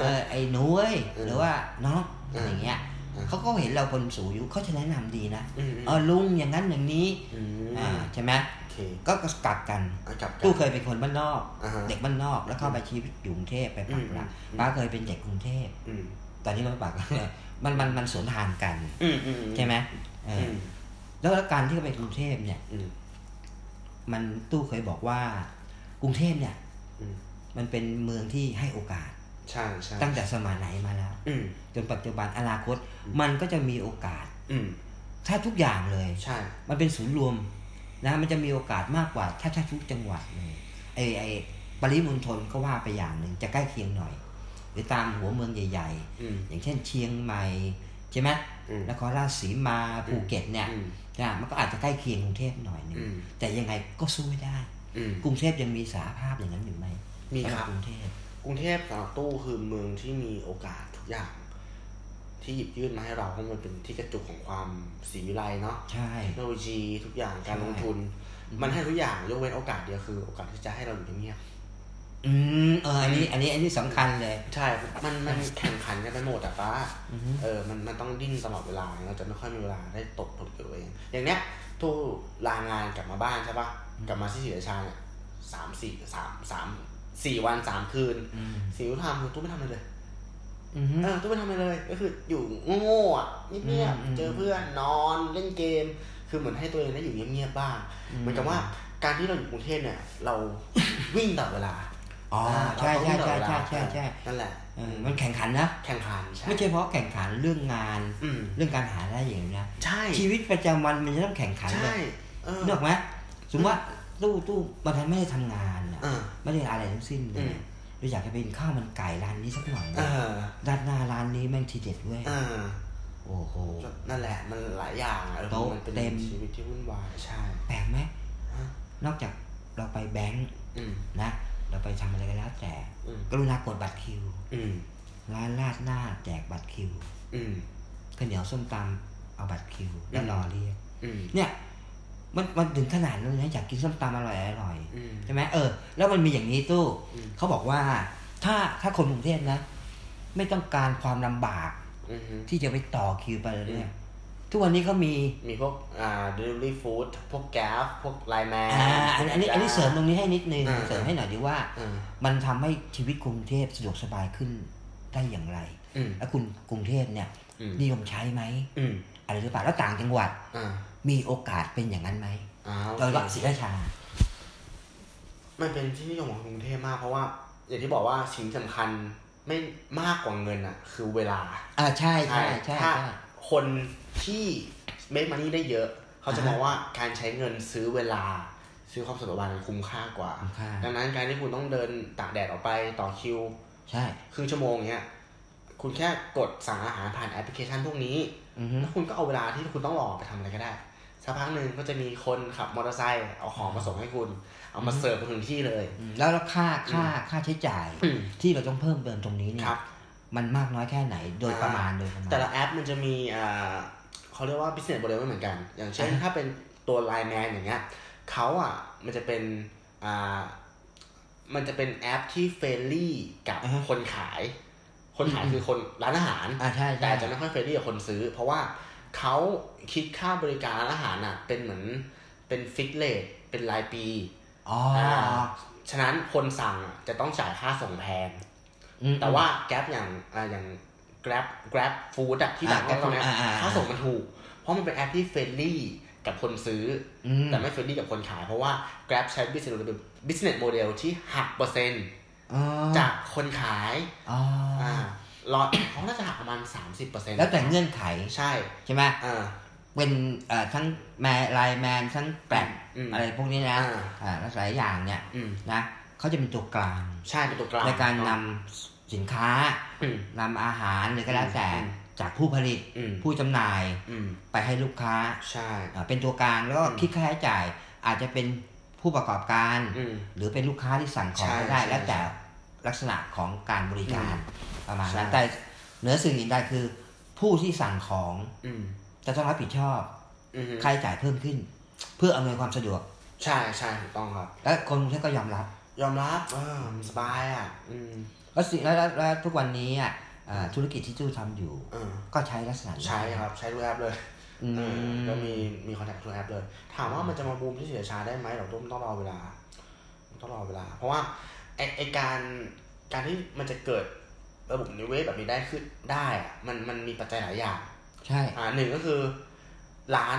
[SPEAKER 3] เออไอ้หนูเอ้ย
[SPEAKER 2] เออ
[SPEAKER 3] หรือว่าน้อง
[SPEAKER 2] เออ
[SPEAKER 3] อ
[SPEAKER 2] อย่าง
[SPEAKER 3] เงี้ย
[SPEAKER 2] เออ
[SPEAKER 3] เขาก็เห็นเราคนสูงอายุเขาจะแนะนำดีนะ
[SPEAKER 2] อืม
[SPEAKER 3] เออลุงอย่างนั้นอย่างนี้
[SPEAKER 2] อืม
[SPEAKER 3] อ่าใช่ไหม
[SPEAKER 2] โอเค
[SPEAKER 3] ก็กลับกัน
[SPEAKER 2] อ่ะกลับกัน
[SPEAKER 3] ตู้เคยเป็นคนบ้านนอก
[SPEAKER 2] อ่าฮะ
[SPEAKER 3] เด็กบ้านนอกแล้วเข้าไปชีวิตอยู่กรุงเทพไปปักหลัก
[SPEAKER 2] อืมอืม
[SPEAKER 3] ป้าเคยเป็นเด็กกรุงเทพ
[SPEAKER 2] อืม
[SPEAKER 3] ตอนนี้มาปักหลักเนี่ยมันมันมันสวนทางกัน
[SPEAKER 2] อืมอืม
[SPEAKER 3] ใช่ไหมเอ
[SPEAKER 2] อื
[SPEAKER 3] อ
[SPEAKER 2] ม
[SPEAKER 3] แล้วแล้วการที่เขาไปกรุงเทพเนี่ย
[SPEAKER 2] อืม
[SPEAKER 3] มันตู้เคยบอกว่ากรุงเทพเนี่ย
[SPEAKER 2] อืม
[SPEAKER 3] มันเป็นเมืองที่ให้โอกาส
[SPEAKER 2] ใช่ใช่
[SPEAKER 3] ตั้งแต่สมัยไหนมาแล้ว
[SPEAKER 2] อืม
[SPEAKER 3] จนปัจจุบันอนาคต
[SPEAKER 2] อืม
[SPEAKER 3] มันก็จะมีโอกาส
[SPEAKER 2] อืม
[SPEAKER 3] ถ้าทุกอย่างเลย
[SPEAKER 2] ใช่
[SPEAKER 3] มันเป็นศูนย์รวมนะมันจะมีโอกาสมากกว่าถ้าถ้าทุกจังหวัดเลยไอไอปริมณฑลก็ว่าไปอย่างหนึ่งจะใกล้เคียงหน่อย หรือตามหัวเมืองใหญ่
[SPEAKER 2] อืม
[SPEAKER 3] ๆ อย่างเช่นเชียงใหม่ใช่ไหม
[SPEAKER 2] อืม
[SPEAKER 3] นครราชสีมาภูเก็ตเนี่ย
[SPEAKER 2] อืม
[SPEAKER 3] นะมันก็อาจจะใกล้เคียงกรุงเทพหน่อยหนึง
[SPEAKER 2] อืม
[SPEAKER 3] แต่ยังไงก็สู้ไม่ได้
[SPEAKER 2] อืม
[SPEAKER 3] กรุงเทพยังมีสาภาพอย่างนั้นอยู่ไหม
[SPEAKER 2] มีครับ
[SPEAKER 3] สำหกรุงเทพ
[SPEAKER 2] กรุงเทพสำหรับตู้คือเมืองที่มีโอกาสทุกอย่าง ที่หยิบยื่นมาให้เราเพราะมันเป็นที่กระจุกของความศรีวิไลเนาะ
[SPEAKER 3] ใช่
[SPEAKER 2] เทคโนโลยีทุกอย่างการลงทุน
[SPEAKER 3] อืม
[SPEAKER 2] มันให้ทุกอย่างยกเว้นโอกาสเดียวคือ โอกาสที่จะให้เราอยู่เงียบ
[SPEAKER 3] อืมเอออันนี้อันนี้อันนี้สำคัญเลย
[SPEAKER 2] ๆใช่ มันมันแข่งขันกันไปหมดอะป้า
[SPEAKER 3] อือฮึ
[SPEAKER 2] เออมันมันต้องดิ้นตลอดเวลาเราจะไม่ค่อยมีเวลาได้ตกผลกับตัวเอง อย่างเนี้ยทู่ลางานกลับมาบ้านใช่ปะกลับมาที่ศรีราชาเนี่ยสามสี่สามสามสี่วันสามคืน
[SPEAKER 3] อืม
[SPEAKER 2] สิ่งที่ทำคือตู้ไม่ทำอะไรเลย
[SPEAKER 3] อือฮึ
[SPEAKER 2] เออตู้ไม่ทำอะไรเลย ก็คืออยู่โง่ๆอะเงียบ
[SPEAKER 3] อืม
[SPEAKER 2] ๆเจอเพื่อนนอนเล่นเกม คือเหมือนให้ตัวเองได้อยู่เงียบๆบ้าง เหมือนกับว่าการที่เราอยู่กรุงเทพเนี่ย เรา วิ่งตลอดเวลา
[SPEAKER 3] อ๋อใช่ใช่ใช่ใช่ใช่ใช่
[SPEAKER 2] นั่นแหละ
[SPEAKER 3] เออมันแข่งขันนะ
[SPEAKER 2] แข่งขันใช่
[SPEAKER 3] ไม่ใช่เพราะแข่งขันเรื่องงาน
[SPEAKER 2] อืม
[SPEAKER 3] เรื่องการหาได้อย่างเดียวนะ
[SPEAKER 2] ใช่
[SPEAKER 3] ชีวิตประจำวันมันจะต้องแข่งขันเล
[SPEAKER 2] ใช่
[SPEAKER 3] ย
[SPEAKER 2] เออ
[SPEAKER 3] นึกออกไหมสมมติว่าตู้ตู้วันนั้นไม่ได้ทำงานน่ะ
[SPEAKER 2] เออ
[SPEAKER 3] ไม่ได้อะไรทั้งสิ้นเล
[SPEAKER 2] อื
[SPEAKER 3] ย
[SPEAKER 2] ม
[SPEAKER 3] เราอยากจะไปกินข้าวมันไก่ร้านนี้สักหน่อย
[SPEAKER 2] เอ
[SPEAKER 3] นะ
[SPEAKER 2] อ
[SPEAKER 3] ด้านหน้าร้านนี้แม่งทีเด็ดเว้ย
[SPEAKER 2] เออ
[SPEAKER 3] โอ้โห
[SPEAKER 2] นั่นแหละมันหลายอย่างอะ
[SPEAKER 3] โต๊ะ
[SPEAKER 2] มันเป็น
[SPEAKER 3] เต็ม
[SPEAKER 2] ชีวิตที่วุ่นวายใช่
[SPEAKER 3] แปลกไหม
[SPEAKER 2] ฮะ
[SPEAKER 3] นอกจากเราไปแบงค์
[SPEAKER 2] อืม
[SPEAKER 3] นะเราไปทำอะไรก็แล้วแต่
[SPEAKER 2] อืม
[SPEAKER 3] กรุณากดบัตรคิว
[SPEAKER 2] อืม
[SPEAKER 3] ร้านลาดหน้าแจกบัตรคิว
[SPEAKER 2] อืม
[SPEAKER 3] ข้าวเหนียวส้มตำเอาบัตรคิวแล้ว
[SPEAKER 2] อืม
[SPEAKER 3] รอเรียก
[SPEAKER 2] อืม
[SPEAKER 3] เนี่ยมันมันถึงขนาดนั้นเลยนะอยากกินส้มตำอร่อยอร่อย
[SPEAKER 2] อืม
[SPEAKER 3] ใช่ไหมเออ แล้วมันมีอย่างนี้ตู้
[SPEAKER 2] อืม
[SPEAKER 3] เขาบอกว่าถ้าถ้าคนกรุงเทพนะ ไม่ต้องการความลำบาก
[SPEAKER 2] อืม
[SPEAKER 3] ที่จะไปต่อคิวไปเลย
[SPEAKER 2] อื
[SPEAKER 3] เนี่ย
[SPEAKER 2] ม
[SPEAKER 3] ทุกวันนี้เขามี
[SPEAKER 2] มีพวกอ่า delivery food พวกแก๊ฟพวกไลแมน
[SPEAKER 3] อ่าอันอันนี้อันนี้เสริมตรงนี้ให้นิดนึง
[SPEAKER 2] อ่า
[SPEAKER 3] เสริมให้หน่อยดีว่า
[SPEAKER 2] เออ
[SPEAKER 3] มันทำให้ชีวิตกรุงเทพสะดวกสบายขึ้น ได้อย่างไร
[SPEAKER 2] อืม
[SPEAKER 3] แล้วคุณกรุงเทพเนี่ย
[SPEAKER 2] อืม
[SPEAKER 3] นิยมใช้ไหม
[SPEAKER 2] อืม
[SPEAKER 3] อะไรหรือเปล่าแล้วต่างจังหวัด
[SPEAKER 2] อ่า
[SPEAKER 3] มีโอกาสเป็นอย่างนั้นไหม
[SPEAKER 2] อ่าโอ
[SPEAKER 3] โดยเฉพาะ
[SPEAKER 2] เค
[SPEAKER 3] ศรีราชา
[SPEAKER 2] มันเป็นที่นิยมของกรุงเทพมากเพราะว่า อย่างที่บอกว่าสิ่งสำคัญไม่มากกว่าเงินอ่ะ คือเวลา
[SPEAKER 3] อ่าใช่ใช่ใช่
[SPEAKER 2] ถ้า
[SPEAKER 3] ใช่
[SPEAKER 2] คนที่เม k มันนี่ได้เยอะ เขาจะ
[SPEAKER 3] อ่าม ฮะ
[SPEAKER 2] องว่าการใช้เงินซื้อเวลา ซื้อความสะดวกสบายมันคุ้มค่ากว่า
[SPEAKER 3] คุ้มค่า
[SPEAKER 2] ดังนั้นการที่คุณต้องเดินตากแดดออกไปต่อคิว
[SPEAKER 3] ใช่
[SPEAKER 2] ครึ่งชั่วโมงเนี้ย คุณแค่กดสั่งอาหารผ่านแอปพลิเคชันพวกนี้
[SPEAKER 3] อือฮึ
[SPEAKER 2] แล้วคุณก็เอาเวลาที่คุณต้องรอไปทำอะไรก็ได้ สักพักหนึ่งก็จะมีคนขับมอเตอร์ไซค์เอาของมาส่งให้คุณ เอามาเสิร์ฟคุณถึงที่เลย
[SPEAKER 3] อืมแล้วแล้วค่าค่าค่าใช้จ่าย
[SPEAKER 2] อืม
[SPEAKER 3] ที่เราต้องเพิ่มเติมตรงนี้เนี่
[SPEAKER 2] ค
[SPEAKER 3] ย
[SPEAKER 2] รับ
[SPEAKER 3] มันมากน้อยแค่ไหนโดยประมาณโดยประมาณ
[SPEAKER 2] แต่ละแอปมันจะมีอ่าเขาเรียกว่า business model ไม่เหมือนกัน อย่างเช่น
[SPEAKER 3] อ่า
[SPEAKER 2] ถ้าเป็นตัว Line Man อย่างเงี้ยเขาอ่ะ มันจะเป็นอ่ามันจะเป็นแอปที่เฟรนลี่กับคนขาย คนขายคือคนร้านอาหาร
[SPEAKER 3] อ่าใช่ใช่
[SPEAKER 2] แต่จะไม่ค่อยเฟรนลี่กับคนซื้อ เพราะว่าเขาคิดค่าบริการร้านอาหารอ่ะ เป็นเหมือนเป็นฟิกเลทเป็นรายปี
[SPEAKER 3] อ๋อ
[SPEAKER 2] อ่าฉะนั้นคนสั่งอะจะต้องจ่ายค่าส่งแพง
[SPEAKER 3] อืม
[SPEAKER 2] แต่ว่าแก a ็อย่างอ่าอย่าง grab grab food อะที่
[SPEAKER 3] อ่า
[SPEAKER 2] ต่างกันตรงเนี้ย
[SPEAKER 3] Grab Food อ่าอ่า
[SPEAKER 2] ค่าส่งมันถูก เพราะมันเป็นแอปที่เฟรนลี่กับคนซื้อ
[SPEAKER 3] อื
[SPEAKER 2] อ
[SPEAKER 3] ม
[SPEAKER 2] แต่ไม่เฟรนลี่กับคนขาย เพราะว่า grab ใช้ business model business model ที่หักเปอร์เซ็นต์
[SPEAKER 3] อ๋อ
[SPEAKER 2] จากคนขาย
[SPEAKER 3] อ๋ออ
[SPEAKER 2] อ่ารอ เขาน่าจะหักประมาณ 30เปอร์เซ็นต์
[SPEAKER 3] แล้วแต่เงื่อนไข
[SPEAKER 2] ใช่
[SPEAKER 3] ใช่ไหม
[SPEAKER 2] อ่า
[SPEAKER 3] เป็นเอ่อทั้งแมไลแมนทั้งแปลก
[SPEAKER 2] อืม
[SPEAKER 3] อะไรพวกนี้นะ
[SPEAKER 2] อ่า
[SPEAKER 3] อ่าแล้วหลายอย่างเนี่ย
[SPEAKER 2] อืม
[SPEAKER 3] นะเขาจะเป็นตัวกลาง
[SPEAKER 2] ใช่เป็นตัวกลาง
[SPEAKER 3] ในการนำ
[SPEAKER 2] เอะ
[SPEAKER 3] สินค้า
[SPEAKER 2] อืม
[SPEAKER 3] นำอาหารหรือก็แล้วแต่
[SPEAKER 2] อืม
[SPEAKER 3] จากผู้ผลิต
[SPEAKER 2] อืม
[SPEAKER 3] ผู้จำหน่าย
[SPEAKER 2] อืม
[SPEAKER 3] ไปให้ลูกค้า
[SPEAKER 2] ใช่
[SPEAKER 3] อ่าเป็นตัวกลางแล้วก็
[SPEAKER 2] อืม
[SPEAKER 3] คิดค่าใช้จ่าย อาจจะเป็นผู้ประกอบการ
[SPEAKER 2] อืม
[SPEAKER 3] หรือเป็นลูกค้าที่สั่งของ
[SPEAKER 2] ใช่
[SPEAKER 3] ก็ได้
[SPEAKER 2] ใช่
[SPEAKER 3] แล้วแต่ลักษณะของการบริการประมาณ
[SPEAKER 2] ใช่
[SPEAKER 3] นั้นแต่เหนือสิ่งอื่นใดคือ ผู้ที่สั่งของ
[SPEAKER 2] อืม
[SPEAKER 3] จะต้องรับผิดชอบ
[SPEAKER 2] อืม
[SPEAKER 3] ค่าใช้จ่ายเพิ่มขึ้น เพื่ออำนวยความสะดวก
[SPEAKER 2] ใช่ใช่ถูกต้องครับ
[SPEAKER 3] และคนกรุงเทพก็ยอมรับ
[SPEAKER 2] ยอมรับอ่ามันสบายอ่ะ อืม
[SPEAKER 3] แล้วสิแล้วแล้วแล้วทุกวันนี้อ่ะอ่าธุรกิจที่จู้ทำอยู่
[SPEAKER 2] อ่า
[SPEAKER 3] ก็ใช้ลักษณะนี้
[SPEAKER 2] ใช้ครับ ใช้ทุกแอปเลย
[SPEAKER 3] อื
[SPEAKER 2] เออ
[SPEAKER 3] ม
[SPEAKER 2] ก็มีมีคอนแทคทุกแอปเลย ถามว่ามันจะมาบูมที่เสียชาได้ไหมเราต้องต้องรอเวลา ต้องรอเวลา เพราะว่าไอไอการการที่มันจะเกิดระบบนิเวศแบบนี้ได้ขึ้นได้อะมันมันมีปัจจัยหลายอย่าง
[SPEAKER 3] ใช่
[SPEAKER 2] อ่าหนึ่งก็คือร้าน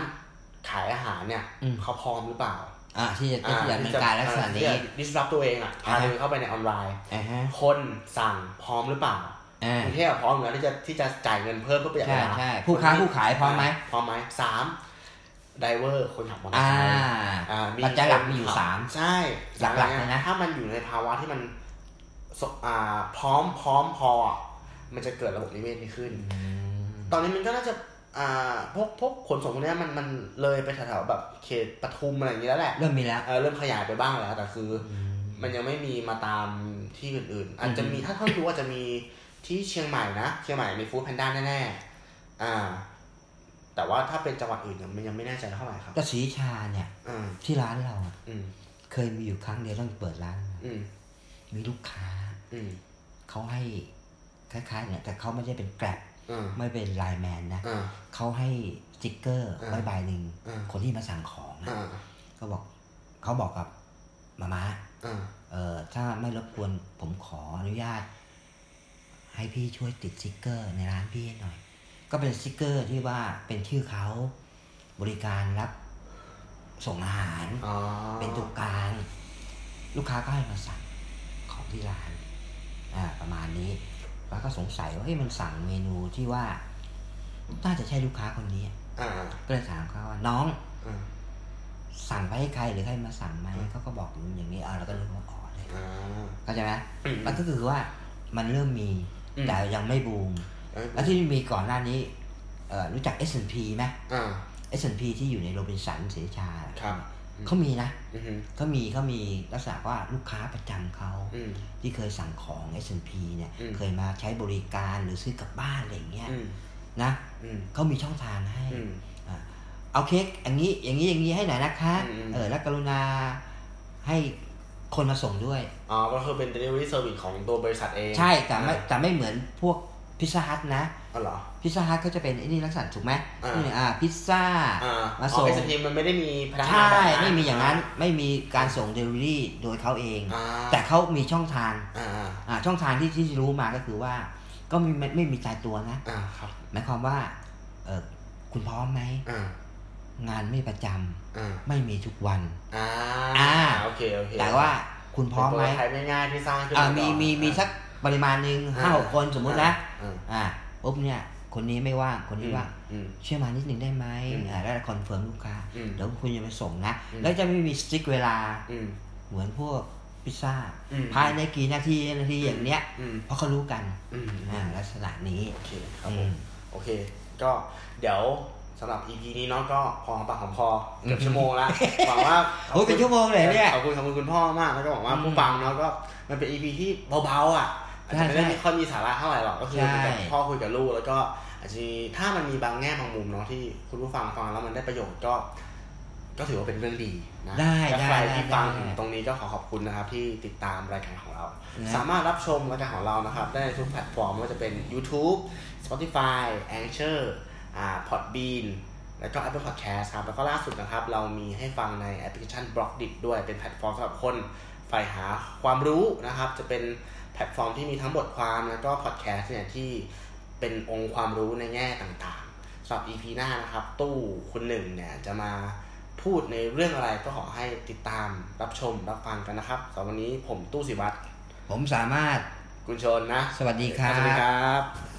[SPEAKER 2] ขายอาหารเนี่ย
[SPEAKER 3] อืม
[SPEAKER 2] เขาพร้อมหรือเปล่า
[SPEAKER 3] อ่าที่จะที่จะดำเนินการลักษณะนี้
[SPEAKER 2] ดิสรับตัวเองอ่ะพา
[SPEAKER 3] อ่าฮะ
[SPEAKER 2] ตัวเองเข้าไปในออนไลน์
[SPEAKER 3] อ่าฮะ
[SPEAKER 2] คนสั่งพร้อมหรือเปล่า
[SPEAKER 3] อ่าก
[SPEAKER 2] รุงเทพพร้อมอยู่แล้วที่จะที่จะจ่ายเงินเพิ่มเพื่อประหยัดเว
[SPEAKER 3] ใช่
[SPEAKER 2] ลา
[SPEAKER 3] ใช่ผู้ค้าผู้ขายพร้อมไหม
[SPEAKER 2] พร้อมไหมสามไดเวอร์คนขับมอเตอร์ไซ
[SPEAKER 3] อ่า
[SPEAKER 2] ค์อ่า
[SPEAKER 3] ปัจจัยหลัก
[SPEAKER 2] คน
[SPEAKER 3] มีอยู่
[SPEAKER 2] ขับ
[SPEAKER 3] สาม
[SPEAKER 2] ใช่
[SPEAKER 3] หลักๆ
[SPEAKER 2] สามอาง
[SPEAKER 3] เลยนะ
[SPEAKER 2] ถ้ามันอยู่ในภาวะที่มันสอ่าพร้อมพร้อมพอ มันจะเกิดระบบนิเวศนี้ขึ้น
[SPEAKER 3] อืม
[SPEAKER 2] ตอนนี้มันก็น่าจะอ่าพวกพวกขนส่งพวกเนี้ยมันมันเลยไปแถวๆแบบเขตปทุมอะไรอย่างเงี้ยแล้วแหละ
[SPEAKER 3] เริ่มมีแล้ว
[SPEAKER 2] เออเริ่มขยายไปบ้างแล้ว แต่คือ มันยังไม่มีมาตามที่อื่นๆ อาจจะมีถ้าเท่าที่รู้อาจจะมีที่เชียงใหม่นะ เชียงใหม่มีฟู้ดแพนด้าแน่ๆ อ่า แต่ว่าถ้าเป็นจังหวัดอื่นเนี่ยมันยังไม่แน่ใจเท่าไหร่ครับ
[SPEAKER 3] แต่สีชาเนี่ย
[SPEAKER 2] อืม
[SPEAKER 3] ที่ร้านเราอะ
[SPEAKER 2] อืม
[SPEAKER 3] เคยมีอยู่ครั้งเดียวต้องเปิดร้าน
[SPEAKER 2] อืม
[SPEAKER 3] มีลูกค้า
[SPEAKER 2] อืม
[SPEAKER 3] เขาให้คล้ายๆเนี่ยแต่เขาไม่ได้เป็นแกลบ
[SPEAKER 2] อืม
[SPEAKER 3] ไม่เป็นไลน์แมนนะ
[SPEAKER 2] อ่า
[SPEAKER 3] เขาให้สติ๊กเกอร์
[SPEAKER 2] อ่า
[SPEAKER 3] ไว้ใบหนึ่ง
[SPEAKER 2] อ่า
[SPEAKER 3] คนที่มาสั่งของ
[SPEAKER 2] อ่า
[SPEAKER 3] นะก็บอกเขาบอกกับมาม่า
[SPEAKER 2] อ่า
[SPEAKER 3] เออถ้าไม่รบกวนผมขออนุญาต ให้พี่ช่วยติดสติ๊กเกอร์ในร้านพี่ให้หน่อย ก็เป็นสติ๊กเกอร์ที่ว่าเป็นชื่อเขาบริการรับส่งอาหาร
[SPEAKER 2] อ๋อ
[SPEAKER 3] เป็นตัวกลางลูกค้าก็ให้มาสั่งของที่ร้านอ่าประมาณนี้ แล้วก็สงสัยว่าเฮ้ยมันสั่งเมนูที่ว่า น่าจะใช่ลูกค้าคนนี้
[SPEAKER 2] อ่า
[SPEAKER 3] ก็เลยถามเขาว่าน้อง
[SPEAKER 2] อ่า
[SPEAKER 3] สั่งไปให้ใครหรือใครมาสั่งไหมเขาก็บอกอย่างนี้อ่าเราก็เลยว่าอ๋อเลย
[SPEAKER 2] อ่า
[SPEAKER 3] เข้าใจไหม
[SPEAKER 2] อืม
[SPEAKER 3] มันก็คือว่ามันเริ่มมี
[SPEAKER 2] อืม
[SPEAKER 3] แต่ยังไม่บูมแล้วที่มีก่อนหน้านี้เอ่อรู้จัก S&P ไหม
[SPEAKER 2] อ่า
[SPEAKER 3] S&P ที่อยู่ในโรบินสันเสชา
[SPEAKER 2] ครับ
[SPEAKER 3] เขามีนะ
[SPEAKER 2] อืม
[SPEAKER 3] ก็มีก็มีลักษณะว่าลูกค้าประจำเขา
[SPEAKER 2] อืม
[SPEAKER 3] ที่เคยสั่งของ S&P เนี่ย
[SPEAKER 2] อืม
[SPEAKER 3] เคยมาใช้บริการหรือซื้อกลับบ้านอะไรอย่างเงี้ย
[SPEAKER 2] อืม
[SPEAKER 3] นะ
[SPEAKER 2] อืม
[SPEAKER 3] เขามีช่องทางให้
[SPEAKER 2] อืม
[SPEAKER 3] อ่ะเอาเค้กอย่างนี้อย่างนี้อย่างนี้ให้หน่อยนะคะ
[SPEAKER 2] อืม
[SPEAKER 3] เออแล้วกรุณาให้คนมาส่งด้วย
[SPEAKER 2] อ๋อ ก็คือเป็น delivery service ของตัวบริษัทเอง
[SPEAKER 3] ใช่แต่ไม่แต่ไม่เหมือนพวกพิซซ่าฮัทนะ
[SPEAKER 2] อ๋อเหรอ
[SPEAKER 3] พิซซ่าฮัทเขาจะเป็นไอ้นี่ลักษณะถูกไหม
[SPEAKER 2] อ่านี่
[SPEAKER 3] นี่อ่าพิซซ่า
[SPEAKER 2] อ่า
[SPEAKER 3] มาส่ง
[SPEAKER 2] เอสทีมันไม่ได้มีพนักงาน
[SPEAKER 3] ใช่
[SPEAKER 2] แบบ
[SPEAKER 3] ไม่มีอย่างนั้นไม่มีการส่งเดลิเวอรี่โดยเขาเอง
[SPEAKER 2] อ่า
[SPEAKER 3] แต่เขามีช่องทาง
[SPEAKER 2] อ่า
[SPEAKER 3] อ่าช่องทางที่ที่รู้มาก็คือว่า ก็ไม่ไม่ไม่มีตายตัวนะ
[SPEAKER 2] อ่าครับ
[SPEAKER 3] หมายความว่าเออคุณพร้อมไหม
[SPEAKER 2] อ่าง
[SPEAKER 3] านไม่ประจำ
[SPEAKER 2] อ่า
[SPEAKER 3] ไม่มีทุกวัน
[SPEAKER 2] อ่า
[SPEAKER 3] อ่า
[SPEAKER 2] โอเคโอเค
[SPEAKER 3] แต่ว่าคุณพร้อมไหม
[SPEAKER 2] ใช้ง่ายๆที่สร้างขึ้น
[SPEAKER 3] อ่า
[SPEAKER 2] ก่น
[SPEAKER 3] มีมีมีสักปริมาณหนึ่งห้าหกคนสมมุตินะ
[SPEAKER 2] อ่า
[SPEAKER 3] อ่าปุ๊บเนี่ยคนนี้ไม่ว่างคนนี้ว่าง
[SPEAKER 2] อืม
[SPEAKER 3] ช่วยมานิดหนึ่งได้ไหม
[SPEAKER 2] อืม
[SPEAKER 3] อ่าแล้วคอนเฟิร์มลูกค้า
[SPEAKER 2] อืม
[SPEAKER 3] เดี๋ยวคุณจะไปส่งนะ
[SPEAKER 2] อืม
[SPEAKER 3] แล้วจะไม่มีสติ๊กเวลา
[SPEAKER 2] อืม
[SPEAKER 3] เหมือนพวกพิซซ่า
[SPEAKER 2] อืม
[SPEAKER 3] ภายในกี่นาทีนาทีอย่างเนี้ย
[SPEAKER 2] อืม
[SPEAKER 3] เพราะเขารู้กัน
[SPEAKER 2] อืม
[SPEAKER 3] อ่าลักษณะนี้
[SPEAKER 2] โอเคครับ
[SPEAKER 3] อืม
[SPEAKER 2] โอเค ก็เดี๋ยวสำหรับ EP นี้เนาะก็พอหอมปากหอมคอเกือบชั่วโม
[SPEAKER 3] (laughs)
[SPEAKER 2] งละหวังว่า
[SPEAKER 3] โอ้ยเป็นชั่วโมงเลยเนี่ย
[SPEAKER 2] ขอบคุณขอบคุณคุณพ่อมาก แล้วก็หวังว่าผู้ฟังเนาะก็มันเป็น EP ที่เบาๆอ่ะอาจจะไม่ได้
[SPEAKER 3] ใช่ใช่
[SPEAKER 2] มีค่อยมีสาระเท่าไหร่หรอกก็คือ
[SPEAKER 3] ใช่
[SPEAKER 2] เป็นการพ่อคุยกับลูกแล้วก็อาจจะมีถ้ามันมีบางแง่บางมุมเนาะที่คุณผู้ฟังฟังแล้วมันได้ประโยชน์ก็ ก็ถือว่าเป็นเรื่องดีนะ
[SPEAKER 3] ได้
[SPEAKER 2] และ
[SPEAKER 3] ได้
[SPEAKER 2] ใคร
[SPEAKER 3] ได้
[SPEAKER 2] ที่ฟัง
[SPEAKER 3] ได้
[SPEAKER 2] ถึงตรงนี้ก็ขอขอบคุณนะครับที่ติดตามรายการของเรา
[SPEAKER 3] นะ
[SPEAKER 2] สามารถรับชมรายการของเรานะครับ ได้ในทุกแพลตฟอร์มไม่ว่าจะเป็น YouTube Spotify a n c h o r อ่า Podbean แล้วก็ Apple Podcast ครับ แล้วก็ล่าสุดนะครับ เรามีให้ฟังในแอปพลิเคชัน b l o c k d i t ด้วยเป็นแพลตฟอร์มสำหรับคนใฝ่หาความรู้นะครับ จะเป็นแพลตฟอร์มที่มีทั้งบทความแล้วก็พอดแคสต์เนี่ยที่เป็นองค์ความรู้ในแง่ต่างๆ สำหรับ EP หน้านะครับ ตู้คุณหนึ่งเนี่ยจะมาพูดในเรื่องอะไรก็ขอให้ติดตามรับชมรับฟังกันนะครับสำหรับวันนี้ผมตู้สิวัตร
[SPEAKER 3] ผมสามารถ
[SPEAKER 2] คุณชนนะ
[SPEAKER 3] สวัสดีครั
[SPEAKER 2] สวัสดี
[SPEAKER 3] บ
[SPEAKER 2] ครับ